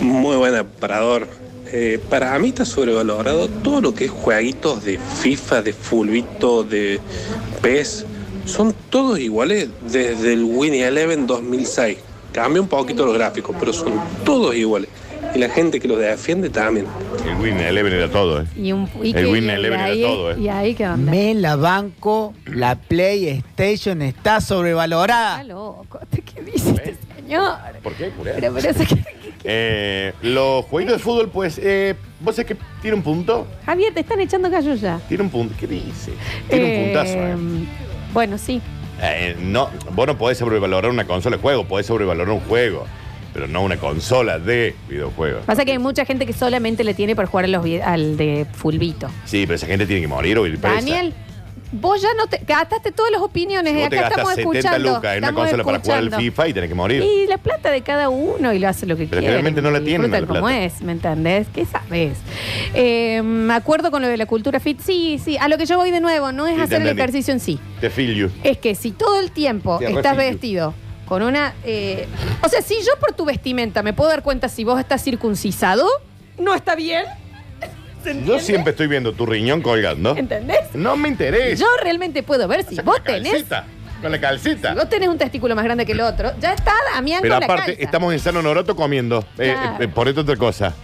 Muy buena, Parador. Eh, para mí está sobrevalorado todo lo que es jueguitos de FIFA, de Fulvito, de PES. Son todos iguales desde el Win Eleven 2006. Cambia un poquito los gráficos, pero son todos iguales. Y la gente que los defiende también.
El Win Eleven era todo, ¿eh?
Y un, y
El
que-
Win
y
Eleven era
ahí-
todo, ¿eh?
¿Y ahí qué onda?
Me la banco, la PlayStation está sobrevalorada.
Está loco, ¿qué dice este señor?
¿Eh? ¿Por qué, Julián?
Pero, pero eso que-
Eh, los jueguitos de fútbol, pues, eh, vos sabés que tiene un punto.
Javier, te están echando gallo ya.
Tiene un punto. ¿Qué dice? Tiene un puntazo, ¿eh?
Eh, Bueno, sí.
Eh, no, vos no podés sobrevalorar una consola de juego, podés sobrevalorar un juego, pero no una consola de videojuegos.
Pasa que hay mucha gente que solamente le tiene para jugar a los, vi- al de Fulvito.
Sí, pero esa gente tiene que morir o ir presa.
Daniel, vos ya no te gastaste todas las opiniones.
Si
eh,
vos te
acá
gastas
estamos
70
escuchando.
lucas en una
estamos
consola para jugar al
escuchando.
FIFA y tenés que morir.
Y la plata de cada uno y lo hace lo que
Pero
quiere.
generalmente no la
y
tienen a la
disfrutan como
plata.
es, ¿me entendés? ¿Qué sabes? Eh, me acuerdo con lo de la cultura fit. Sí, sí. A lo que yo voy de nuevo, no es
Sí, te
hacer el
entendí.
ejercicio en sí.
Te feel you.
Es que si todo el tiempo
Te
estás
refilio.
vestido con una. eh, o sea, si yo por tu vestimenta me puedo dar cuenta si vos estás circuncisado, no está bien.
Yo siempre estoy viendo tu riñón colgando.
¿Entendés?
No me interesa.
Yo realmente puedo ver si vos tenés.
Calcita, con la calcita.
Si vos tenés un testículo más grande que el otro, ya está Damián
Pero
con la
aparte,
calza.
estamos en San Honoroto comiendo. Eh,
Claro.
eh, por esto otra cosa.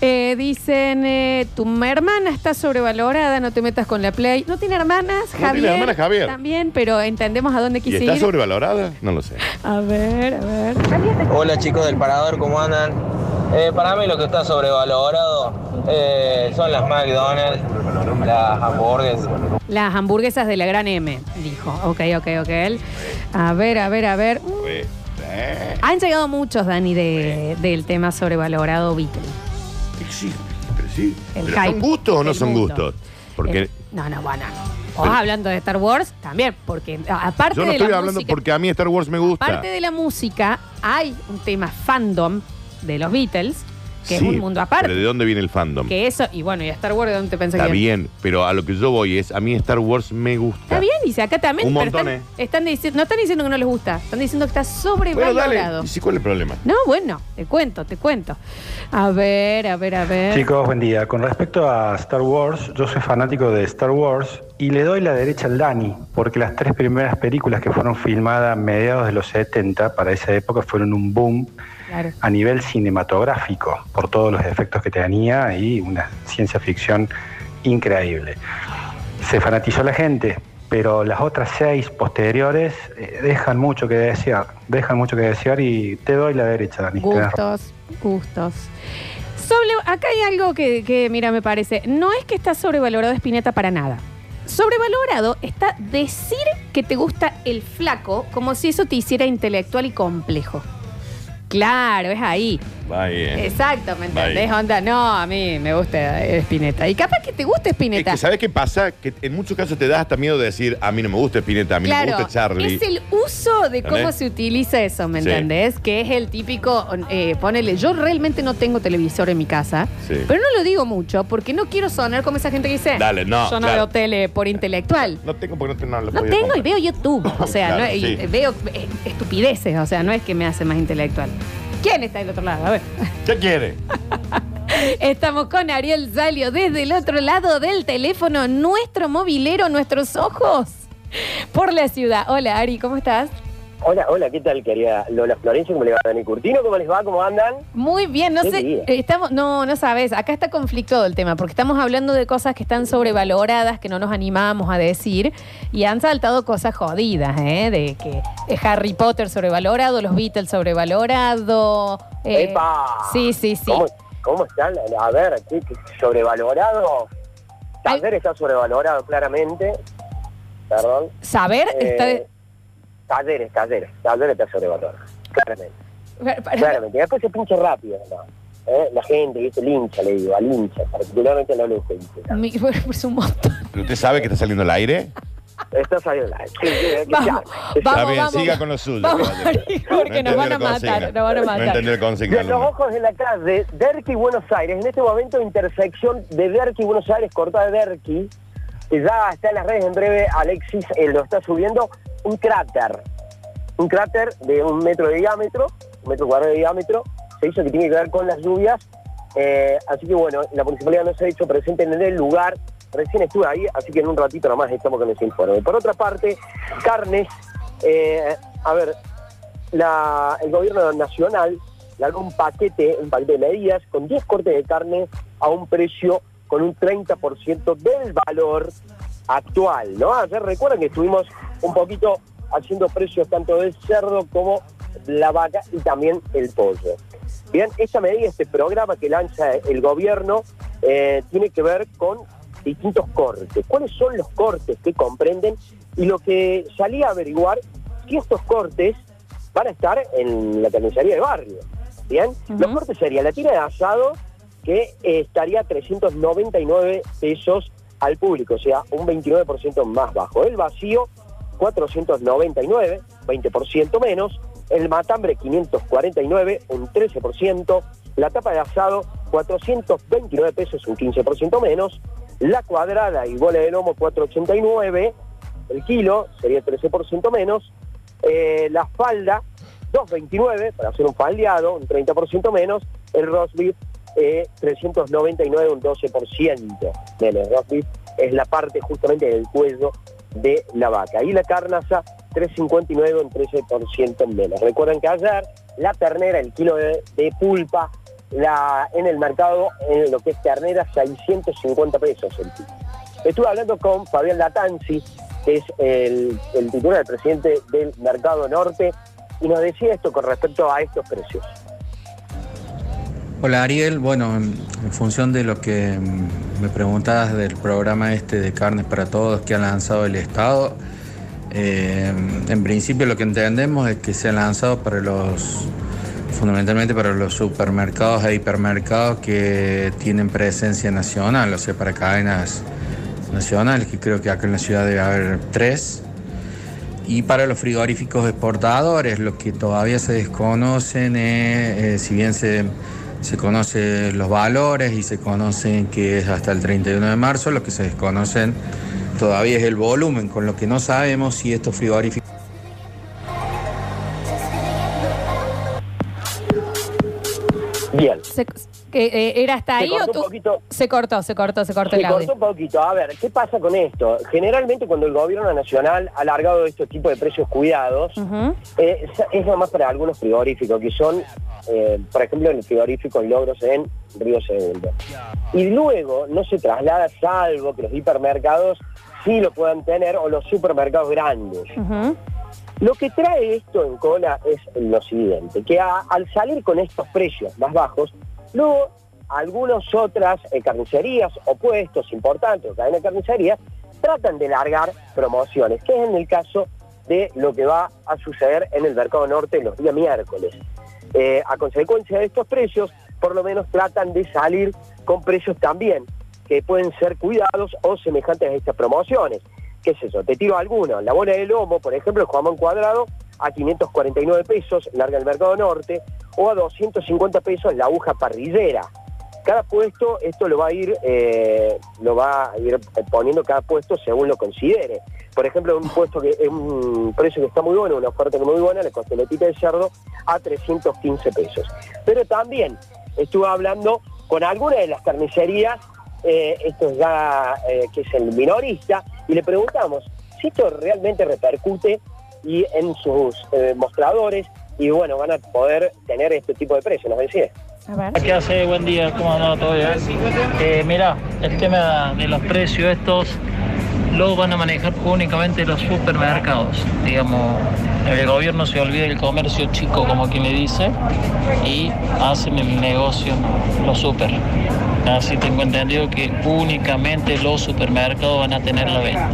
Eh, dicen, eh, tu hermana está sobrevalorada, no te metas con la Play. No tiene hermanas,
No
Javier.
tiene hermanas, Javier.
También, pero entendemos a dónde
¿Y
quise
está
ir.
sobrevalorada? No lo sé.
A ver, a ver.
Hola chicos del Parador, ¿cómo andan? Eh, para mí lo que está sobrevalorado eh, son las McDonald's, las hamburguesas.
Las hamburguesas de la gran M, dijo. Ok, ok, ok. A ver, a ver, a ver. Mm. Han llegado muchos, Dani, de- del tema sobrevalorado Beatle.
Sí, pero sí.
El
Pero ¿Son
hype
gustos o no
del
son
mundo.
gustos? Porque
El- no, no, bueno. Vos
Pero-
hablando de Star Wars también, porque a- aparte
yo no
de la
estoy hablando
música-
porque a mí Star Wars me gusta.
Aparte de la música, hay un tema fandom de los Beatles, que es
Sí,
un mundo
Pero
aparte.
¿de dónde viene el fandom?
Que eso, y bueno, y a Star Wars, ¿de dónde te pensás
Está
que
bien, pero a lo que yo voy es, a mí Star Wars me
Está
gusta.
bien, dice acá también.
Un
pero
montón, eh.
están, están diciendo, no están diciendo que no les gusta, están diciendo que está
Bueno,
sobrevalorado.
dale. ¿Y si cuál es el problema?
no, bueno, te cuento, te cuento. A ver, a ver, a ver.
Chicos, buen día. Con respecto a Star Wars, yo soy fanático de Star Wars y le doy la derecha al Dani, porque las tres primeras películas que fueron filmadas a mediados de los 70 para esa época fueron un boom
Claro.
a nivel cinematográfico, por todos los efectos que tenía y una ciencia ficción increíble. Se fanatizó la gente, pero las otras seis posteriores eh, dejan mucho que desear, dejan mucho que desear y te doy la derecha, Dani. tenés razón.
Gustos, gustos. Sobre- acá hay algo que, que, mira, me parece. No es que está sobrevalorado Espineta para nada. Sobrevalorado está decir que te gusta el flaco como si eso te hiciera intelectual y complejo. Claro, es ahí.
Va bien.
eh. Exacto, ¿me entendés?
Ahí.
Onda, no, a mí me gusta Espineta. Y capaz que te gusta
Es
Espineta.
que, ¿sabes qué pasa? Que en muchos casos te da hasta miedo de decir, a mí no me gusta Spinetta, a mí no me gusta Charlie.
es el uso de cómo
¿Entendés?
se utiliza eso, ¿me
Sí.
entendés? Que es el típico, eh, ponele, yo realmente no tengo televisor en mi casa,
Sí.
pero no lo digo mucho porque no quiero sonar como esa gente que dice,
Dale, no,
yo no
claro.
veo tele por intelectual.
No tengo porque no tengo nada.
No tengo y veo YouTube, o sea,
Claro,
no- y
sí.
veo eh, estupideces, o sea, no es que me hace más intelectual. ¿Quién está del otro lado? A ver.
¿Qué quiere?
Estamos con Ariel Salio desde el otro lado del teléfono, nuestro movilero, nuestros ojos por la ciudad. Hola Ari, ¿cómo estás?
Hola, hola, ¿qué tal, querida Lola Florencia? ¿Cómo le va, Dani Curtino? ¿Cómo les va? ¿Cómo andan?
Muy bien, no
Qué
sé,
día.
eh, estamos, no, no sabes, acá está conflictado el tema, porque estamos hablando de cosas que están sobrevaloradas, que no nos animábamos a decir, y han saltado cosas jodidas, ¿eh? De que eh, Harry Potter sobrevalorado, los Beatles sobrevalorado. eh,
¡Epa!
Sí, sí, sí.
¿Cómo, cómo están? A ver, ¿qué, qué- sobrevalorado? Saber está sobrevalorado, claramente. Perdón. Eh,
Saber está-
Talleres, talleres. Talleres está sobrevalorado, claramente.
Para- para-
Claramente. Y después se pinche rápido, ¿no? ¿Eh? La gente, dice el hincha, le digo, al hincha, particularmente a la luz.
mi- es un montón.
¿Pero ¿Usted sabe que está saliendo al aire?
Está saliendo la sí, sí, hay que-
Vamos,
está
vamos,
bien,
vamos.
siga con lo suyo.
Vamos,
caballero.
Ari, porque nos
entendió
van a
la consigna.
matar, nos van a
No
matar.
entendió la consigna.
De los
alumno.
ojos de la calle, Derqui Buenos Aires, en este momento intersección de Derqui Buenos Aires, cortada de Derqui, que ya está en las redes en breve, Alexis eh, lo está subiendo, un cráter, un cráter de un metro de diámetro, un metro cuadrado de diámetro, se hizo que tiene que ver con las lluvias, eh, así que bueno, la municipalidad no se ha hecho presente en el lugar, recién estuve ahí, así que en un ratito nomás estamos con ese informe. Por otra parte, carnes, eh, a ver, la- el gobierno nacional largó un paquete, un paquete de medidas con 10 cortes de carne a un precio con un 30% del valor actual, ¿no? Ayer recuerdan que estuvimos un poquito haciendo precios tanto del cerdo como la vaca y también el pollo. Bien, esta medida, este programa que lanza el gobierno, eh, tiene que ver con distintos cortes. ¿Cuáles son los cortes que comprenden? Y lo que salí a averiguar, si estos cortes van a estar en la carnicería de barrio. ¿Bien? Los cortes serían la tira de asado, que eh, estaría a 399 pesos al público, o sea, un 29% más bajo. El vacío, 499, 20% menos. El matambre, 549, un 13%. La tapa de asado, 429 pesos, un 15% menos. La cuadrada y bola de lomo, 489 el kilo, sería el 13% menos. Eh, la falda, 2.29 para hacer un faldeado, un 30% menos. El roast beef, eh, 399, un 12% menos. El roast beef es la parte justamente del cuello de la vaca. Y la carnaza, 3.59, un 13% menos. Recuerden que ayer la ternera, el kilo de, de pulpa, la, en el mercado, en lo que es ternera, 650 pesos el kilo. Estuve hablando con Fabián Latanzi, que es el, el titular del presidente del Mercado Norte, y nos decía esto con respecto a estos precios.
Hola Ariel, bueno, en en función de lo que mm, me preguntabas del programa este de Carnes para Todos que ha lanzado el Estado, eh, en principio lo que entendemos es que se ha lanzado para los, fundamentalmente para los supermercados e hipermercados que tienen presencia nacional, o sea, para cadenas nacionales, que creo que acá en la ciudad debe haber tres, y para los frigoríficos exportadores, lo que todavía se desconocen es, eh, si bien se, se conocen los valores y se conocen que es hasta el 31 de marzo, lo que se desconocen todavía es el volumen, con lo que no sabemos si estos frigoríficos...
Bien.
Se- que, eh, ¿Era hasta
Se
ahí
cortó
o
un
tú? Se cortó, se cortó, se cortó
Se
el audio.
cortó un poquito. A ver, ¿qué pasa con esto? Generalmente cuando el gobierno nacional ha alargado este tipo de precios cuidados, eh, es- es nomás para algunos frigoríficos, que son, eh, por ejemplo, el frigorífico Logros en Río Segundo. Y luego no se traslada, salvo que los hipermercados sí lo puedan tener o los supermercados grandes.
Ujú.
Lo que trae esto en cola es lo siguiente, que a- al salir con estos precios más bajos, luego algunas otras eh, carnicerías o puestos importantes o cadenas de carnicerías tratan de largar promociones, que es en el caso de lo que va a suceder en el mercado norte los días miércoles. Eh, a consecuencia de estos precios, por lo menos tratan de salir con precios también que pueden ser cuidados o semejantes a estas promociones. ¿Qué es eso? Te tiro algunos. La bola de lomo, por ejemplo, el jamón cuadrado a 549 pesos, larga el mercado norte, o a 250 pesos la aguja parrillera. Cada puesto, esto lo va a ir, eh, lo va a ir poniendo cada puesto según lo considere. Por ejemplo, un puesto que es un precio que está muy bueno, una oferta que muy buena, la costeletita de cerdo a 315 pesos. Pero también estuve hablando con alguna de las carnicerías, eh, esto es ya eh, que es el minorista, y le preguntamos si esto realmente repercute y en sus eh, mostradores y bueno, van a poder tener este tipo de precios, nos decía.
¿Qué hace? Buen día, ¿cómo andaba todo bien? Eh, mirá, el tema de los precios estos lo van a manejar únicamente los supermercados. Digamos, el gobierno se olvida del comercio chico, como quien le dice, y hacen el negocio los super. Así tengo entendido que únicamente los supermercados van a tener la venta.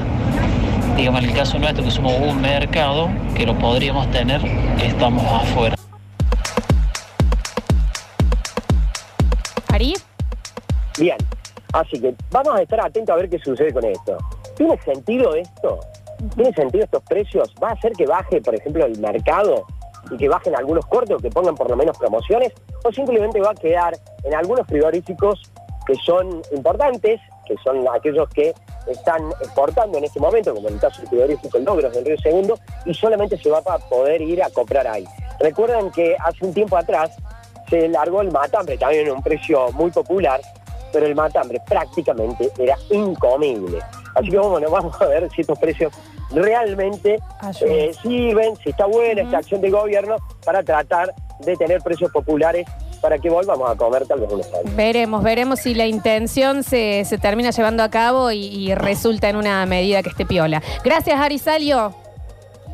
Digamos, en el caso nuestro, que somos un mercado, que lo podríamos tener, estamos afuera.
Ari,
Bien, así que vamos a estar atentos a ver qué sucede con esto. ¿Tiene sentido esto? ¿Tiene sentido estos precios? ¿Va a hacer que baje, por ejemplo, el mercado y que bajen algunos cortos, que pongan por lo menos promociones? ¿O simplemente va a quedar en algunos frigoríficos que son importantes, que son aquellos que están exportando en este momento, como en el caso del frigorífico Logros del Río Segundo, y solamente se va a poder ir a comprar ahí? Recuerdan que hace un tiempo atrás se largó el matambre, también a un precio muy popular, pero el matambre prácticamente era incomible. Así que bueno, vamos a ver si estos precios realmente
Ayuda.
eh, sirven, si está buena esta acción del gobierno para tratar de tener precios populares para que volvamos a comer tal vez unos años.
veremos, veremos si la intención se, se termina llevando a cabo y, y resulta en una medida que esté piola. Gracias, Ari Salio.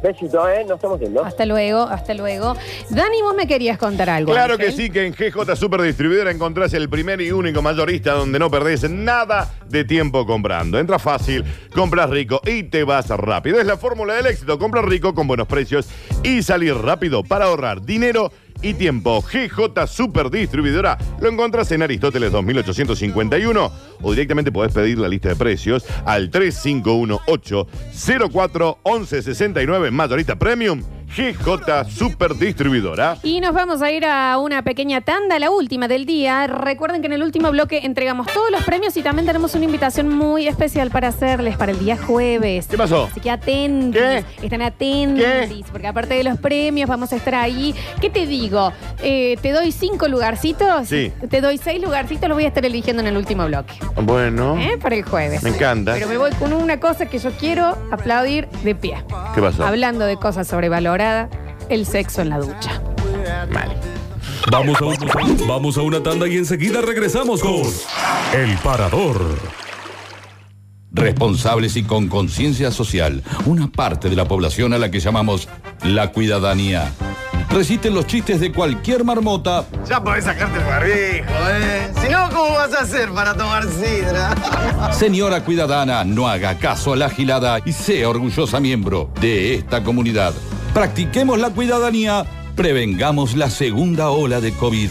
Besitos, ¿eh? Nos estamos viendo.
Hasta luego, hasta luego. Dani, vos me querías contar algo.
Claro
Ángel.
que sí, que en GJ Super Distribuidora encontrás el primer y único mayorista donde no perdés nada de tiempo comprando. Entra fácil, compras rico y te vas rápido. Es la fórmula del éxito. Compra rico con buenos precios y salir rápido para ahorrar dinero y tiempo. GJ Super Distribuidora lo encontrás en Aristóteles 2851 o directamente podés pedir la lista de precios al 3518-041169 Mayorista Premium. GJ Super Distribuidora.
Y nos vamos a ir a una pequeña tanda, la última del día. Recuerden que en el último bloque entregamos todos los premios y también tenemos una invitación muy especial para hacerles para el día jueves. ¿Qué
pasó?
Así que atentos. Están atentos. Porque aparte de los premios, vamos a estar ahí. ¿Qué te digo? Eh, ¿Te doy cinco lugarcitos?
Sí.
Te doy seis lugarcitos, los voy a estar eligiendo en el último bloque.
Bueno.
¿eh? Para el jueves.
Me encanta.
Pero me voy con una cosa que yo quiero aplaudir de pie.
¿Qué pasó?
Hablando de cosas sobrevaloradas, el sexo en la ducha.
Vamos a, un- vamos a una tanda y enseguida regresamos con El Parador.
Responsables y con conciencia social, una parte de la población a la que llamamos la cuidadanía. Resisten los chistes de cualquier marmota.
Ya podés sacarte el barbijo, ¿eh? Si no, ¿cómo vas a hacer para tomar sidra?
Señora cuidadana, no haga caso a la gilada y sea orgullosa miembro de esta comunidad. Practiquemos la cuidadanía, prevengamos la segunda ola de COVID.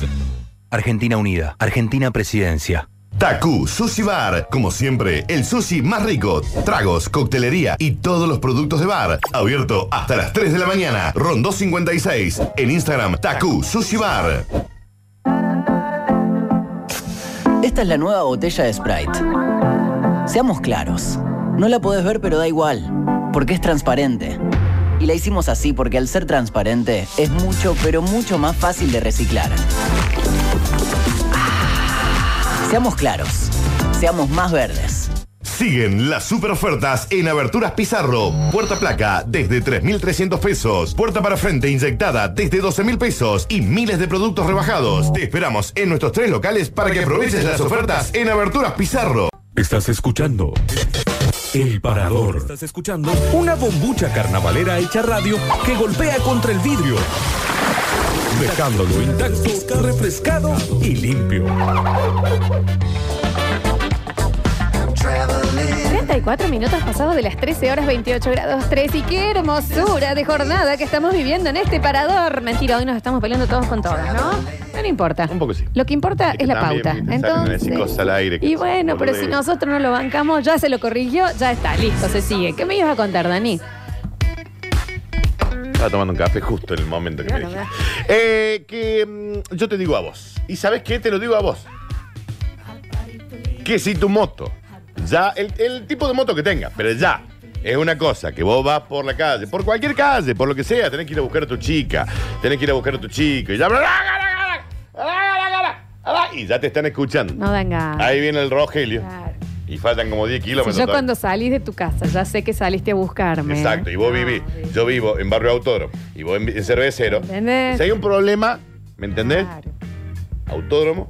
Argentina Unida, Argentina Presidencia.
Taku Sushi Bar. Como siempre, el sushi más rico. Tragos, coctelería y todos los productos de bar. Abierto hasta las 3 de la mañana. Rondó 56. En Instagram, Taku Sushi Bar.
Esta es la nueva botella de Sprite. Seamos claros, no la podés ver pero da igual, porque es transparente. Y la hicimos así porque al ser transparente es mucho pero mucho más fácil de reciclar. Ah, Seamos claros, seamos más verdes.
Siguen las super ofertas en Aberturas Pizarro. Puerta placa desde 3.300 pesos. Puerta para frente inyectada desde 12.000 pesos. Y miles de productos rebajados. Te esperamos en nuestros tres locales para que aproveches las ofertas en Aberturas Pizarro.
Estás escuchando El Parador. Estás escuchando una bombucha carnavalera hecha radio que golpea contra el vidrio, dejándolo intacto, refrescado y limpio.
34 minutos pasados de las 13 horas 28 grados 3 y qué hermosura de jornada que estamos viviendo en este parador. Mentira, hoy nos estamos peleando todos con todos, ¿no? No, no importa. Un poco sí. Lo que importa es, la
también,
pauta.
viste, salen a
Entonces,
decir cosas al aire que
y
son
bueno, pero si
boludeces.
nosotros no lo bancamos, ya se lo corrigió, ya está, listo, se sigue. ¿Qué me ibas a contar, Dani?
Estaba tomando un café justo en el momento que me dijiste. Eh, que mm, yo te digo a vos. ¿Y sabes qué? Te lo digo a vos. Que si tu moto, ya, el, el tipo de moto que tengas, pero ya, es una cosa, que vos vas por la calle, por cualquier calle, por lo que sea, tenés que ir a buscar a tu chica, tenés que ir a buscar a tu chico, y ya, y ya te están escuchando.
No venga.
Ahí viene el Rogelio. Y faltan como 10 kilómetros.
Si yo
todavía.
cuando salís de tu casa, ya sé que saliste a buscarme.
Exacto, y vos vivís, yo vivo en Barrio Autódromo y vos en, en Cervecero.
¿Entendés?
Si hay un problema, ¿me entendés? Autódromo,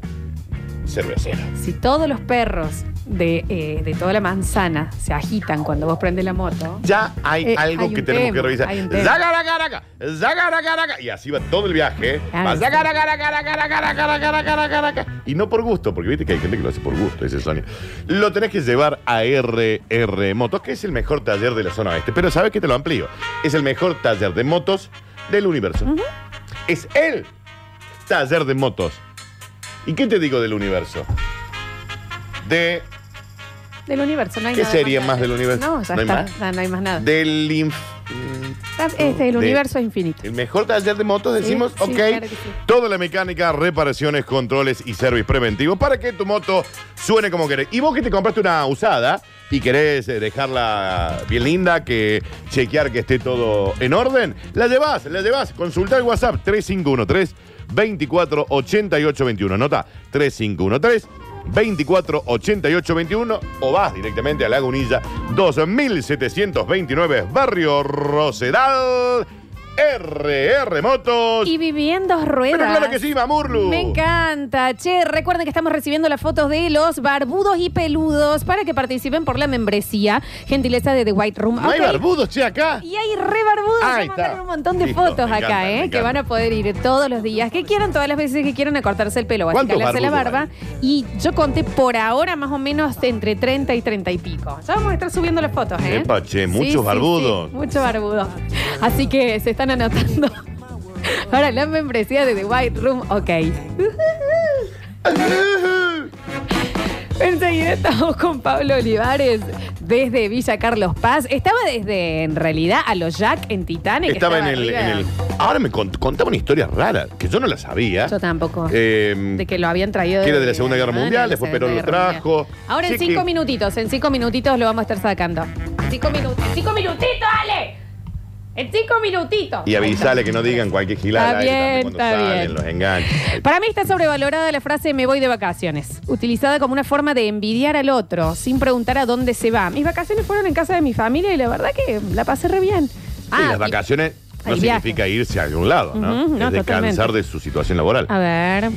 Cervecero.
Si todos los perros de, eh, de toda la manzana se agitan cuando vos prendes la moto.
Ya hay
eh,
algo
un
que tenemos
tema,
que revisar.
hay un tema.
Zacara, caraca, zacara, caraca. Y así va todo el viaje. ¿eh? Va, zacara, caraca, Y no por gusto, porque viste que hay gente que lo hace por gusto, ese sonido. Lo tenés que llevar a RR Motos, que es el mejor taller de la zona oeste. Pero sabes que te lo amplío. Es el mejor taller de motos del universo. Es el taller de motos. ¿Y qué te digo del universo? De.
Del universo, no hay
¿Qué
nada
sería más del universo?
No, ya
¿No hay
está,
más?
ya no hay más nada.
Del inf-
Está- este, el
de-
universo es infinito.
El mejor taller de motos,
Sí,
decimos,
sí,
ok.
claro que sí.
Toda la mecánica, reparaciones, controles y service preventivo para que tu moto suene como querés. Y vos que te compraste una usada y querés eh, dejarla bien linda, que chequear que esté todo en orden, la llevas, la llevas. Consulta el WhatsApp 3513 24 88 21. Nota 3513 24 88 21 o vas directamente a Lagunilla 2729 Barrio Rosedal RR Motos.
Y viviendo dos ruedas.
Pero claro que sí, Mamurlu.
Me encanta. Che, recuerden que estamos recibiendo las fotos de los barbudos y peludos para que participen por la membresía. Gentileza de The White Room.
No hay
Ok.
barbudos, che, acá.
Y hay re barbudos.
Ah, ahí
ya mandaron
está.
un montón de
Listo,
fotos
me
acá,
encanta, me
¿eh? Que
encanta.
van a poder ir todos los días, que quieran, todas las veces que quieran, a cortarse el pelo, a
¿Cuántos
acicalarse la
barbudos
barba. Y yo conté por ahora más o menos entre 30 y 30 y pico. Ya vamos a estar subiendo las fotos, ¿eh?
Epa, che, muchos
sí,
barbudos.
sí, mucho barbudo. Así que se están anotando. Ahora la membresía de The White Room, ok. Enseguida estamos con Pablo Olivares desde Villa Carlos Paz. Estaba desde, en realidad, a los Jack en Titanic.
Estaba en el,
arriba.
en el- Ah, Ahora me cont- contaba una historia rara, que yo no la sabía.
Yo tampoco.
Eh,
de que lo habían traído.
que era de la Segunda Guerra
Alemania,
Mundial,
de la
después
Segunda
Perón lo
Guerra Mundial.
trajo.
Ahora en
Che,
cinco
que-
minutitos, en cinco minutitos lo vamos a estar sacando. Cinco minutos, cinco minutitos, Ale. En cinco minutitos.
Y avisale que no digan cualquier
Está
gilada. ahí también
bien,
cuando
está
salen,
bien.
Los enganches.
Para mí está sobrevalorada la frase me voy de vacaciones, utilizada como una forma de envidiar al otro sin preguntar a dónde se va. Mis vacaciones fueron en casa de mi familia y la verdad que la pasé re bien.
Sí, las vacaciones no
Ah, el viaje.
significa irse a algún lado, ¿no?
Ujú, no,
es descansar
totalmente.
de su situación laboral.
Ah, A ver.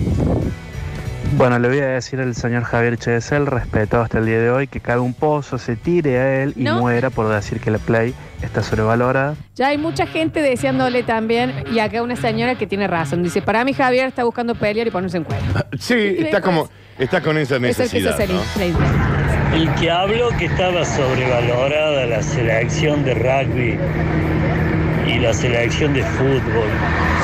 Bueno, le voy a decir al señor Javier Chesel, respetado hasta el día de hoy, que cada un pozo se tire a él y
No.
muera por decir que la Play está sobrevalorada.
Ya hay mucha gente deseándole también, y acá una señora que tiene razón. Dice, para mí Javier está buscando pelear y ponerse en cuello.
Ah, Sí, está como. Está con esa
Eso es que
necesidad.
se
¿no?
El que habló que estaba sobrevalorada la selección de rugby y la selección de fútbol.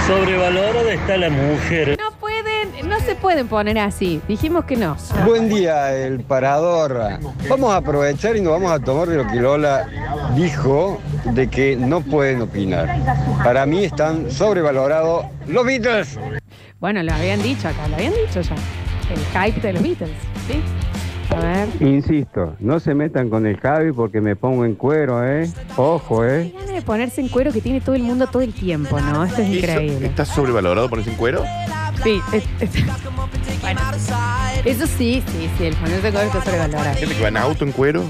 Sobrevalorada está la mujer.
No pueden, no se pueden poner así. Dijimos que no.
Buen día, el parador. Vamos a aprovechar y nos vamos a tomar de lo que Lola dijo de que no pueden opinar. Para mí están sobrevalorados los Beatles.
Bueno, lo habían dicho acá, lo habían dicho ya. El hype de los Beatles, ¿sí? A ver.
Insisto, no se metan con el Javi porque me pongo en cuero, ¿eh? Ojo, ¿eh?
Tiene de ponerse en cuero que tiene todo el mundo todo el tiempo, ¿no? Esto es increíble.
¿Estás sobrevalorado por ese cuero?
Sí, es- es- bueno. Eso sí, sí, sí, el ponerse en cuero está sobrevalorado.
¿Gente que va en auto en cuero?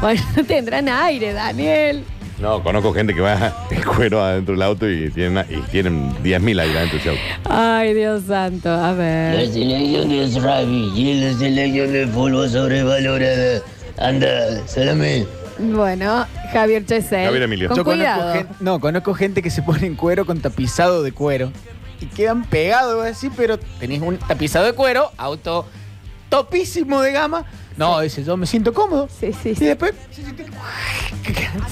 Bueno, tendrán aire, Daniel.
No, conozco gente que va en cuero adentro del auto y tienen, y tienen 10.000 ahí adentro de ese auto.
Ay, Dios santo, a
La
ver.
selección de rugby y la selección de fútbol sobrevalorada.
Anda, salame.
Bueno, Javier Chesel.
Javier Emilio.
Eh, Con
Yo conozco
cuidado.
gente, no, conozco gente que se pone en cuero con tapizado de cuero y quedan pegados así, pero tenés un tapizado de cuero, auto topísimo de gama. No, dice, yo me siento cómodo. Sí, sí, Y después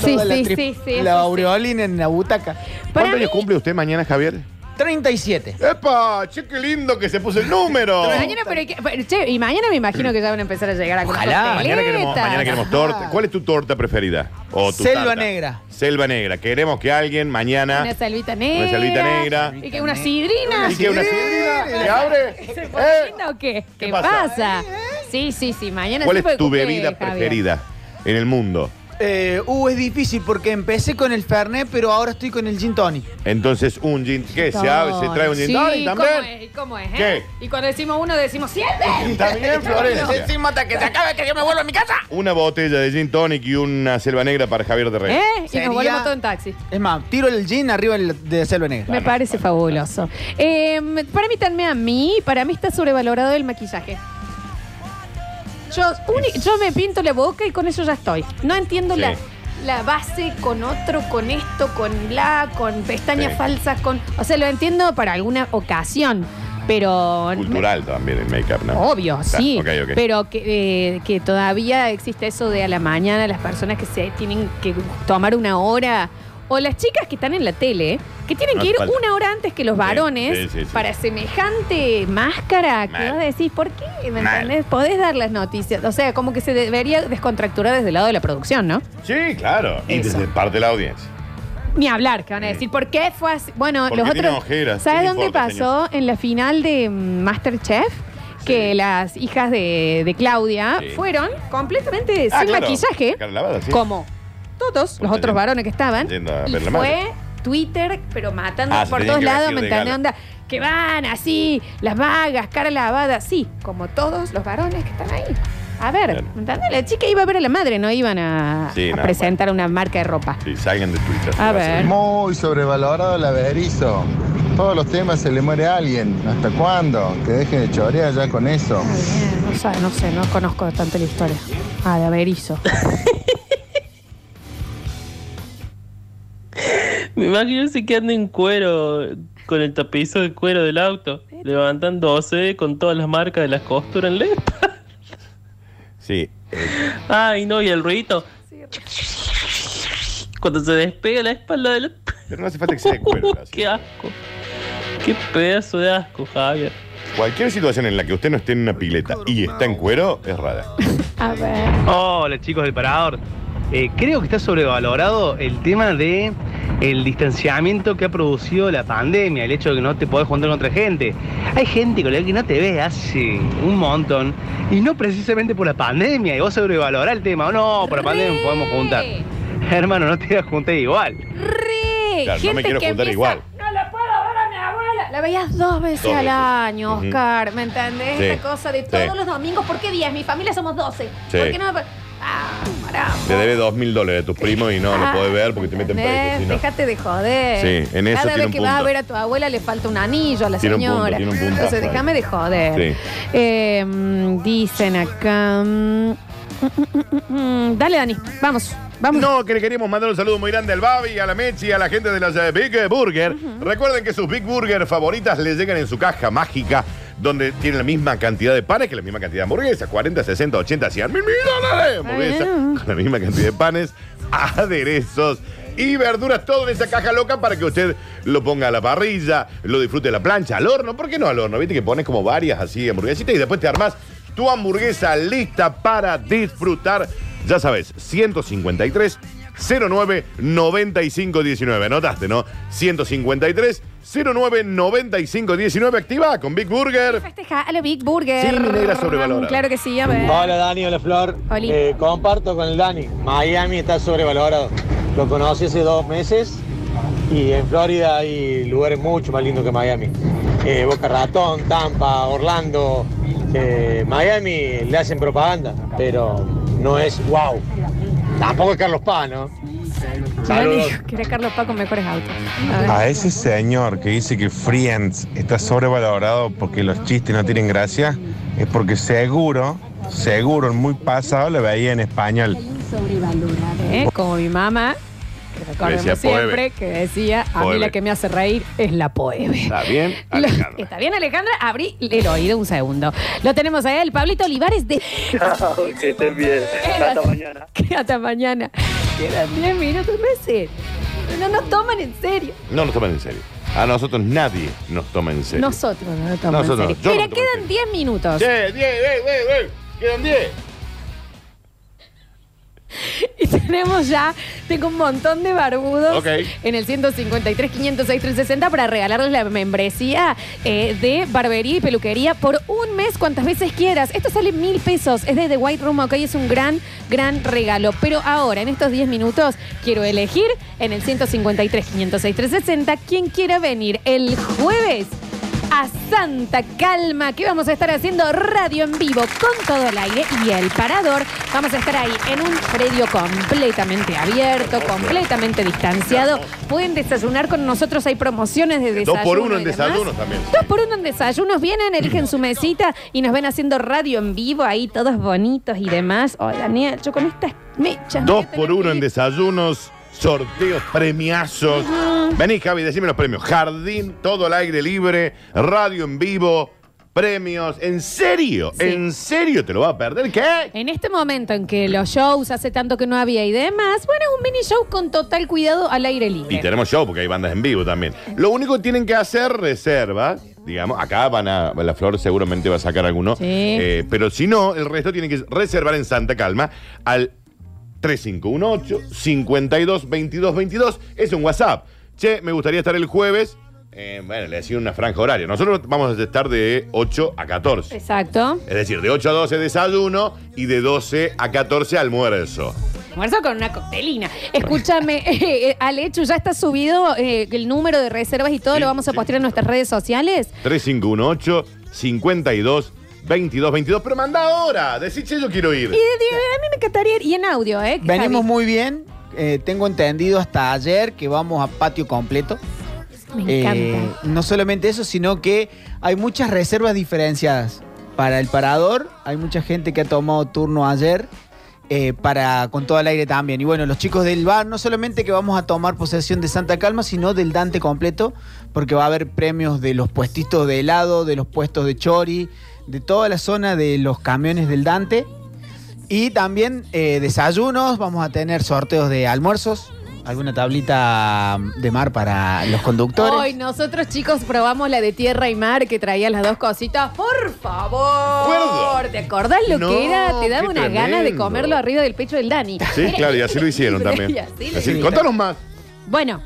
Sí,
toda la,
sí,
tri-
sí, sí.
la
eso
aureolina en la butaca.
¿Cuántos años cumple usted mañana, Javier?
37.
¡Epa! Che, qué lindo que se puso el número.
sí. Mañana, pero hay que- pero, che, y mañana me imagino que ya van a empezar a llegar a
Ojalá. Mañana queremos, mañana queremos torta. ¿Cuál es tu torta preferida? O tu
Selva
tarta.
negra.
Selva negra. Queremos que alguien mañana.
Una salvita negra.
salvita negra.
Y que una sidrina.
Y que una sidrina.
Sí.
¿Se abre? ¿Eh?
¿Se pone lindo o qué? ¿Qué,
pasa?
pasa? Sí, sí, sí. Mañana
¿Cuál
sí
es
porque
tu
cumple
bebida
Javier.
preferida en el mundo?
Eh, uh, es difícil porque empecé con el Fernet, pero ahora estoy con el Gin Tonic.
Entonces, un gin. ¿Qué? ¿Se, abre, se trae un gin
Sí,
tonic
¿cómo
también?
es? ¿Y cómo es? eh? Y cuando decimos uno, decimos siete.
Está bien, Florencia.
Decimos hasta que se acabe, que yo me vuelvo a mi casa.
Una botella de gin tonic y una selva negra para Javier de Reyes.
¿Eh? Y
Sería-
nos volvemos todo en taxi.
Es más, tiro el gin arriba del- de Selva Negra.
Me parece fabuloso. Eh, para mí, también a mí, para mí está sobrevalorado el maquillaje. Yo, uni- yo me pinto la boca y con eso ya estoy. No entiendo
Sí.
la, la base con otro, con esto, con la, con pestañas
Sí.
falsas, con. O sea, lo entiendo para alguna ocasión, pero.
Cultural también el make-up, ¿no?
Obvio,
Está,
sí.
ok, ok.
Pero que, eh, que todavía existe eso de a la mañana las personas que se tienen que tomar una hora. O las chicas que están en la tele, que tienen
No
que ir
hace falta.
una hora antes que los varones
sí, sí, sí.
para semejante máscara que
Mal.
vos decís, ¿por qué? ¿Me
Mal.
entendés? Podés dar las noticias. O sea, como que se debería descontracturar desde el lado de la producción, ¿no?
Sí, claro. Y desde parte de la audiencia.
Ni hablar, que van a decir, ¿por qué fue así? Bueno,
Porque
los
tiene
otros.
ojeras.
¿Sabes
¿Qué
dónde
importa,
pasó? En la final de mm, Masterchef, que las hijas de, de Claudia
Sí.
fueron completamente
Ah,
sin
claro.
maquillaje,
Cara lavada, sí.
como todos los otros varones que estaban.
Yendo a
Y
ver la madre.
fue Twitter, pero matando
Ah, se
por
tenían
todos
que
lados,
vestir
¿me
de
entendés?
gala.
Onda, que van así, las vagas, cara lavada, sí, como todos los varones que están ahí. A ver, ¿me entendés? La chica iba a ver a la madre, no iban a,
Sí,
a
no,
presentar una marca de ropa.
Sí, salgan de Twitter.
A ver.
Muy sobrevalorado la Berizo. Todos los temas se le muere a alguien. ¿Hasta cuándo? Que deje de chorear ya con eso.
No sé, no sé, no conozco tanto la historia. Ah, de Averizo.
Me imagino si que anda en cuero, con el tapizo de cuero del auto, levantándose con todas las marcas de las costuras en la espalda.
Sí.
Ay, no, y el ruido. Cuando se despega la espalda del.
Pero no hace falta que sea de cuero,
¡Qué asco! ¡Qué pedazo de asco, Javier!
Cualquier situación en la que usted no esté en una pileta y está en cuero es rara.
A ver.
Hola chicos del Parador. Eh, creo que está sobrevalorado el tema de el distanciamiento que ha producido la pandemia, el hecho de que no te podés juntar con otra gente. Hay gente con la que no te ves hace un montón y no precisamente por la pandemia. Y vos sobrevalorás el tema. No, por la pandemia nos podemos juntar. Hermano, no te vas a juntar igual.
Re,
Claro, no me quiero juntar igual.
No la puedo ver a mi abuela. La veías dos veces
Dos
al
veces.
año,
Ujú.
Oscar. ¿Me entendés?
Sí.
Esta cosa de todos
Sí.
los domingos. ¿Por qué 10? Mi familia somos 12.
Sí.
¿Por qué no me.? Ah, pará.
Te debe dos mil dólares a tus primos y no lo podés ver porque te meten
¿entendés?
preso. si no.
Déjate de joder.
Sí, en eso
Cada
tiene
vez
un
que vas a
punto.
ver a tu abuela le falta un anillo a la
Tiene un punto,
señora.
tiene un puntazo
Entonces,
ahí.
déjame de joder.
Sí.
Eh, mm, dicen acá. mm, mm, mm, mm, dale, Dani. Vamos.
No, que le queríamos mandar un saludo muy grande al Babi, a la Mechi, a la gente de las eh, Big Burger. Recuerden que sus Big Burger favoritas les llegan en su caja mágica, donde tienen la misma cantidad de panes que la misma cantidad de hamburguesas. 40, 60, 80, 100 mil dólares de hamburguesas. Con la misma cantidad de panes, aderezos y verduras. Todo en esa caja loca para que usted lo ponga a la parrilla, lo disfrute a la plancha, al horno. ¿Por qué no al horno? Viste que pones como varias así hamburguesitas y después te armás tu hamburguesa lista para disfrutar. Ya sabes, 153 09 95 19. Anotaste, ¿no? 153 09 95 19. Activa con Big Burger.
Festeja a lo este Big Burger.
Sí, mi negra sobrevalorada.
Claro que sí, a ver.
Hola Dani, hola Flor.
Oli.
Eh, comparto con el Dani. Miami está sobrevalorado. Lo conocí hace dos meses y en Florida hay lugares mucho más lindos que Miami. Eh, Boca Ratón, Tampa, Orlando. eh, Miami le hacen propaganda, pero no es wow. Tampoco es Carlos Paz, ¿no?
Ya
Saludos.
dijo que era Carlos Paco mejores autos. A ver.
A ese señor que dice que Friends está sobrevalorado porque los chistes no tienen gracia, es porque seguro, seguro, en muy pasado lo veía en español.
¿Eh? Como mi mamá, que recordemos
Decía
siempre,
Poebe.
que decía, a mí
Poebe.
la que me hace reír es la poeve.
Está bien, Alejandro.
Está bien, Alejandra, abrí el oído un segundo. Lo tenemos a él, Pablito Olivares de...
que estén bien. Hasta mañana.
Que Hasta mañana. Quedan 10 minutos, no es serio. No nos toman en serio.
No nos toman en serio. A nosotros nadie nos toma en serio.
Nosotros no nos toman
Nosotros,
en
yo
serio. Mira,
no tomo en
quedan 10 minutos.
Sí, 10, Quedan 10.
Y tenemos ya, tengo un montón de barbudos
Ok.
en el 153 506 360 para regalarles la membresía eh, de barbería y peluquería por un mes cuantas veces quieras. Esto sale mil pesos, es de The White Room, ok, es un gran, gran regalo. Pero ahora, en estos 10 minutos, quiero elegir en el 153 506 360 quien quiera venir el jueves. A Santa Calma, que vamos a estar haciendo radio en vivo con todo el aire y el parador. Vamos a estar ahí en un predio completamente abierto, completamente distanciado. Pueden desayunar con nosotros, hay promociones de
Dos
desayuno.
por uno en
y demás.
desayunos también.
Dos por uno en desayunos, vienen, eligen su mesita y nos ven haciendo radio en vivo ahí, todos bonitos y demás. Oh, Daniel, yo con estas mechas.
Dos por uno en desayunos, sorteos, premiazos. Vení, Javi, decime los premios. Jardín, todo al aire libre, radio en vivo, premios. ¿En serio?
Sí.
¿En serio te lo va a perder? ¿Qué?
En este momento en que los shows hace tanto que no había y demás, bueno, es un mini show con total cuidado al aire libre.
Y tenemos show porque hay bandas en vivo también. Lo único que tienen que hacer reservas. Digamos, acá van a. La flor seguramente va a sacar alguno.
Sí.
Eh, pero si no, el resto tienen que reservar en Santa Calma al 3518 52 22 22. Es un WhatsApp. Che, me gustaría estar el jueves. Eh, bueno, le decía una franja horaria. Nosotros vamos a estar de 8 a 14.
Exacto.
Es decir, de 8 a 12 desayuno y de 12 a 14 almuerzo.
Almuerzo con una coctelina. Escúchame, eh, eh, Alechu, ya está subido eh, el número de reservas y todo, lo vamos a postear en nuestras redes sociales.
3518 52 22 22. Pero manda ahora. Decí, che, yo quiero
Y
ir.
de- de- a mí me encantaría ir, y en audio, ¿eh?
Venimos muy bien. eh, tengo entendido hasta ayer que vamos a patio completo.
Javi. Me encanta.
Eh, no solamente eso, sino que hay muchas reservas diferenciadas. Para el parador, hay mucha gente que ha tomado turno ayer. eh, para con todo el aire también. Y bueno, los chicos del bar, no solamente que vamos a tomar posesión de Santa Calma, sino del Dante completo, porque va a haber premios de los puestitos de helado, de los puestos de chori, de toda la zona de los camiones del Dante. Y también eh, desayunos, vamos a tener sorteos de almuerzos, alguna tablita de mar para los conductores.
Hoy nosotros, chicos, probamos la de tierra y mar que traía las dos cositas. Por favor.
Acuerdo.
¿Te acordás lo
No,
que era? Te daba
qué
una gana de
tremendo.
comerlo arriba del pecho del Dani.
Sí, claro, y así lo hicieron
Y
también.
así lo
Así-
hicieron.
contanos más.
Bueno,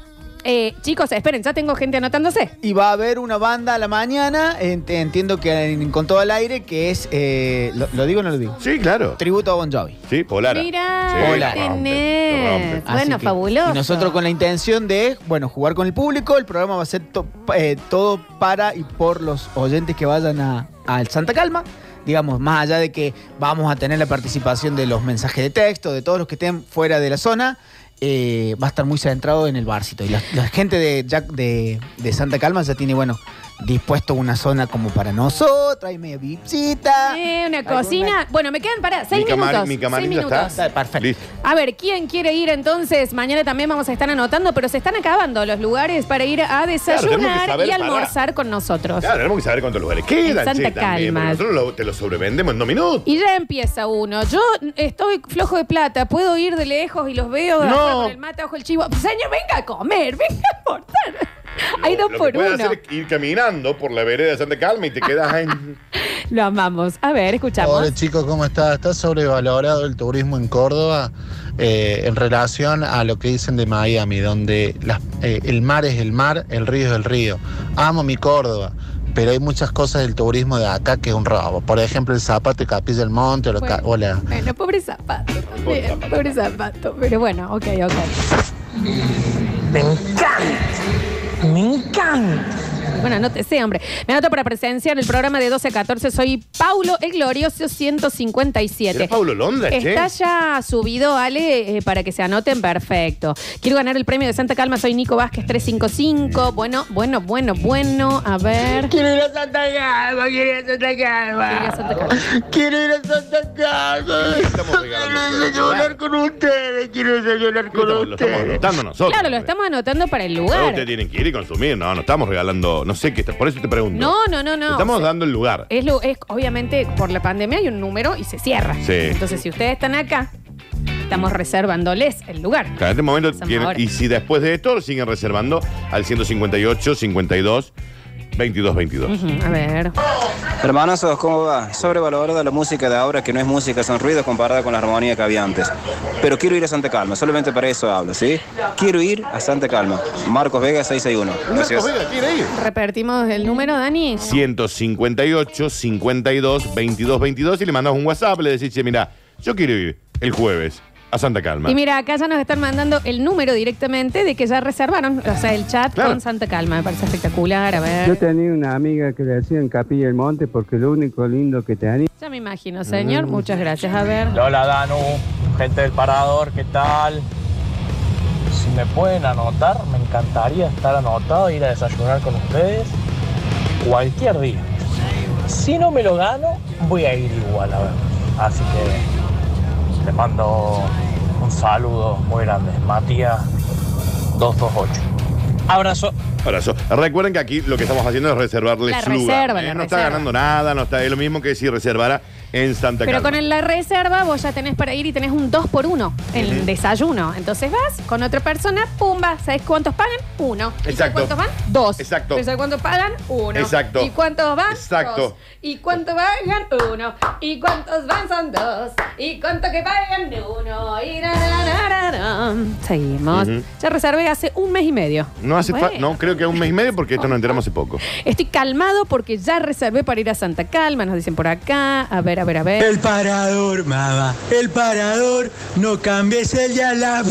eh, chicos, esperen, ya tengo gente anotándose.
Y va a haber una banda a la mañana, eh, ent- entiendo que en- con todo el aire, que es. eh, lo, lo digo o no lo digo?
Sí, claro.
Tributo a Bon Jovi.
Sí, Polara.
Mira,
Sí,
ahí
la rompe,
tenés.
Así
Bueno,
que-
fabuloso.
Y nosotros con la intención de, bueno, jugar con el público, el programa va a ser to- eh, todo para y por los oyentes que vayan a- al Santa Calma. Digamos, más allá de que vamos a tener la participación de los mensajes de texto, de todos los que estén fuera de la zona, eh, va a estar muy centrado en el barcito. Y la, la gente de, Jack- de, de Santa Calma ya tiene, bueno, dispuesto una zona como para nosotros, hay media vipsita.
Eh, una cocina. Bueno, me quedan para seis minutos. seis minutos.
Perfecto.
A ver, ¿quién quiere ir entonces? Mañana también vamos a estar anotando, pero se están acabando los lugares para ir a
tenemos
desayunar
que saber
y
parar.
almorzar con nosotros.
Claro, tenemos que saber cuántos lugares quedan.
En Santa
che, también,
Calma.
porque Nosotros lo- te lo sobrevendemos en dos minutos.
Y ya empieza uno. Yo estoy flojo de plata, puedo ir de lejos y los veo
No.
acá con el mate bajo el chivo. Señor, venga a comer, venga a aportar. Hay dos
Lo que
por
puedes
uno.
hacer es ir caminando por la vereda de Santa Calma y te quedas en.
Lo amamos. A ver, escuchamos.
Hola chicos, ¿cómo está? Está sobrevalorado el turismo en Córdoba eh, en relación a lo que dicen de Miami, donde las- eh, el mar es el mar, el río es el río. Amo mi Córdoba, pero hay muchas cosas del turismo de acá que es un robo. Por ejemplo, el zapato de Capilla del Monte o, lo ca- o la,
Bueno, pobre zapato también. Pobre zapato. Pero bueno, ok, ok.
Me encanta. Me encanta.
Bueno, no te sé, hombre. Me anoto para presencia en el programa de 12 a 14. Soy Paulo el Glorioso 157.
Era Paulo Londra, che.
Está ya subido, Ale, eh, para que se anoten. Perfecto. Quiero ganar el premio de Santa Calma. Soy Nico Vázquez 355. Bueno, bueno, bueno, bueno. A ver.
Quiero ir a Santa Calma, quiero ir a Santa Calma. Quiero ir a Santa Calma. Quiero desayunar con ustedes, quiero desayunar con
Lo estamos
ustedes.
anotando nosotros.
Claro, lo estamos anotando para el
Todos
lugar.
Ustedes tienen que ir y consumir, no, no estamos regalando, no sé qué, está- por eso te pregunto.
No, no, no, no.
Estamos
O sea,
dando el lugar.
Es, lo, es obviamente por la pandemia hay un número y se cierra.
Sí.
Entonces, si ustedes están acá, estamos reservándoles el lugar.
Claro, en este momento
Empezamos
tienen-
ahora.
y si después de esto siguen reservando al 158, 52, 22, 22.
Ujú, a ver.
Hermanosos, ¿cómo va? Sobrevalorada la música de ahora, que no es música, son ruidos comparada con la armonía que había antes. Pero quiero ir a Santa Calma, solamente para eso hablo, ¿sí? Quiero ir a Santa Calma. Marcos Vega 661. Gracias.
Repetimos el número, Dani.
158, 52, 22, 22 y le mandas un WhatsApp, le decís, che, mira, yo quiero ir el jueves a Santa Calma.
Y mira, acá ya nos están mandando el número directamente de que ya reservaron, o sea, el chat con Santa Calma. Me parece espectacular. A ver.
Yo tenía una amiga que le decía en Capilla del Monte porque lo único lindo que tenía.
Ya me imagino,
Mm.
señor. Muchas gracias. A ver.
Hola Danu, gente del parador, ¿qué tal? Si me pueden anotar, me encantaría estar anotado, ir a desayunar con ustedes cualquier día. Si no me lo gano, voy a ir igual a ver. Así que les mando un saludo muy grande. Matías 228. Abrazo.
Abrazo. Recuerden que aquí lo que estamos haciendo es reservarles
La
su lugar.
reserva,
¿eh?
la
no está
reserva.
ganando nada, no está. Es lo mismo que si reservara en Santa
Pero
Calma.
con el- la reserva vos ya tenés para ir y tenés un 2 por 1 en
Ujú.
desayuno. Entonces vas con otra persona, pumba. ¿Sabés cuántos pagan? Uno. ¿Y sabés
Exacto.
cuántos van? Dos.
Exacto.
¿Y sabés cuántos pagan? Uno.
Exacto.
¿Y cuántos van?
Exacto.
Dos. ¿Y cuántos pagan? Uno. ¿Y cuántos van? Son dos. ¿Y cuántos que pagan? Uno. Y na, na, na, na, na. Seguimos.
Ujú.
Ya reservé hace un mes y medio.
No hace fa-
Bueno.
No, creo que un mes y medio porque esto nos enteramos hace poco.
Estoy calmado porque ya reservé para ir a Santa Calma, nos dicen por acá. A ver, a ver, a ver. El
parador, mamá. El parador. No cambies el ya la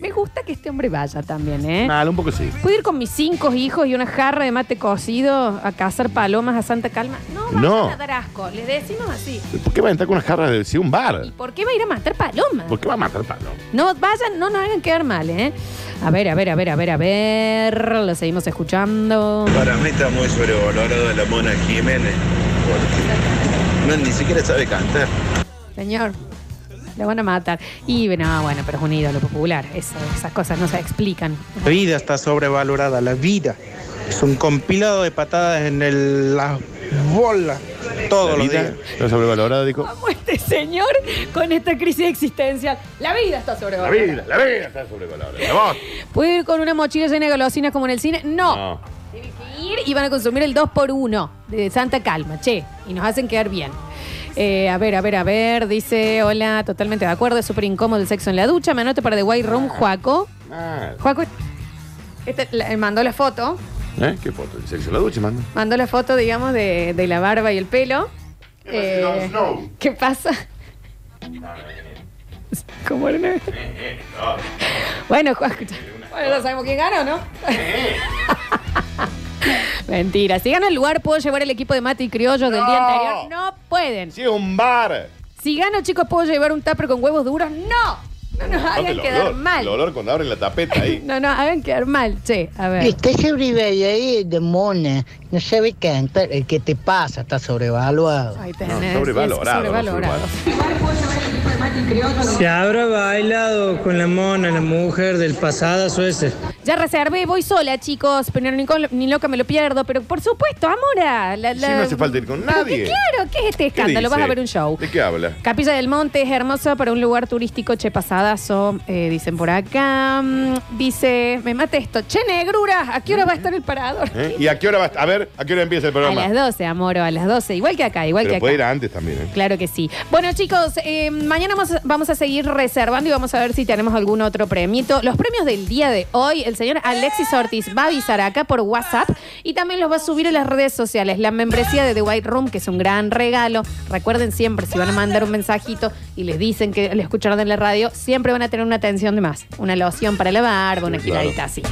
Me gusta que este hombre vaya también, ¿eh?
Mal, un poco sí.
¿Puedo ir con mis cinco hijos y una jarra de mate cocido a cazar palomas a Santa Calma? No, vayan
No.
a dar asco. Les decimos así.
¿Por qué va a entrar con unas jarras de si un bar?
¿Por qué va a ir a matar palomas?
¿Por qué va a matar palo?
No vayan, no nos hagan quedar mal, ¿eh? A ver, a ver, a ver, a ver, a ver. Lo seguimos escuchando.
Para mí está muy sobrevalorado la Mona Jiménez. porque No, ni siquiera sabe cantar.
Señor, lo van a matar. Y no, bueno, pero es un ídolo popular. Eso, esas cosas no se explican.
La vida está sobrevalorada, la vida. Es un compilado de patadas en el- las bolas todos los días.
¿Está sobrevalorada, dijo?
Este señor con esta crisis existencial. La vida está
La
sobrevalorada.
vida, la vida está sobrevalorada. La voz.
¿Puedo ir con una mochila llena de golosinas como en el cine? No.
No.
Ir y van a consumir el 2 por 1 de Santa Calma, che. Y nos hacen quedar bien. Eh, a ver, a ver, a ver. Dice, hola, totalmente de acuerdo. Es súper incómodo el sexo en la ducha. Me anoto para The White Room, Juaco.
Mal.
Juaco este, la- mandó la foto.
¿Eh? ¿Qué foto? ¿El sexo en la ducha, manda?
Mandó la foto, digamos, de, de la barba y el pelo.
Eh,
Eh, ¿Qué pasa? ¿Cómo era? una- Bueno, Juan, escucha. Bueno, ya sabemos quién gana, ¿o ¿no? Mentira. Si gano el lugar, ¿puedo llevar el equipo de mate y criollos del día anterior? No pueden.
Si es un bar.
Si gano, chicos, ¿puedo llevar un tupper con huevos duros? ¡No! No nos
Aparte
hagan
el
quedar
olor,
mal.
El olor cuando abren la tapeta ahí.
No, no, hagan quedar mal. Che, a ver.
Está sobrevalorado de mona. No sabe cantar. El que te pasa está sobrevaluado.
Ahí
tenés.
sí,
sobrevalorado, no
sobrevalorado.
Se habrá bailado con la mona, la mujer del pasado Suecia.
Ya reservé, voy sola, chicos, pero ni, con- ni loca me lo pierdo. Pero por supuesto, Amora. La,
Si no hace falta ir con
Pero que
nadie.
claro, ¿qué es este
¿Qué
escándalo? Vas a
dice?
ver un show.
¿De qué habla?
Capilla del Monte es hermosa para un lugar turístico, che pasadazo, eh, dicen por acá. Mm, Dice, me mate esto, che negrura, ¿a qué hora va a estar el parador?
Mm. ¿Eh? ¿Y a qué hora va? A ver, ¿a qué hora empieza el
A
programa?
las 12, amoro, a las 12, igual que acá, igual
Pero
que
puede ir
acá.
antes también, ¿eh?
Claro que sí. Bueno, chicos, eh, mañana vamos a, vamos a seguir reservando y vamos a ver si tenemos algún otro premito. Los premios del día de hoy, el señor Alexis Ortiz va a avisar acá por WhatsApp y también los va a subir a las redes sociales. La membresía de The White Room, que es un gran regalo. Recuerden siempre, si van a mandar un mensajito y les dicen que lo escucharon en la radio, siempre van a tener una atención de más. Una loción para la barba, una
Sí, claro.
giradita así.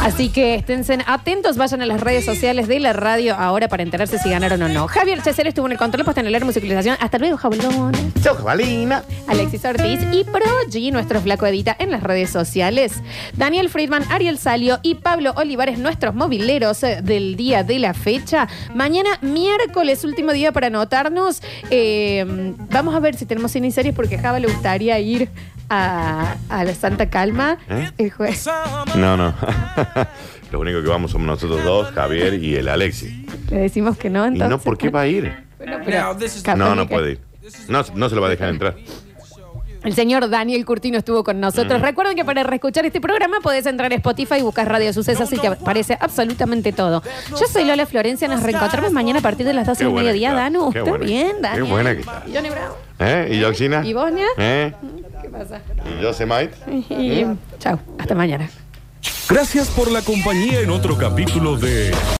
Así que estén atentos, vayan a las redes sociales de la radio ahora para enterarse si ganaron o no. Javier Checer estuvo en el control, posta en el aire, musicalización. Hasta luego, jabalón.
Chau, jabalina.
Alexis Ortiz y Progi, nuestro flaco edita en las redes sociales. Daniel Friedman, Ariel Salio y Pablo Olivares, nuestros mobileros eh, del día de la fecha. Mañana, miércoles, último día para anotarnos. Eh, vamos a ver si tenemos cine y series porque a Java le gustaría ir a, a la Santa Calma
¿Eh?
el jueves.
No, no. Lo único que vamos somos nosotros dos, Javier y el Alexi.
Le decimos que no,
¿Y
entonces.
no por qué va a ir?
Bueno, pero capaz
No, no
que-
puede ir. No, no se lo va a dejar entrar.
El señor Daniel Curtino estuvo con nosotros.
Mm.
Recuerden que para reescuchar este programa podés entrar a Spotify y buscar Radio Sucesos y te aparece absolutamente todo. Yo soy Lola Florencia, nos reencontramos mañana a partir de las 12
Qué
del
buena
mediodía,
que está.
Danu.
Qué
¿Está
buena que
bien,
está. Qué
Dani?
buena que está.
¿Y Johnny Bravo?
¿Eh? ¿Y Yoxina?
¿Y Bosnia?
¿Eh?
¿Qué pasa?
¿Y Yosemite?
Y- Chau, hasta mañana.
Gracias por la compañía en otro capítulo de